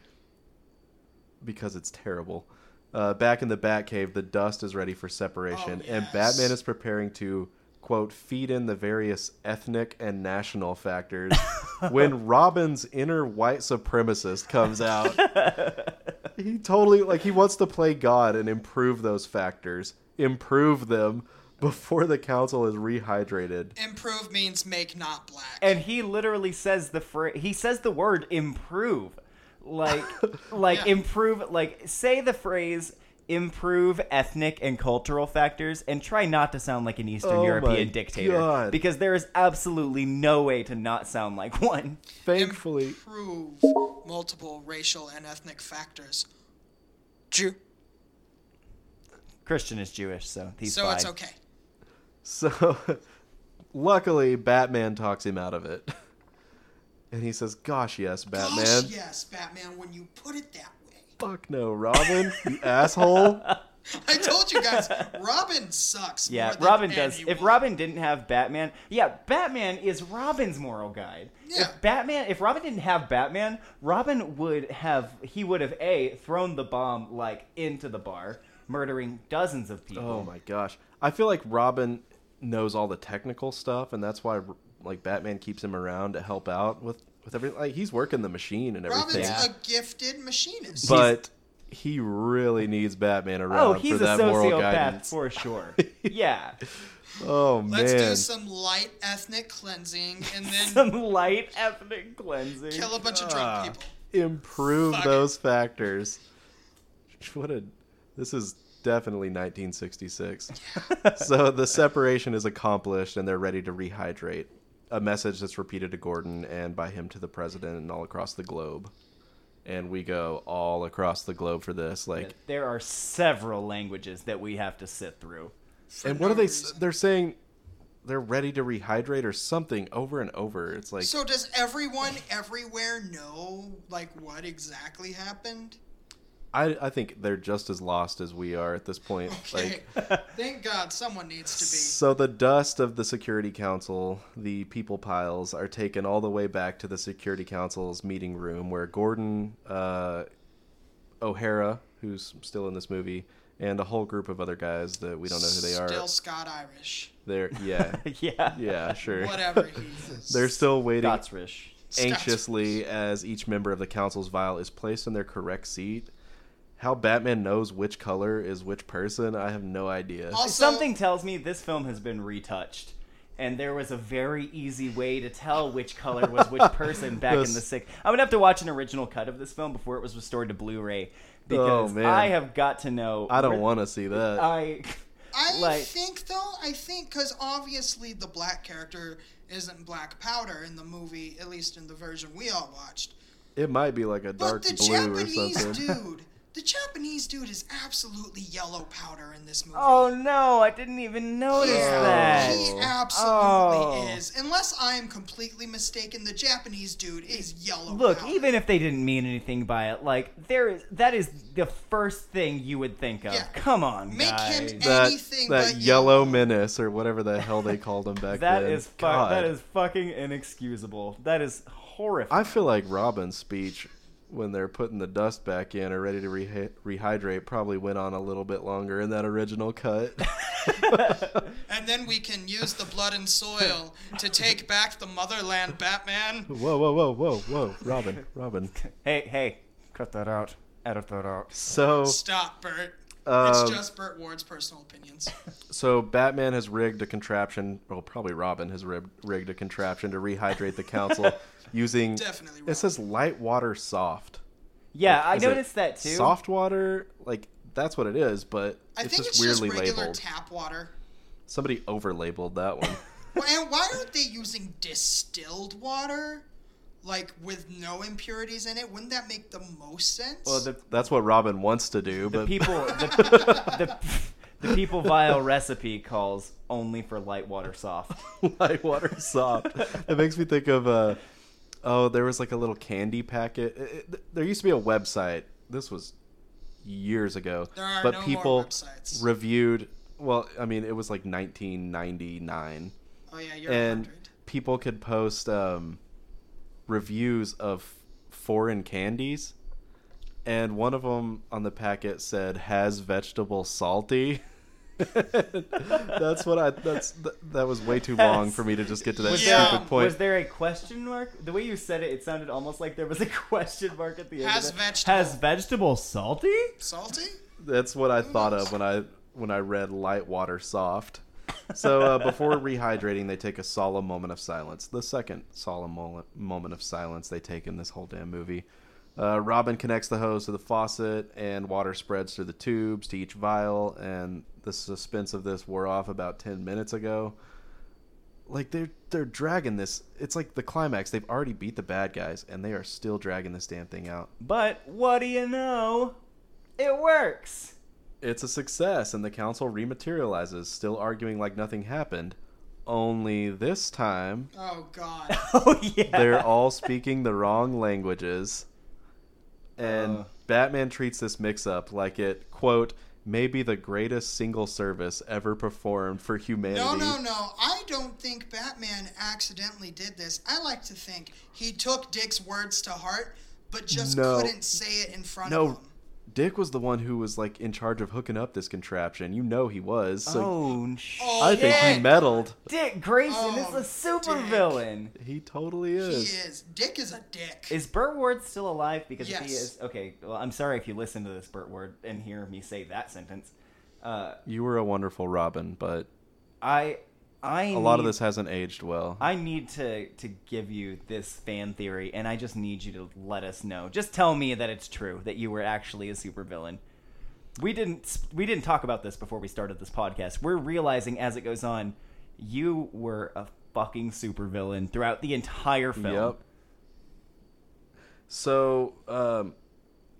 B: because it's terrible. Uh, back in the Batcave, the dust is ready for separation,
C: Oh,
B: and
C: yes.
B: Batman is preparing to quote feed in the various ethnic and national factors when Robin's inner white supremacist comes out. he totally like he wants to play God and improve those factors, improve them before the council is rehydrated.
C: Improve means make not black.
A: and he literally says the phrase he says the word improve like like
C: Yeah.
A: improve like say the phrase improve ethnic and cultural factors and try not to sound like an eastern
B: Oh my
A: european dictator
B: God.
A: because there is absolutely no way to not sound like one
B: Thankfully,
C: Improve multiple racial and ethnic factors. Jew.
A: christian is jewish so he's
C: So
A: fine.
C: it's okay.
B: So, luckily, Batman talks him out of it. And he says, Gosh, yes, Batman.
C: Gosh, yes, Batman, when you put it that way.
B: Fuck no, Robin, you asshole.
C: I told you guys, Robin sucks.
A: yeah
C: more than
A: robin does if
C: anyone.
A: robin didn't have batman yeah batman is robin's moral guide
C: Yeah.
A: if batman if robin didn't have batman robin would have he would have a thrown the bomb like into the bar murdering dozens of people
B: Oh my gosh. I feel like Robin knows all the technical stuff, and that's why like Batman keeps him around to help out with, with everything. Like, he's working the machine and
C: Robin's
B: everything.
A: Yeah.
C: a gifted machinist.
B: But he really needs Batman around
A: Oh,
B: for
A: he's a
B: that moral
A: sociopath
B: guidance.
A: for sure. yeah,
B: Oh,
C: Let's
B: man.
C: do some light ethnic cleansing and then
A: some light ethnic cleansing.
C: kill a bunch of
B: Ah.
C: drunk people.
B: improve
C: Fuck
B: those factors. What a this is definitely 1966. so the separation is accomplished and they're ready to rehydrate. A message that's repeated to Gordon and by him to the president and all across the globe. And we go all across the globe for this. Like,
A: There are several languages that we have to sit through.
B: and what are they? s They're saying they're ready to rehydrate or something over and over. It's like
C: So does everyone everywhere know like what exactly happened?
B: I, I think they're just as lost as we are at this point.
C: Okay.
B: Like,
C: Thank God someone needs to be.
B: So the dust of the Security Council, the people piles, are taken all the way back to the Security Council's meeting room where Gordon uh, O'Hara, who's still in this movie, and a whole group of other guys that we don't know who they are.
C: Still Scott Irish.
B: They're yeah,
A: yeah.
B: yeah, sure.
C: Whatever he is.
B: They're still waiting
A: That's rich.
C: Scots.
B: anxiously as each member of the council's vial is placed in their correct seat. How Batman knows which color is which person, I have no idea.
C: Also,
A: Something tells me this film has been retouched. And there was a very easy way to tell which color was which person back in
B: This-
A: the six. I would have to watch an original cut of this film before it was restored to Blu-ray because
B: Oh, man.
A: I have got to know.
B: I don't
A: where-
B: want to see that.
A: I
C: I
A: like-
C: think though, I think because obviously the black character isn't black powder in the movie, at least in the version we all watched.
B: It might be like a dark
C: But the
B: blue or
C: Japanese
B: something.
C: dude, the Japanese dude is absolutely yellow powder in this movie.
A: oh no, I didn't even notice
C: Yeah,
A: that.
C: He
B: Oh.
C: absolutely
A: Oh.
C: is. Unless I am completely mistaken, the Japanese dude is yellow.
A: Look,
C: powder.
A: even if they didn't mean anything by it, like there is that is the first thing you would think of.
C: Yeah.
A: Come on,
C: Make him
A: guys.
B: that
C: anything
B: that
C: but
B: yellow menace or whatever the hell they called him back
A: That
B: then.
A: is fu-
B: God.
A: that is fucking inexcusable. That is horrifying.
B: I feel like Robin's speech when they're putting the dust back in or ready to rehy rehydrate probably went on a little bit longer in that original cut.
C: and then we can use the blood and soil to take back the motherland, Batman.
B: whoa, whoa, whoa, whoa, whoa, Robin, Robin.
A: hey, hey, cut that out. Edit that out.
B: So
C: Stop, Bert.
B: Um,
C: it's just Burt Ward's personal opinions.
B: So Batman has rigged a contraption. Well, probably Robin has rib- rigged a contraption to rehydrate the council using.
C: Definitely Robin.
B: It says light water soft.
A: Yeah,
B: Like,
A: I
B: is it
A: noticed that too.
B: Soft water, like that's what it is, but
C: I
B: it's
C: think
B: just
C: it's just
B: weirdly
C: regular
B: labeled.
C: tap water.
B: Somebody overlabeled that one.
C: Well, and why aren't they using distilled water, like with no impurities in it? Wouldn't that make the most sense?
A: Well, the
B: that's what Robin wants to do,
A: the
B: but
A: people the, the, the people vile recipe calls only for light water soft.
B: light water soft. it makes me think of uh, oh, there was like a little candy packet. It- it- there used to be a website. This was years ago,
C: There are
B: but
C: no more
B: people
C: websites.
B: reviewed. Well, I mean, it was like 1999.
C: oh yeah, you're
B: and
C: 100.
B: people could post um, reviews of foreign candies and one of them on the packet said has vegetable salty that's what i that's th- that was way too long for me to just get to that
C: Was
B: stupid
C: there-
B: point
A: Was there a question mark? The way you said it, it sounded almost like there was a question mark at the end.
C: Has
A: of it.
C: vegetable.
A: Has vegetable salty?
C: Salty?
B: that's what i thought of when i when i read light water soft so uh, before rehydrating they take a solemn moment of silence the second solemn mo- moment of silence they take in this whole damn movie Uh, Robin connects the hose to the faucet, and water spreads through the tubes to each vial. And the suspense of this wore off about ten minutes ago. Like they're they're dragging this. It's like the climax. They've already beat the bad guys, and they are still dragging this damn thing out.
A: But what do you know? It works.
B: It's a success, and the council rematerializes, still arguing like nothing happened. Only this time,
C: Oh god.
A: Oh yeah.
B: they're all speaking the wrong languages. And
A: Uh.
B: Batman treats this mix up like it, quote, may be the greatest single service ever performed for humanity.
C: No, no, no. I don't think Batman accidentally did this. I like to think he took Dick's words to heart, but just
B: No.
C: couldn't say it in front
B: No.
C: of him.
B: Dick was the one who was like in charge of hooking up this contraption. You know he was. So
A: oh shit.
C: Oh,
B: I think he
C: Dick.
B: meddled.
A: Dick Grayson
C: Oh,
A: is a supervillain.
B: He totally
C: He
B: is.
C: is. Dick is a dick.
A: Is Burt Ward still alive? Because if he
C: Yes.
A: is, okay. Well, I'm sorry if you listen to this, Burt Ward, and hear me say that sentence. Uh,
B: You were a wonderful Robin, but
A: I, I.
B: a lot of this hasn't aged well.
A: I need to to give you this fan theory, and I just need you to let us know. Just tell me that it's true that you were actually a supervillain. we didn't we didn't talk about this before we started this podcast. We're realizing as it goes on, you were a fucking supervillain throughout the entire film.
B: Yep. So, um,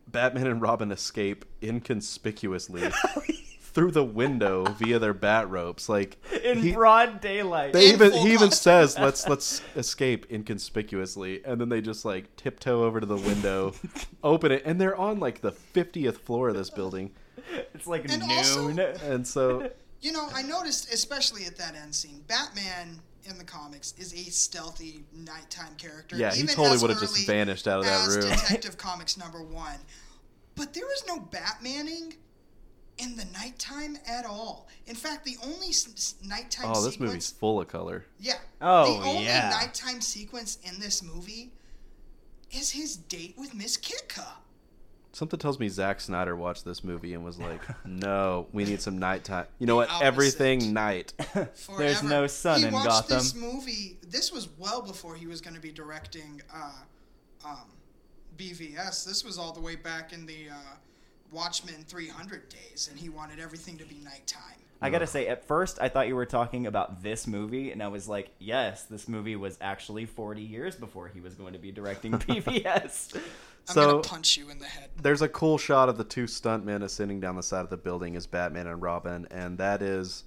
B: Batman and Robin escape inconspicuously
C: Oh,
B: through the window via their bat ropes. Like
A: In
B: he,
A: broad daylight.
B: they
C: In
B: even
C: full
B: he even
C: costume.
B: says, "Let's let's escape inconspicuously," and then they just like tiptoe over to the window, open it, and they're on like the fiftieth floor of this building.
A: it's like
C: And
A: noon.
C: also-
B: And so,
C: You know, I noticed, especially at that end scene, Batman in the comics is a stealthy nighttime character.
B: yeah, he
C: even
B: totally
C: as
B: would have just
C: early
B: vanished out of that
C: as
B: room.
C: Detective Comics number one. But there is no Batmaning in the nighttime at all. In fact, the only s- s- nighttime
B: Oh, this
C: sequence,
B: movie's full of color.
C: yeah,
A: Oh,
C: the only
A: yeah.
C: nighttime sequence in this movie is his date with Miss Kitka.
B: Something tells me Zack Snyder watched this movie and was like, "No, we need some nighttime." You know what?
C: opposite.
B: Everything night.
C: Forever.
A: no sun
C: he
A: in
C: watched
A: Gotham.
C: This movie, this was well before he was going to be directing uh, um, BVS. This was all the way back in the uh, Watchmen 300 days, and he wanted everything to be nighttime.
A: I gotta say, at first I thought you were talking about this movie, and I was like, yes, this movie was actually 40 years before he was going to be directing PBS.
C: I'm
B: So-
C: gonna punch you in the head.
B: There's a cool shot of the two stuntmen ascending down the side of the building as Batman and Robin, and that is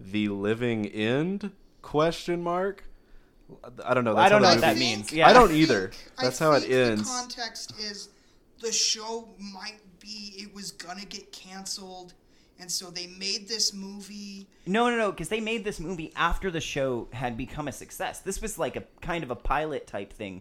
B: the living end question mark. I don't know. That's
A: I don't
B: how
A: know
B: the
A: what that
B: movie-
A: means. Yeah.
B: I don't
C: think-
B: either.
C: I e-
B: That's how it
C: think
B: ends.
C: The context is the show might be it was gonna get canceled, and so they made this movie.
A: No, no, no, because they made this movie after the show had become a success. This was like a kind of a pilot type thing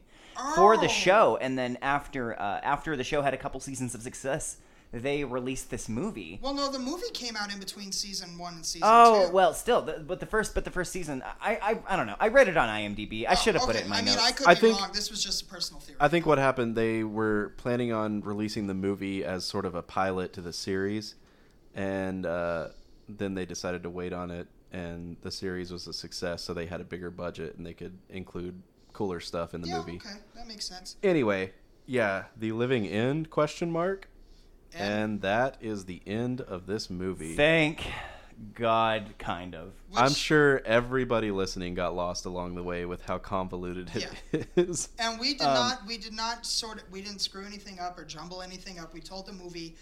A: for
C: Oh.
A: the show, and then after uh, after the show had a couple seasons of success, they released this movie.
C: Well, no, the movie came out in between season one and season two.
A: Oh well, still, the, but the first, but the first season, I, I, I don't know. I read it on IMDb. I should have put
C: Oh, Okay,
A: it in my
C: I mean,
A: notes.
C: I could
B: I
C: be
B: think-
C: wrong. This was just a personal theory.
B: I think what happened, they were planning on releasing the movie as sort of a pilot to the series, and uh, then they decided to wait on it, and the series was a success, so they had a bigger budget and they could include cooler stuff in the
C: yeah,
B: movie.
C: okay, that makes sense.
B: Anyway, yeah, the living end question mark,
C: And,
B: and that is the end of this movie.
A: Thank God, kind of.
C: which-
B: I'm sure everybody listening got lost along the way with how convoluted it is.
C: And we did
A: Um,
C: not, we did not sort of, we didn't screw anything up or jumble anything up. We told the movie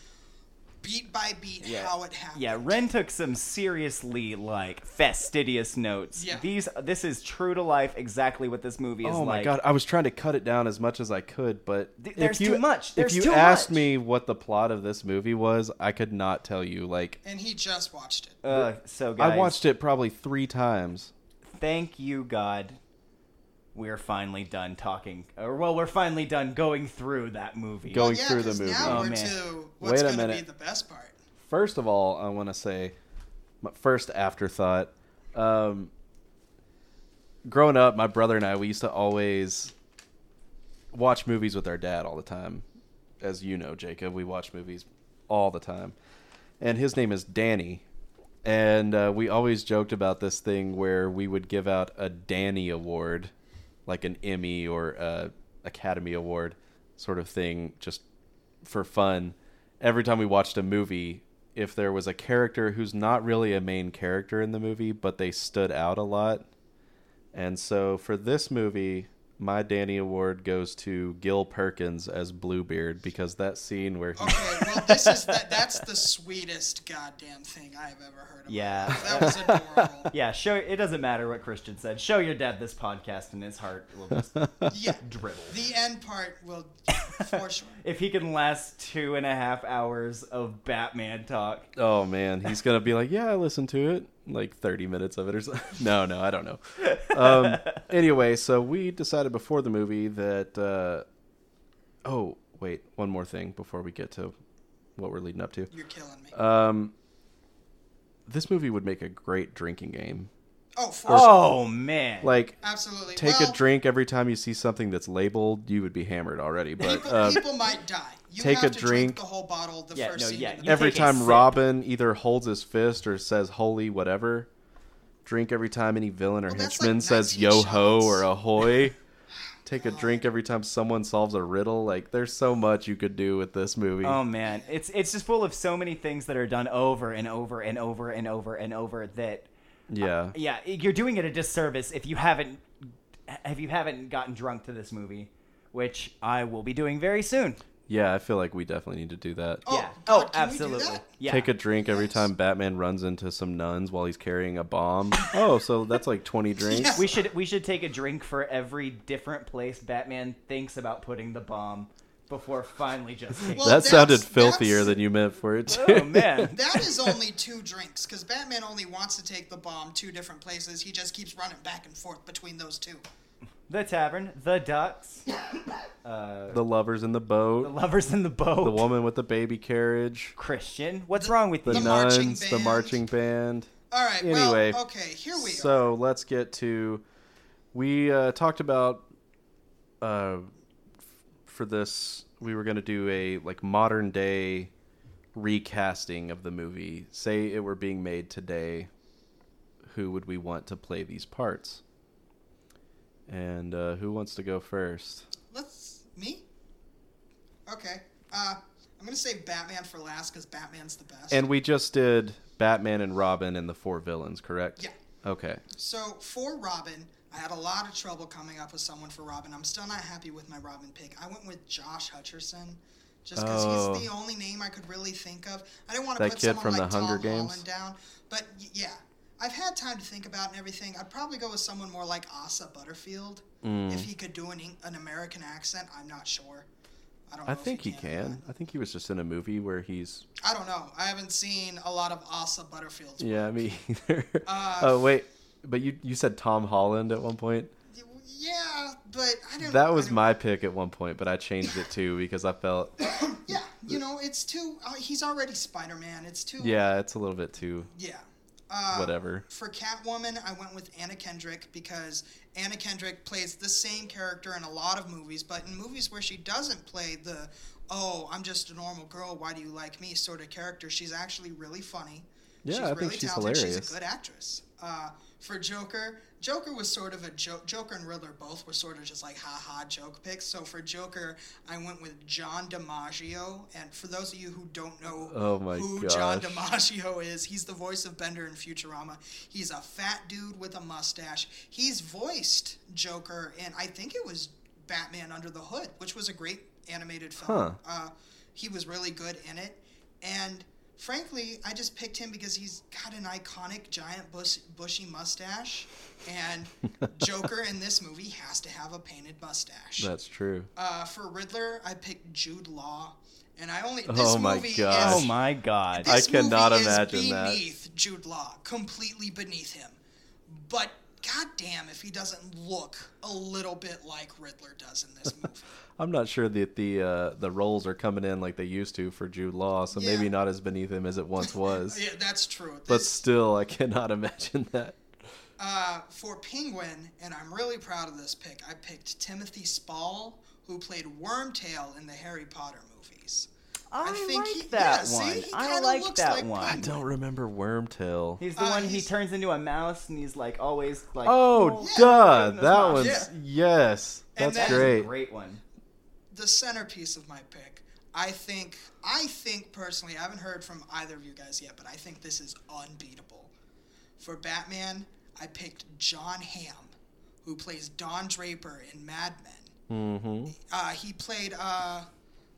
C: beat by beat
A: Yeah.
C: how it happened.
A: Yeah, Ren took some seriously like fastidious notes.
C: Yeah.
A: These this is true to life exactly what this movie is
B: Oh my
A: like.
B: god, I was trying to cut it down as much as I could, but
A: Th-
B: if
A: there's
B: you-
A: too much. There's
B: if you
A: too
B: asked
A: much.
B: me what the plot of this movie was, I could not tell you. Like
C: And he just watched it.
A: Uh, so guys,
B: I watched it probably three times.
A: Thank you God. We're finally done talking. Or well, we're finally done going through that movie.
B: Go- Going
C: yeah,
B: through the
C: 'cause
B: movie.
C: Now
A: Oh,
C: we're
A: man.
C: to what's
B: Wait a
C: going to be
B: minute.
C: the best part.
B: First of all, I want to say my first afterthought. Um, growing up, my brother and I we used to always watch movies with our dad all the time. As you know, Jacob, we watch movies all the time, and his name is Danny. And uh, we always joked about this thing where we would give out a Danny Award, like an Emmy or a Academy Award sort of thing, just for fun every time we watched a movie if there was a character who's not really a main character in the movie but they stood out a lot and so for this movie my danny award goes to gil perkins as bluebeard because that scene where he
C: Okay, well, this is that. That's the sweetest goddamn thing I have ever heard. Of
A: Yeah.
C: that was adorable.
A: Yeah, show it doesn't matter what Christian said. Show your dad this podcast and his heart will just
C: yeah,
A: dribble.
C: the end part will for sure.
A: If he can last two and a half hours of Batman talk.
B: oh man he's gonna be like yeah i listened to it like 30 minutes of it or something no no i don't know um, anyway so we decided before the movie that uh, oh wait one more thing before we get to what we're leading up to
C: You're killing me.
B: Um, this movie would make a great drinking game.
C: oh, for sure.
A: Oh man.
B: Like,
C: absolutely.
B: take
C: well,
B: a drink every time you see something that's labeled. You would be hammered already. But
C: People,
B: uh,
C: people might die. You
B: take
C: have
B: a
C: to
B: drink.
C: the whole bottle. The
A: Yeah,
C: first
A: no,
C: scene.
A: yeah,
C: of the
A: you
B: every
A: take a
B: time
A: sip.
B: Robin either holds his fist or says "Holy whatever," drink every time any villain or
C: Well, that's
B: henchman
C: like
B: says
C: 19
B: "Yo ho"
C: shots.
B: or "Ahoy." take a drink every time someone solves a riddle. Like, there's so much you could do with this movie.
A: Um,
D: Oh man, it's it's just full of so many things that are done over and over and over and over and over that
B: yeah.
D: yeah, you're doing it a disservice if you haven't if you haven't gotten drunk to this movie, which I will be doing very soon.
B: Yeah, I feel like we definitely need to do that.
C: Oh,
D: yeah.
C: God,
D: oh,
C: can we do
D: absolutely.
C: that?
D: Yeah.
B: Take a drink every time Batman runs into some nuns while he's carrying a bomb. oh, so that's like 20 drinks.
C: Yeah.
D: we should we should take a drink for every different place Batman thinks about putting the bomb before finally just taking.
C: Well,
B: that
C: that's-
B: sounded filthier
C: that's-
B: than you meant for it. To.
D: oh man.
C: That is only two drinks because Batman only wants to take the bomb two different places. He just keeps running back and forth between those two.
D: The tavern, the ducks,
B: the lovers in the boat,
D: the lovers in the boat.
B: the woman with the baby carriage,
D: Christian, what's wrong with
B: the
D: you?
C: nun-
B: nuns,
C: marching
B: the
C: band.
B: marching band.
C: All right.
B: Anyway,
C: well, okay. Here we are.
B: So let's get to. We uh, talked about uh, for this. We were going to do a like modern day recasting of the movie. Say it were being made today, who would we want to play these parts? And uh, who wants to go first?
C: Let's me. Okay. Uh, I'm gonna say Batman for last because Batman's the best.
B: And we just did Batman and Robin and the four villains, correct?
C: Yeah.
B: Okay.
C: so for Robin, I had a lot of trouble coming up with someone for Robin. I'm still not happy with my Robin pick. I went with Josh Hutcherson, just because
B: Oh.
C: he's the only name I could really think of. I didn't want to
B: That
C: put
B: kid
C: someone
B: from
C: like
B: the Hunger
C: Tom
B: Games?
C: Holland down, but y- yeah, I've had time to think about it and everything. I'd probably go with someone more like Asa Butterfield
B: Mm.
C: if he could do an Eng- an American accent. I'm not sure. I don't.
B: I
C: know if
B: think he
C: or not.
B: can. I think he was just in a movie where he's
C: I don't know. I haven't seen a lot of Asa Butterfields.
B: Yeah, me either.
C: Uh,
B: oh wait, but you you said Tom Holland at one point.
C: Yeah, but I don't.
B: That
C: I
B: was
C: don't-
B: my pick at one point, but I changed it too because I felt
C: Yeah, you know, it's too. Uh, he's already Spider Man. It's too.
B: yeah, it's a little bit too
C: Yeah. Uh,
B: whatever.
C: For Catwoman, I went with Anna Kendrick because Anna Kendrick plays the same character in a lot of movies, but in movies where she doesn't play the, oh, I'm just a normal girl, why do you like me sort of character, she's actually really funny.
B: Yeah, I think she's hilarious.
C: She's a good actress. Uh, for Joker, Joker was sort of a joke. Joker and Riddler both were sort of just like ha ha joke picks. So for Joker, I went with John DiMaggio. And for those of you who don't know
B: Oh my
C: who John
B: gosh.
C: DiMaggio DiMaggio is. He's the voice of Bender in Futurama. He's a fat dude with a mustache. He's voiced Joker, and I think it was Batman Under the Hood, which was a great animated film. Uh, he was really good in it, and frankly, I just picked him because he's got an iconic giant bush, bushy mustache, and Joker in this movie has to have a painted mustache.
B: That's true.
C: Uh, for Riddler, I picked Jude Law. And I only this
B: Oh my
C: movie is
B: gosh.
D: Oh my god.
B: I
C: this
B: cannot
C: movie
B: imagine
C: is
B: that.
C: beneath Jude Law, completely beneath him. But goddamn, if he doesn't look a little bit like Riddler does in this movie.
B: I'm not sure that the uh, the roles are coming in like they used to for Jude Law, so
C: Yeah.
B: maybe not as beneath him as it once was.
C: yeah, that's true.
B: But
C: This,
B: still, I cannot imagine that.
C: uh, for Penguin, and I'm really proud of this pick. I picked Timothy Spall, who played Wormtail in the Harry Potter movies.
D: I,
C: think
D: like
C: he- yeah,
D: that
C: see,
D: one.
C: he
D: I
C: kinda
D: like
C: looks
D: that
C: like
D: one.
B: I don't remember Wormtail.
D: He's the
C: Uh,
D: one he
C: he's-
D: turns into a mouse and he's like always like
B: Oh,
C: Yeah.
B: duh,
D: Yeah.
B: that
D: Yeah.
B: one's yes.
C: And
B: That's
D: a
C: then-
B: great.
D: great one.
C: the centerpiece of my pick. I think I think personally, I haven't heard from either of you guys yet, but I think this is unbeatable. For Batman, I picked John Hamm, who plays Don Draper in Mad Men.
B: Mm-hmm.
C: Uh, he played uh,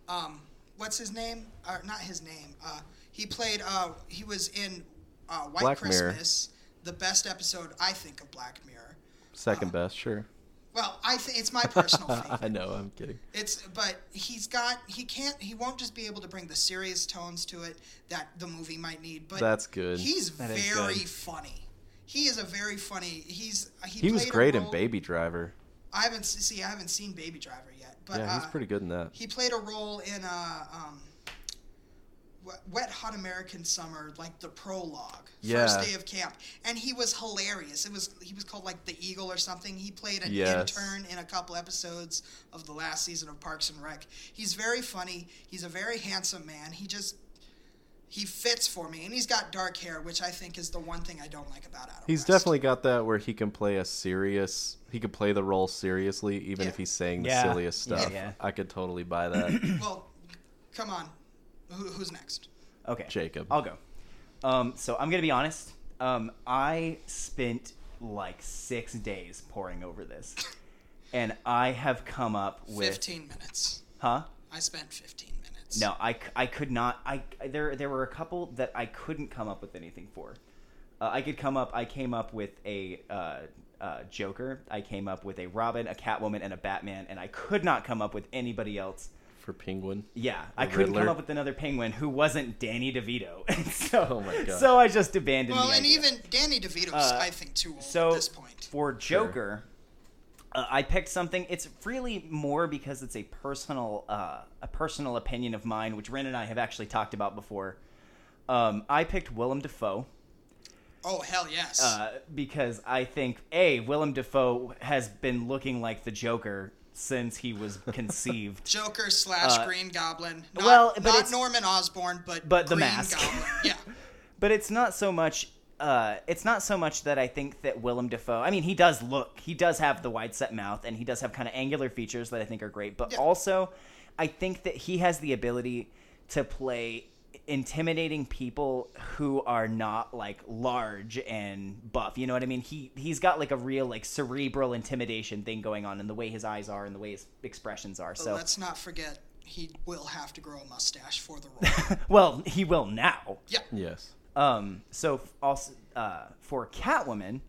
C: um, what's his name? Or not his name. Uh, he played. Uh, he was in uh, White
B: Black Mirror.
C: Christmas, the best episode I think of Black Mirror.
B: Second best, sure.
C: Well, I think it's my personal favorite.
B: I know, I'm kidding.
C: It's but he's got he can't he won't just be able to bring the serious tones to it that the movie might need. But
B: That's good.
C: He's
D: is
C: very
D: good.
C: funny. He is a very funny. He's he,
B: He was
C: played a
B: great in
C: role-
B: Baby Driver.
C: I haven't s- see I haven't seen Baby Driver yet, but
B: Yeah, he's
C: uh,
B: pretty good in that.
C: He played a role in uh, um, Wet- Wet Hot American Summer, like the prologue,
B: Yeah.
C: first day of camp, and he was hilarious. It was he was called like the Eagle or something. He played an
B: Yes.
C: intern in a couple episodes of the last season of Parks and Rec. He's very funny. He's a very handsome man. He just He fits for me, and he's got dark hair, which I think is the one thing I don't like about Adam.
B: He's
C: West.
B: definitely got that where he can play a serious. He could play the role seriously, even
C: Yeah.
B: if he's saying the
A: Yeah.
B: silliest
A: Yeah,
B: stuff.
A: yeah.
B: I could totally buy that.
C: Well, come on, Who, who's next?
A: Okay.
B: Jacob.
A: I'll go. Um, so I'm going to be honest. Um, I spent like six days poring over this. And I have come up with.
C: Fifteen minutes.
A: Huh?
C: I spent fifteen minutes.
A: No, I, c- I could not. I there there were a couple that I couldn't come up with anything for. Uh, I could come up. I came up with a uh, uh, Joker. I came up with a Robin, a Catwoman, and a Batman, and I could not come up with anybody else.
B: for Penguin.
A: Yeah, I
B: The
A: couldn't come
B: Riddler.
A: up with another penguin who wasn't Danny DeVito. And so,
B: Oh my God.
A: so I just abandoned.
C: Well,
A: the
C: and
A: idea.
C: even Danny DeVito's,
A: Uh,
C: I think, too old
A: so
C: at this point.
A: for Joker, uh, I picked something. It's really more because it's a personal, uh, a personal opinion of mine, which Ren and I have actually talked about before. Um, I picked Willem Dafoe
C: Oh hell yes.
A: uh, because I think a Willem Dafoe has been looking like the Joker since he was conceived.
C: Joker slash
A: uh,
C: Green Goblin. Not,
A: well, but
C: not
A: it's-
C: Norman Osborn, but
A: but the
C: Green
A: mask.
C: Goblin. Yeah.
A: but it's not so much uh, it's not so much that I think that Willem Dafoe. I mean, he does look. He does have the wide set mouth, and he does have kind of angular features that I think are great. But
C: Yeah.
A: also, I think that he has the ability to play intimidating people who are not like large and buff. You know what I mean? He he's got like a real like cerebral intimidation thing going on, in the way his eyes are and the way his expressions are.
C: But
A: so
C: let's not forget he will have to grow a mustache for the role.
A: well, he will now.
C: yeah.
B: Yes.
A: Um, so f- also uh, for Catwoman,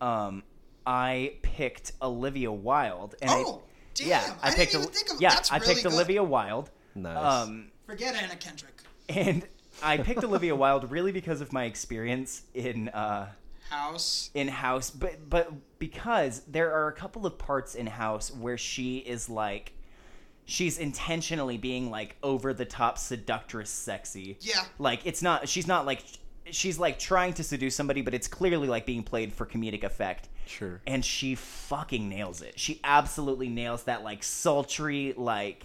A: um, I picked Olivia Wilde. And
C: Oh,
A: I,
C: damn,
A: Yeah, I,
C: I didn't
A: picked.
C: even
A: Oli-
C: think of-
A: yeah,
C: that's
A: I
C: really
A: picked
C: good.
A: Olivia Wilde.
B: Nice.
A: Um,
C: Forget Anna Kendrick.
A: and I picked Olivia Wilde really because of my experience in uh,
C: House.
A: in house but but because there are a couple of parts in house where she is like she's intentionally being like over the top seductress sexy
C: Yeah.
A: like it's not she's not like she's like trying to seduce somebody but it's clearly like being played for comedic effect
B: Sure.
A: and she fucking nails it she absolutely nails that like sultry like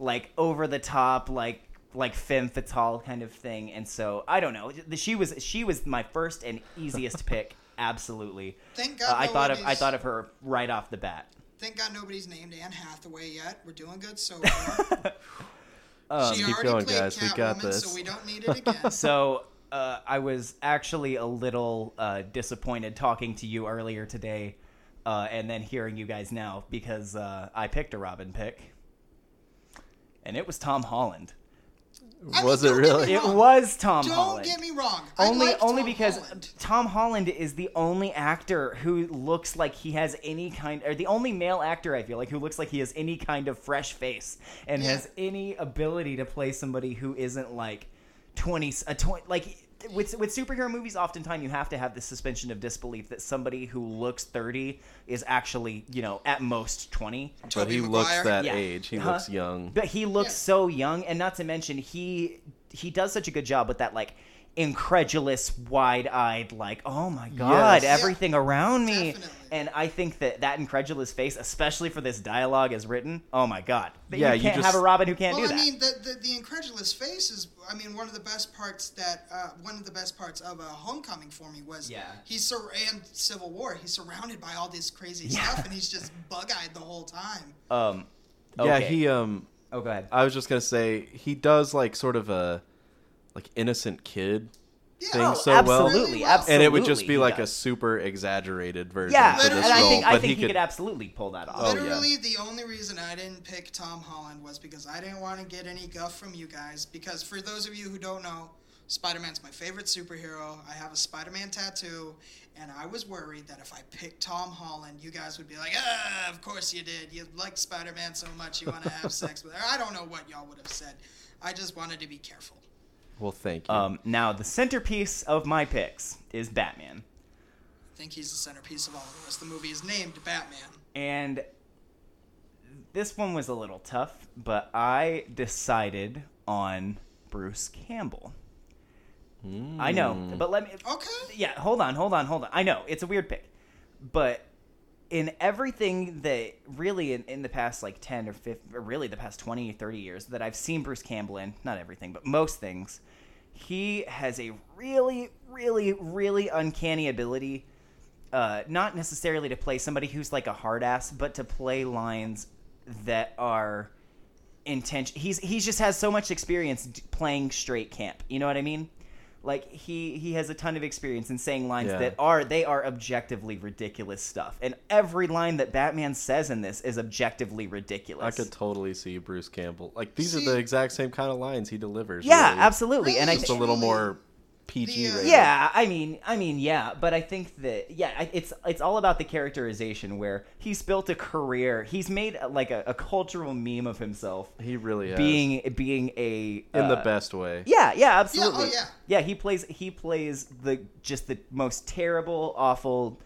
A: like over the top like like femme fatale kind of thing and so i don't know she was she was my first and easiest pick absolutely
C: Thank
A: Uh,
C: God
A: i thought of i
C: nobody's-
A: thought of her right off the bat
C: Thank God nobody's named Anne Hathaway yet. We're doing good so far.
A: Um,
C: she
B: Keep
C: already
B: going,
C: played
B: guys. We got
C: Catwoman,
B: this.
C: so we don't need it again.
A: so uh, I was actually a little uh, disappointed talking to you earlier today, uh, and then hearing you guys now because uh, I picked a Robin pick, and it was Tom Holland.
C: I mean,
B: was it
C: don't get me
B: really?
A: It
C: wrong.
A: was Tom
C: Don't
A: Holland.
C: get me wrong. I
A: only
C: like
A: only
C: Tom
A: because
C: Holland.
A: Tom Holland is the only actor who looks like he has any kind or the only male actor I feel like who looks like he has any kind of fresh face and
C: Yeah.
A: has any ability to play somebody who isn't like 20 a 20 like with with superhero movies oftentimes you have to have the suspension of disbelief that somebody who looks 30 is actually, you know, at most 20.
B: but
C: Tobey
B: he looks
C: Maguire.
B: that
A: Yeah.
B: age. He
A: Huh?
B: looks young.
A: But he looks
C: Yeah.
A: so young, and not to mention he he does such a good job with that like incredulous, wide-eyed, like oh my god,
B: Yes. Yeah.
A: everything around me.
C: Definitely.
A: And I think that that incredulous face, especially for this dialogue as written, oh my god, That
B: Yeah,
A: you
B: you
A: can't
B: just-
A: have a Robin who can't
C: Well,
A: do that.
C: I mean, the, the the incredulous face is, I mean, one of the best parts that uh, one of the best parts of uh, Homecoming for me was
A: Yeah.
C: he's sur- and Civil War. He's surrounded by all this crazy
A: Yeah.
C: stuff, and he's just bug eyed the whole time.
A: um,
B: Yeah,
A: okay.
B: he um
A: Oh, go ahead.
B: I was just gonna say he does like sort of a like innocent kid.
C: Yeah,
B: Thing
A: Oh,
B: so well.
A: absolutely,
C: Really well.
A: absolutely.
B: And it would just be
A: he
B: like a
A: does.
B: super exaggerated version
A: yeah,
B: for
A: and
B: this
C: literally-
A: I
B: role.
A: think I
B: but
A: think he could,
B: could,
A: absolutely pull that off.
B: Oh, yeah.
C: Literally, the only reason I didn't pick Tom Holland was because I didn't want to get any guff from you guys. Because for those of you who don't know, Spider Man's my favorite superhero. I have a Spider Man tattoo, and I was worried that if I picked Tom Holland, you guys would be like, ah, of course you did. You like Spider Man so much, you want to have sex with her. I don't know what y'all would have said. I just wanted to be careful.
B: Well thank you.
A: Um, now the centerpiece of my picks is Batman.
C: I think he's the centerpiece of all of this. The movie is named Batman.
A: And this one was a little tough, but I decided on Bruce Campbell. I know, but let me.
C: Okay.
A: Yeah, hold on, hold on, hold on. I know it's a weird pick, but in everything that really in, in the past like 10 or 15 or really the past 20 30 years that i've seen bruce campbell in not everything but most things he has a really, really, really uncanny ability. Uh, not necessarily to play somebody who's like a hard ass, but to play lines that are intention. He's he just has so much experience d- playing straight camp. You know what I mean? Like he he has a ton of experience in saying lines
B: Yeah.
A: that are they are objectively ridiculous stuff. And every line that Batman says in this is objectively ridiculous.
B: I could totally see Bruce Campbell. Like these
C: See-
B: are the exact same kind of lines he delivers.
A: yeah,
B: really.
A: absolutely. And I
C: Really?
B: Just
A: think
B: a little
C: Truly.
B: more PG.
C: The, uh,
B: rated.
A: Yeah, I mean, I mean, yeah, but I think that yeah, I- it's it's all about the characterization where he's built a career, he's made uh, like a, a cultural meme of himself
B: he really has.
A: being being a
B: in the
A: uh,
B: best way.
A: Yeah, yeah, absolutely.
C: yeah.
A: he plays he plays the just the most terrible, awful,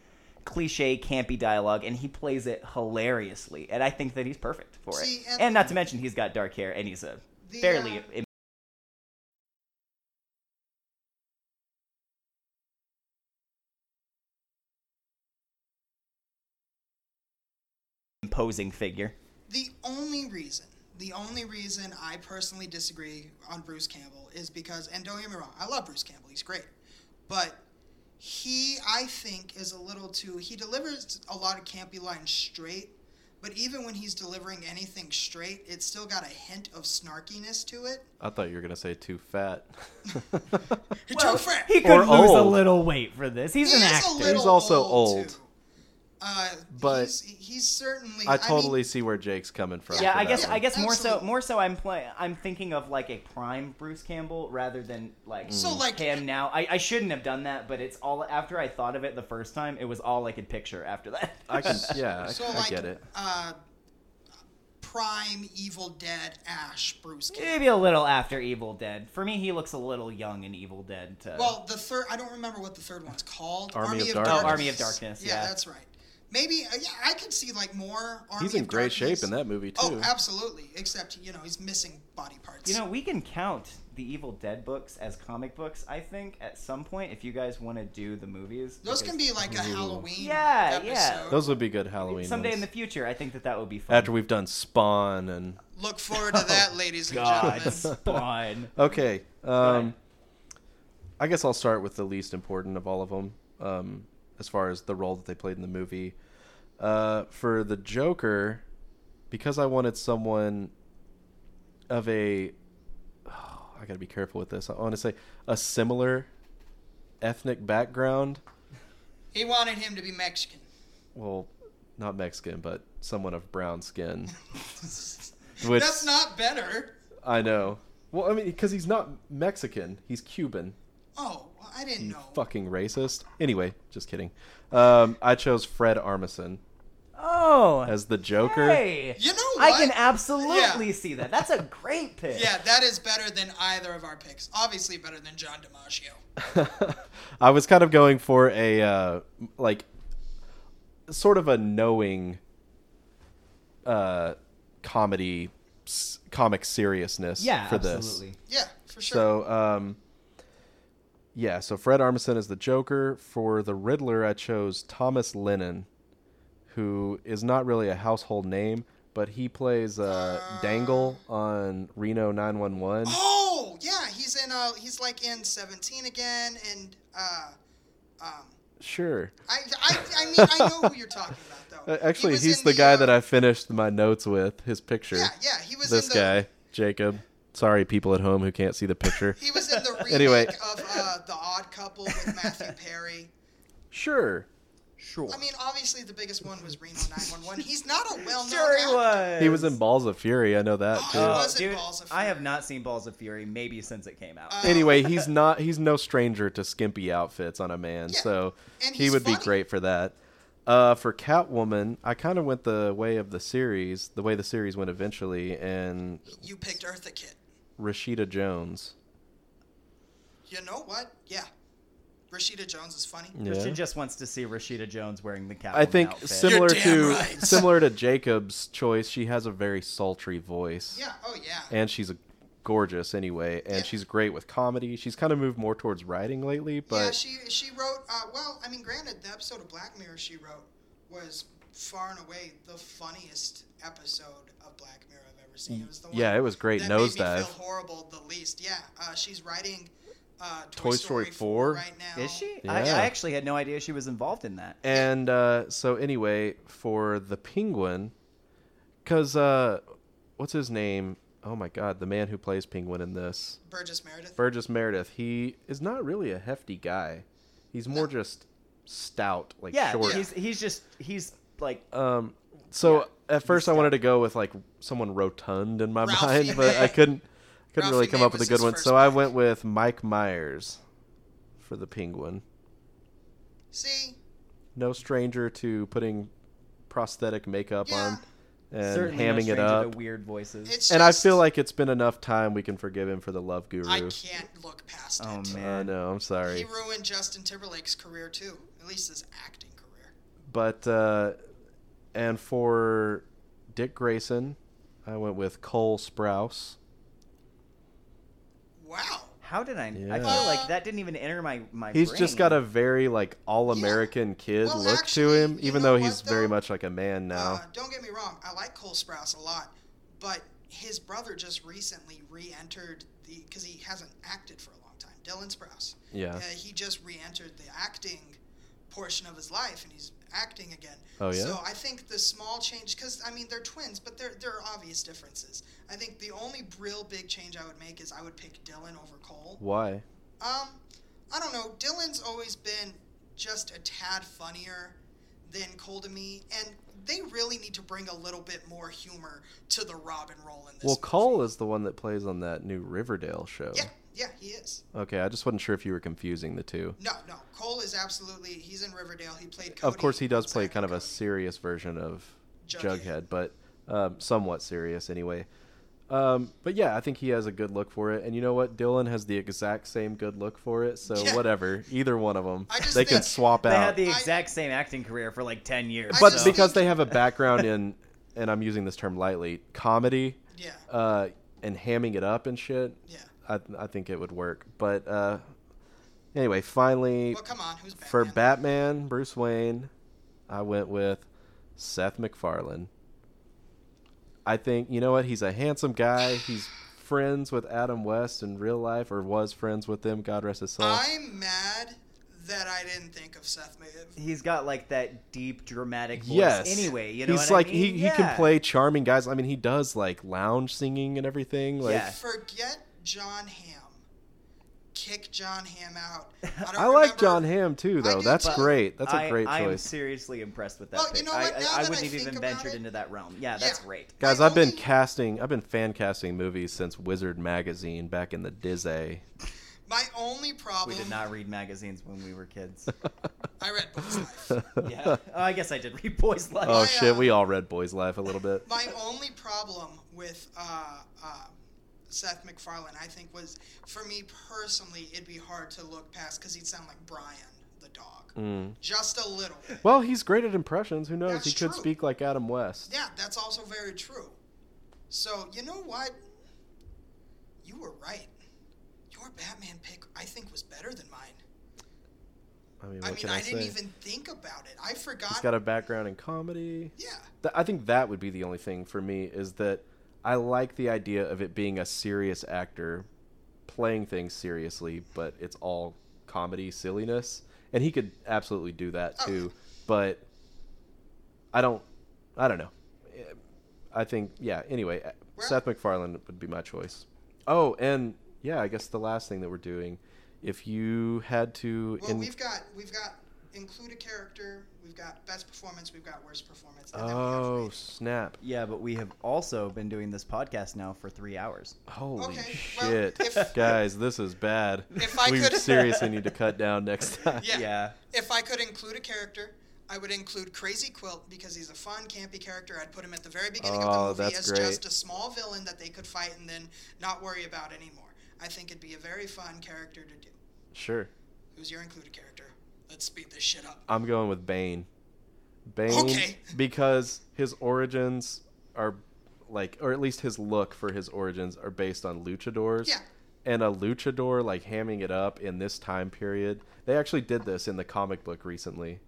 A: cliche, campy dialogue, and he plays it hilariously, and I think that he's perfect for
C: See,
A: it.
C: and-
A: And, not to mention he's got dark hair, and he's a
C: The,
A: fairly.
C: uh,
A: im- imposing figure.
C: The only reason, the only reason I personally disagree on Bruce Campbell is because, and don't get me wrong, I love Bruce Campbell, he's great. But he, I think, is a little too, he delivers a lot of campy lines straight, but even when he's delivering anything straight, it's still got a hint of snarkiness to it.
B: I thought you were gonna say too fat.
C: You're too fat.
A: He could
B: Or
A: lose a
B: old.
A: little weight for this. He's
C: He
A: an
C: is a
A: actor.
C: little
B: He's also old.
C: too. Uh,
B: But
C: he's, he's certainly.
B: I
C: mean,
B: totally see where Jake's coming from.
A: Yeah,
B: for
A: I
B: that
A: guess
B: one.
A: I guess more so
C: Absolutely.
A: more so I'm play, I'm thinking of like a prime Bruce Campbell rather than like
C: So, like-
A: him now. I, I shouldn't have done that, but it's all after I thought of it the first time, it was all I could picture after that.
B: I can. Yeah, I,
C: So
B: I
C: like,
B: get it.
C: Uh, prime Evil Dead Ash Bruce Campbell.
A: Maybe a little after Evil Dead. For me, he looks a little young in Evil Dead. To,
C: Well, the third I don't remember what the third one's called.
B: Army of Darkness.
A: Oh, Army of Darkness, yeah.
C: that's right. Maybe uh, yeah, I could see like more Army
B: He's in
C: of
B: great
C: Darkness.
B: shape in that movie too.
C: Oh, absolutely. Except you know he's missing body parts.
A: you know, we can count the Evil Dead books as comic books. I think at some point, if you guys want to do the movies,
C: those can
A: because
C: be like a Halloween.
A: Yeah,
C: episode.
A: yeah.
B: Those would be good Halloween.
A: someday
B: ones.
A: in the future. I think that that would be fun.
B: after we've done Spawn and
C: Look forward to
B: Oh,
C: that, ladies and
A: God,
C: gentlemen.
A: Spawn.
B: okay.
A: ahead.
B: Um, I guess I'll start with the least important of all of them, um, as far as the role that they played in the movie. Uh, for the Joker, because I wanted someone of a, oh, I gotta be careful with this. I want to say a similar ethnic background.
C: He wanted him to be Mexican.
B: Well, not Mexican, but someone of brown skin. Which
C: That's not better.
B: I know. Well, I mean, because he's not Mexican, he's Cuban.
C: Oh, well, I
B: Hmm,
C: didn't know.
B: Fucking racist. Anyway, just kidding. Um, I chose Fred Armisen
A: Oh,
B: as the Joker.
A: hey.
C: You know
A: I
C: what?
A: can absolutely
C: Yeah.
A: see that. That's a great pick.
C: Yeah, that is better than either of our picks. Obviously, better than John DiMaggio.
B: I was kind of going for a uh, like sort of a knowing uh, comedy, s- comic seriousness.
A: Yeah,
B: for this.
A: absolutely.
C: Yeah, for sure.
B: So, um, yeah, so Fred Armisen is the Joker. For the Riddler, I chose Thomas Lennon, who is not really a household name, but he plays uh, Dangle on Reno 911.
C: oh yeah, he's in. Uh, he's like in Seventeen again, and uh, um,
B: Sure.
C: I, I, I mean, I know who you're talking about though.
B: Uh,
C: He
B: Actually,
C: was
B: he's
C: in
B: the guy
C: uh,
B: that I finished my notes with, his picture.
C: Yeah, yeah, he was
B: This
C: in the.
B: guy, Jacob. Sorry, people at home who can't see the picture.
C: He was in the remake
B: Anyway.
C: of uh, the Odd Couple with Matthew Perry.
B: sure.
A: Sure.
C: I mean, obviously the biggest one was Reno 911. He's not a well-known
A: sure he
C: actor.
A: was.
B: He was in Balls of Fury. I know that,
C: Oh,
B: too.
C: he
A: Oh,
C: was in
A: dude,
C: Balls of
A: I have
C: Fury.
A: not seen Balls of Fury maybe since it came out.
C: Uh,
B: anyway, he's not he's no stranger to skimpy outfits on a man,
C: Yeah,
B: so
C: and
B: he
C: he's
B: would be
C: funny.
B: great for that. Uh, for Catwoman, I kind of went the way of the series, the way the series went eventually, and
C: You picked Eartha Kitt.
B: Rashida Jones.
C: You know what? Yeah, Rashida Jones is funny.
B: Yeah.
A: Christian just wants to see Rashida Jones wearing the Catwoman
B: I think
A: outfit.
B: similar
C: You're damn
B: to
C: right.
B: similar to Jacob's choice, she has a very sultry voice,
C: Yeah. Oh yeah.
B: and she's gorgeous anyway, and
C: Yeah.
B: she's great with comedy. She's kind of moved more towards writing lately, but
C: yeah, she she wrote. Uh, well, I mean, granted, the episode of Black Mirror she wrote was far and away the funniest episode of Black Mirror I've ever seen. It was the one
B: yeah, it was great
C: that
B: nose
C: made me
B: dive.
C: feel horrible the least. Yeah, uh, she's writing uh, Toy,
B: Toy Story 4?
C: right now.
A: Is she? I,
B: Yeah.
A: I actually had no idea she was involved in that.
B: And uh, so anyway, for the penguin, because uh, what's his name? Oh my God, the man who plays penguin in this,
C: Burgess Meredith.
B: Burgess Meredith. He is not really a hefty guy. He's more just stout, like
A: Yeah,
B: short.
A: he's he's just he's like
B: Um, so at first I wanted to go with like someone rotund in my
C: Ralphie
B: mind, but I
C: May.
B: couldn't couldn't really
C: Ralphie
B: come
C: May
B: up with a
C: was
B: good
C: his
B: one.
C: first
B: So I
C: pick.
B: went with Mike Myers for the penguin.
C: See,
B: No stranger to putting prosthetic makeup on and
A: certainly no
B: hamming
A: stranger
B: it up.
A: to weird voices.
C: it's
B: And I
C: just-
B: feel like it's been enough time we can forgive him for the love guru.
C: I can't look past
A: oh
C: it.
B: I
A: man,
B: know, I'm
C: He
B: sorry.
C: ruined Justin Timberlake's career too, at least his acting career.
B: But uh and for Dick Grayson, I went with Cole Sprouse.
C: Wow.
A: how did I?
B: Yeah.
A: I feel
C: Uh,
A: like that didn't even enter my my.
B: He's just
A: brain.
B: got a very like all American kid
C: Well,
B: look
C: actually,
B: to him,
C: you
B: even
C: know
B: though
C: what,
B: he's very
C: though?
B: much like a man now.
C: Uh, don't get me wrong. I like Cole Sprouse a lot, but his brother just recently re-entered the because he hasn't acted for a long time. Dylan Sprouse.
B: yeah.
C: Uh, he just re-entered the acting portion of his life, and he's acting again.
B: Oh, yeah?
C: So I think the small change, because I mean they're twins, but there there are obvious differences. I think the only real big change I would make is I would pick Dylan over Cole.
B: Why?
C: Um, I don't know. Dylan's always been just a tad funnier than Cole to me, and they really need to bring a little bit more humor to the Robin role in this.
B: Well,
C: movie.
B: Cole is the one that plays on that new Riverdale show.
C: Yeah, yeah, he is.
B: Okay, I just wasn't sure if you were confusing the two.
C: No, no, Cole is absolutely. He's in Riverdale. He played. Cody
B: Of course, he does
C: on
B: play
C: Zack
B: kind of
C: and
B: a
C: Cody.
B: serious version of
C: Jughead.
B: Jughead, but um, somewhat serious anyway. Um, but yeah, I think he has a good look for it, and you know what? Dylan has the exact same good look for it, so
C: Yeah.
B: whatever. Either one of them,
C: I just
B: they can
C: think-
B: swap
A: They
B: out.
A: had the
C: I-
A: exact same acting career for like ten years.
C: I
B: but
C: just
A: so-
C: think-
B: because they have a background in, and I'm using this term lightly, comedy,
C: Yeah,
B: uh, and hamming it up and shit,
C: yeah.
B: I, I think it would work. But uh, anyway, finally,
C: Well, come on, who's Batman?
B: for Batman, Bruce Wayne, I went with Seth MacFarlane. I think you know what? He's a handsome guy. He's friends with Adam West in real life, or was friends with him. God rest his soul.
C: I'm mad that I didn't think of Seth. Ma-
A: he's got like that deep dramatic voice.
B: yes.
A: Anyway, you know
B: he's
A: what
B: like
A: I mean?
B: he, he
A: Yeah.
B: can play charming guys. I mean, he does like lounge singing and everything. Like
A: Yeah.
C: Forget John Hamm. Kick John Hamm out. I, don't
B: I like
C: remember-
B: John Hamm too,
C: I
B: though.
C: do,
B: That's
C: too.
B: great. That's a
A: I-
B: great
A: I am
B: choice.
A: seriously impressed with that
C: Well, you
A: pick.
C: know
A: I,
C: what?
A: I,
C: Now
A: I
C: that I
A: wouldn't have
C: think
A: even
C: about
A: ventured
C: it-
A: into that realm. Yeah, that's
C: Yeah.
A: great.
B: Guys,
C: I
B: I've been
C: only-
B: casting, I've been fan casting movies since Wizard magazine back in the dizzy.
C: My only problem.
A: We did not read magazines when we were kids.
C: I read Boys Life.
A: yeah, oh, I guess I did read Boys Life.
B: Oh
C: uh,
B: shit, we all read Boys Life a little bit.
C: My only problem with uh, uh, Seth MacFarlane, I think, was for me personally, it'd be hard to look past because he'd sound like Brian the dog,
B: Mm.
C: just a little. bit.
B: Well, he's great at impressions. Who knows?
C: That's
B: he could
C: true.
B: speak like Adam West.
C: Yeah, that's also very true. So you know what? You were right. Your Batman pick, I think, was better than mine.
B: I mean, what
C: I mean,
B: can
C: I,
B: I,
C: didn't
B: say?
C: even think about it. I
B: He's
C: forgot.
B: got a background in comedy.
C: yeah,
B: Th- I think that would be the only thing for me is that I like the idea of it being a serious actor playing things seriously, but it's all comedy silliness, and he could absolutely do that
C: Oh,
B: too. But I don't, I don't know. I think yeah. Anyway, uh,
C: Well-
B: Seth MacFarlane would be my choice. Oh, and yeah, I guess the last thing that we're doing, if you had to,
C: Well,
B: in-
C: we've got we've got include a character. We've got best performance. We've got worst performance. And then we have
B: oh
C: rating.
B: snap,
A: Yeah, but we have also been doing this podcast now for three hours.
B: Holy
C: Okay, well,
B: shit.
C: if-
B: Guys, this is bad.
C: If I
B: we
C: could-
B: seriously need to cut down next time.
C: Yeah.
A: yeah.
C: If I could include a character, I would include Crazy Quilt because he's a fun, campy character. I'd put him at the very beginning
B: Oh,
C: of the movie
B: that's
C: as
B: great.
C: just a small villain that they could fight and then not worry about anymore. I think it'd be a very fun character to do.
B: Sure.
C: Who's your included character? Let's speed this shit up.
B: I'm going with Bane. Bane
C: Okay.
B: because his origins are like or at least his look for his origins are based on luchadors.
C: Yeah.
B: And a luchador like hamming it up in this time period. They actually did this in the comic book recently.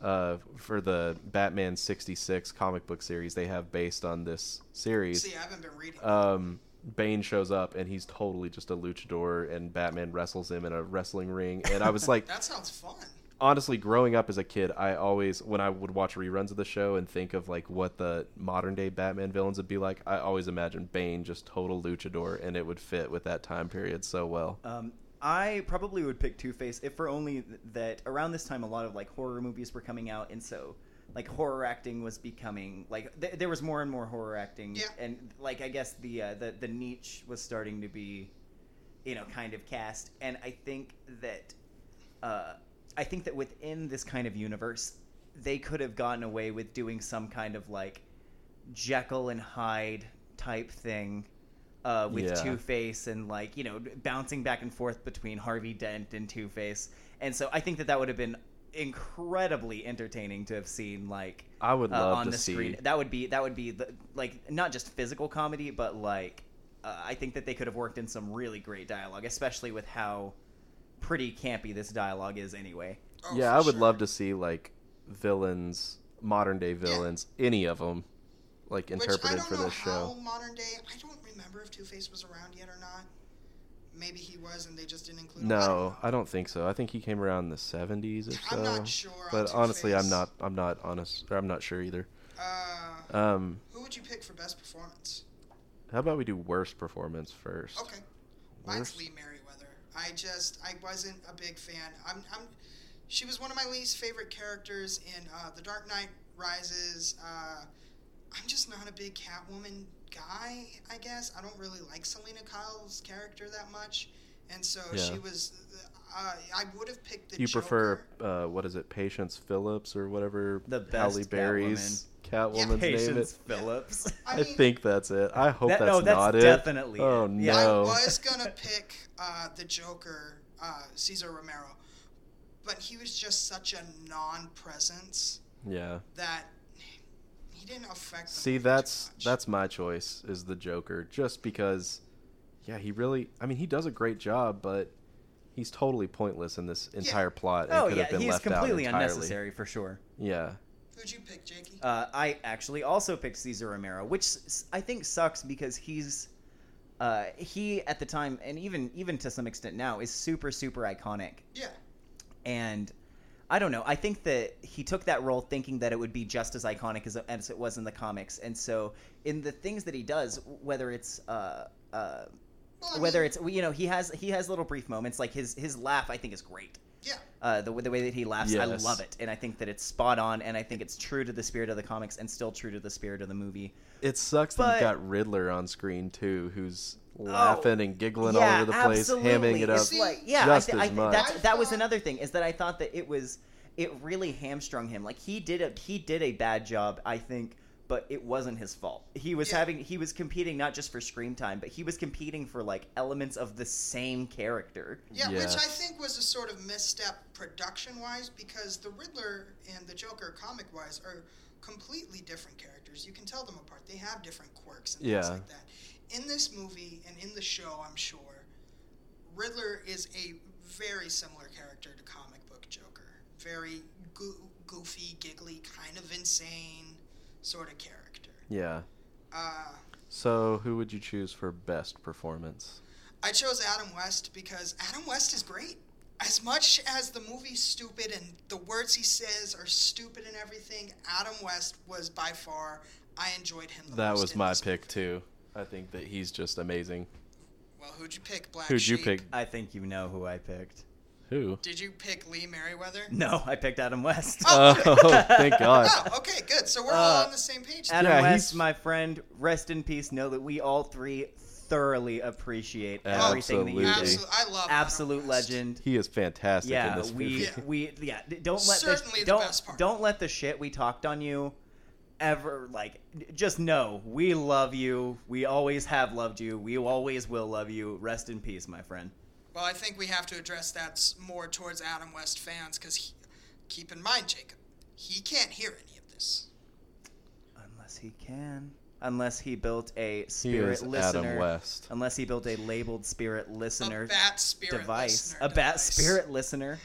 B: Uh, for the Batman 66 comic book series they have based on this series.
C: See, I haven't been reading.
B: um, Bane shows up and he's totally just a luchador, and Batman wrestles him in a wrestling ring. And I was like,
C: That sounds fun.
B: honestly, growing up as a kid, I always, when I would watch reruns of the show and think of like what the modern day Batman villains would be like, I always imagined Bane just total luchador, and it would fit with that time period so well.
A: Um, I probably would pick Two Face if for only th- that around this time a lot of like horror movies were coming out, and so like horror acting was becoming like th- there was more and more horror acting,
C: Yeah.
A: and like I guess the uh, the the niche was starting to be, you know, kind of cast, and I think that, uh, I think that within this kind of universe, they could have gotten away with doing some kind of like Jekyll and Hyde type thing uh, with
B: Yeah.
A: Two Face and like you know bouncing back and forth between Harvey Dent and Two Face, and so I think that that would have been incredibly entertaining to have seen like
B: I would
A: uh,
B: love
A: on
B: to
A: the
B: see.
A: screen. That would be that would be the, like not just physical comedy, but like uh, I think that they could have worked in some really great dialogue, especially with how pretty campy this dialogue is anyway.
C: Oh,
B: yeah,
C: for
B: I would
C: sure.
B: love to see like villains, modern day villains, any of them, like interpreted for this
C: how
B: show.
C: modern day. I don't remember if Two Face was around yet or not. Maybe he was, and they just didn't include him. I
B: No,
C: don't know.
B: I don't think so. I think he came around in the '70s or so.
C: I'm not sure on
B: But honestly, I'm
C: Two-Face.
B: not. I'm not honest. Or I'm not sure either.
C: Uh,
B: Um,
C: who would you pick for best performance?
B: how about we do worst performance first?
C: Okay, mine's
B: Worst?
C: Lee Merriweather. I just I wasn't a big fan. I'm, I'm she was one of my least favorite characters in uh, The Dark Knight Rises. Uh, I'm just not a big Catwoman guy. I guess I don't really like Selena Kyle's character that much, and so
B: Yeah.
C: she was. Uh, I would have picked the.
B: you
C: Joker.
B: prefer uh, what is it, Patience Phillips or whatever?
A: The
B: Halle
A: best
B: Berry's Catwoman's name.
A: Patience
B: It.
A: Phillips.
C: I,
B: I
C: mean,
B: think that's it. I hope
A: That-
B: that's
A: no, that's
B: not it.
A: definitely it.
B: Oh
A: Yeah.
C: I
B: no.
C: was gonna pick uh, the Joker, uh, Cesar Romero, but he was just such a non-presence
B: Yeah.
C: that he didn't affect. The
B: See,
C: movie too
B: that's
C: much.
B: that's my choice is the Joker, just because. Yeah, he really. I mean, he does a great job, but he's totally pointless in this entire plot. And
A: oh
B: could have
A: yeah,
B: been
A: he's
B: left
A: completely
B: out entirely.
A: unnecessary for sure.
B: Yeah,
C: Who'd you pick, Jakey?
A: Uh, I actually also picked Cesar Romero, which s- I think sucks because he's uh, he at the time and even even to some extent now is super super iconic
C: yeah,
A: and I don't know. I think that he took that role thinking that it would be just as iconic as, as it was in the comics, and so in the things that he does, whether it's uh, uh,
C: Well, I
A: whether
C: mean-
A: it's you know he has he has little brief moments like his his laugh I think is great.
C: yeah.
A: Uh, the, the way that he laughs, I
B: Yes.
A: love it, and I think that it's spot on, and I think it's true to the spirit of the comics and still true to the spirit of the movie.
B: it sucks that
A: But- Oh,
B: you got Riddler on screen too, who's laughing and giggling all
A: Yeah,
B: over the place,
A: absolutely.
B: hamming it up.
A: It's like, yeah,
B: just
A: I thi-
B: as
A: I thi-
B: much.
A: that's- that was
C: I thought-
A: another thing is that I thought that it was it really hamstrung him. Like he did a he did a bad job, I think, but it wasn't his fault. He was
C: Yeah.
A: having he was competing not just for screen time, but he was competing for like elements of the same character.
C: yeah, which I
B: Yes.
C: think was a sort of misstep production-wise because the Riddler and the Joker, comic-wise, are completely different characters. You can tell them apart. They have different quirks and
B: Yeah.
C: things like that. In this movie and in the show, I'm sure Riddler is a very similar character to comic book Joker. Very goo- goofy, giggly, kind of insane sort of character.
B: Yeah.
C: Uh,
B: So, who would you choose for best performance?
C: I chose Adam West because Adam West is great. As much as the movie's stupid and the words he says are stupid and everything, Adam West was by far I enjoyed him the
B: That
C: most.
B: was
C: in
B: my
C: this
B: pick
C: movie.
B: too. I think that he's just amazing.
C: Well, who'd you pick, Black
B: Who'd you
C: Sheep?
B: pick?
A: I think you know who I picked.
B: Who?
C: Did you pick Lee Merriweather?
A: No, I picked Adam West.
B: Oh, thank God.
C: Oh, okay, good. So we're all
A: Uh,
C: on the same page. then.
A: Adam
B: yeah,
A: West,
B: he's-
A: my friend, rest in peace. Know that we all three thoroughly appreciate everything that you
B: Absolutely.
A: do.
C: Absolute, I love Adam
A: Absolute
C: West.
A: legend.
B: He is fantastic in
A: yeah,
B: this
A: we
B: movie.
C: Yeah.
A: we yeah. d- Don't let
C: Certainly
A: the,
C: the
A: don't
C: best part.
A: don't let the shit we talked on you ever like. Just know we love you. We always have loved you. We always will love you. Rest in peace, my friend.
C: Well, I think we have to address that s- more towards Adam West fans because keep in mind, Jacob, he can't hear any of this.
A: Unless he can. Unless he built a
B: He
A: spirit
B: is
A: listener.
B: Adam West.
A: Unless he built a labeled spirit listener
C: a bat spirit
A: device.
C: listener
A: A bat
C: device.
A: spirit listener.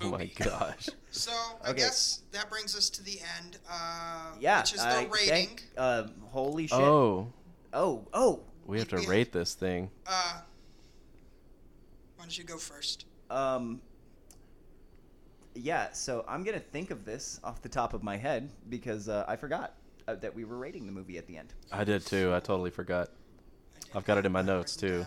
B: Oh my
C: Spoopy.
B: gosh.
C: So I
A: Okay.
C: guess that brings us to the end. Uh,
A: Yeah.
C: which is the
A: I
C: rating.
A: thank- uh, holy shit.
B: Oh,
A: Oh, oh,
B: We have to
C: Yeah.
B: rate this thing.
C: Uh, why don't you go first?
A: Um, yeah, so I'm gonna think of this off the top of my head because uh, I forgot uh, that we were rating the movie at the end.
B: I did too. I totally forgot.
C: I did
B: I've got it in my
C: have
B: notes,
C: written
B: too.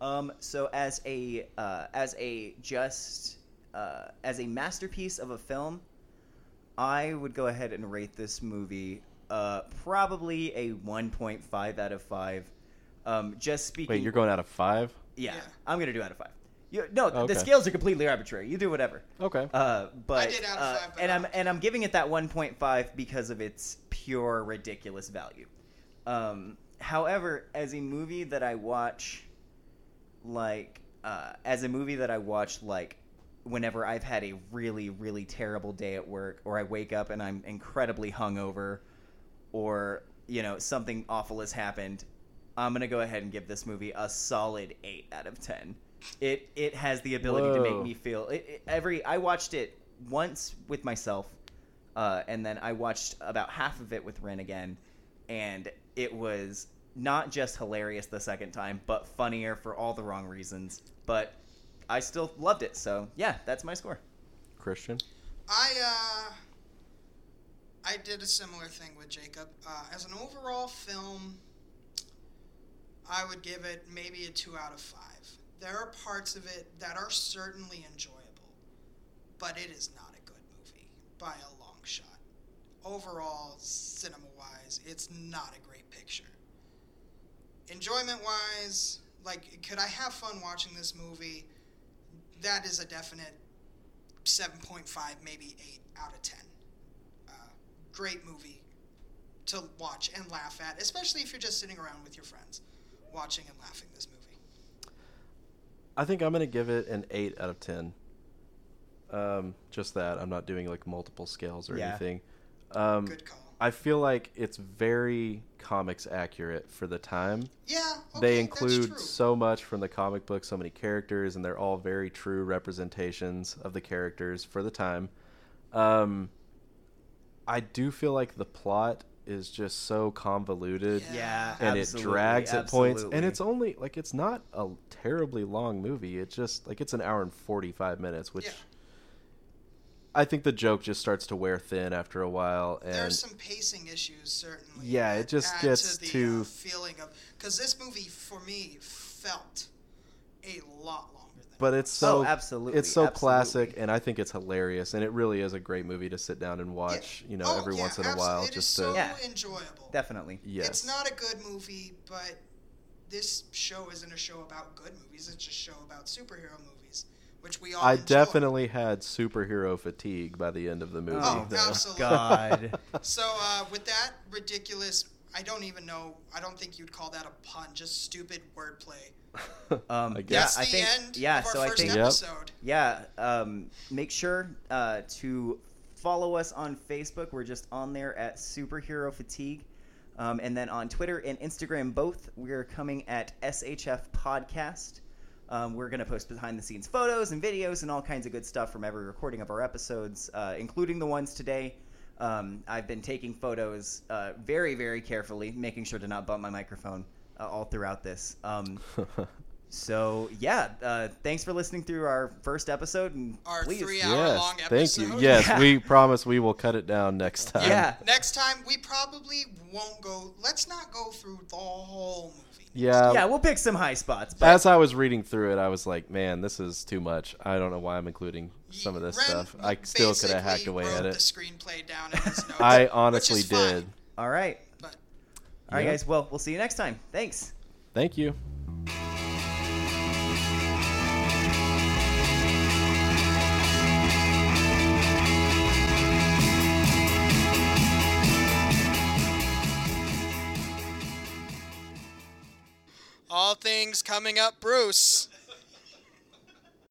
C: down.
A: Um, so as a uh, as a just uh, as a masterpiece of a film, I would go ahead and rate this movie uh, probably a 1.5 out of five. Um, just speaking.
B: Wait, you're going out of five?
A: Yeah,
C: Yeah.
A: I'm gonna do out of five. You, no, th-
B: Okay.
A: the scales are completely arbitrary. You do whatever.
B: Okay.
A: Uh, but
C: I did out of
A: uh,
C: five, but
A: and
C: I
A: I'm
C: liked
A: and I'm giving it that 1.5 because of its pure ridiculous value. Um, however, as a movie that I watch, like uh, as a movie that I watch, like whenever I've had a really really terrible day at work, or I wake up and I'm incredibly hungover, or you know something awful has happened, I'm gonna go ahead and give this movie a solid eight out of ten. It it has the ability to
B: Whoa.
A: make me feel it, it- every. I watched it once with myself, uh, and then I watched about half of it with Ren again, and it was not just hilarious the second time, but funnier for all the wrong reasons. But I still loved it, so yeah, that's my score.
B: Christian?
C: I uh, I did a similar thing with Jacob. Uh, as an overall film, I would give it maybe a two out of five. There are parts of it that are certainly enjoyable, but it is not a good movie by a long shot. Overall, cinema-wise, it's not a great picture. Enjoyment-wise, like, could I have fun watching this movie? That is a definite 7.5 maybe 8 out of 10 uh, great movie to watch and laugh at especially if you're just sitting around with your friends watching and laughing this movie
B: I think I'm gonna give it an eight out of ten. Um, just that I'm not doing like multiple scales or
A: Yeah.
B: anything. Um,
C: good call
B: I feel like it's very comics accurate for the time.
C: yeah okay,
B: they
C: that's
B: include
C: true.
B: so much from the comic book, so many characters, and they're all very true representations of the characters for the time. Um, I do feel like the plot is just so convoluted
C: Yeah.
A: Yeah,
B: and it
A: absolutely,
B: drags at points. And
A: absolutely.
B: it's only like it's not a terribly long movie. It's just like it's an hour and forty five minutes, which
C: Yeah.
B: I think the joke just starts to wear thin after a while. And
C: there's some pacing issues certainly
B: Yeah, it
C: that
B: just
C: add
B: gets
C: to the
B: too-
C: uh, feeling of because this movie for me felt a lot longer than
B: but
C: it
B: it's
A: Oh,
B: so
A: absolutely,
B: it's so
A: absolutely.
B: classic, and I think it's hilarious, and it really is a great movie to sit down and watch. You know,
C: Oh,
B: every
C: yeah,
B: once in a
C: absolutely.
B: while,
C: It is
B: just
C: so
B: to
A: Yeah.
C: enjoyable
A: Definitely.
B: yes,
C: It's not a good movie, but this show isn't a show about good movies. It's a show about superhero movies, which we all.
B: I
C: enjoy.
B: definitely had superhero fatigue by the end of the movie.
A: Oh,
B: though.
C: absolutely.
A: God.
C: So uh, with that ridiculous, I don't even know. I don't think you'd call that a pun. Just stupid wordplay.
A: Um,
B: I
A: yeah,
B: guess.
C: That's
A: I
C: the
A: think.
C: end
A: yeah,
C: of our
A: so I
C: first
A: think.
B: Yep.
C: episode.
A: Yeah, um, make sure uh, to follow us on Facebook. We're just on there at Superhero Fatigue. Um, and then on Twitter and Instagram, both, we're coming at SHF Podcast. Um, we're going to post behind the scenes photos and videos and all kinds of good stuff from every recording of our episodes, uh, including the ones today. Um, I've been taking photos uh, very, very carefully, making sure to not bump my microphone uh, all throughout this. Um, so yeah, uh, thanks for listening through our first episode and
C: Our
A: please,
C: three-hour
B: yes,
C: long
B: thank you.
C: episode.
B: Yes,
A: Yeah.
B: we promise we will cut it down next time.
A: yeah,
C: Next time we probably won't go. Let's not go through the whole movie.
B: yeah,
A: yeah, we'll pick some high spots. But
B: As I was reading through it, I was like, "Man, this is too much. I don't know why I'm including some of this
C: Ren
B: stuff. I still could have
C: basically
B: hacked away
C: wrote
B: at
C: The
B: it.
C: screenplay down in his notes,
B: I
C: which
B: honestly
C: is fine,
B: did.
A: all right,
C: but
A: all right,
B: Yeah.
A: guys. Well, we'll see you next time. Thanks.
B: Thank you."
C: All things coming up, Bruce.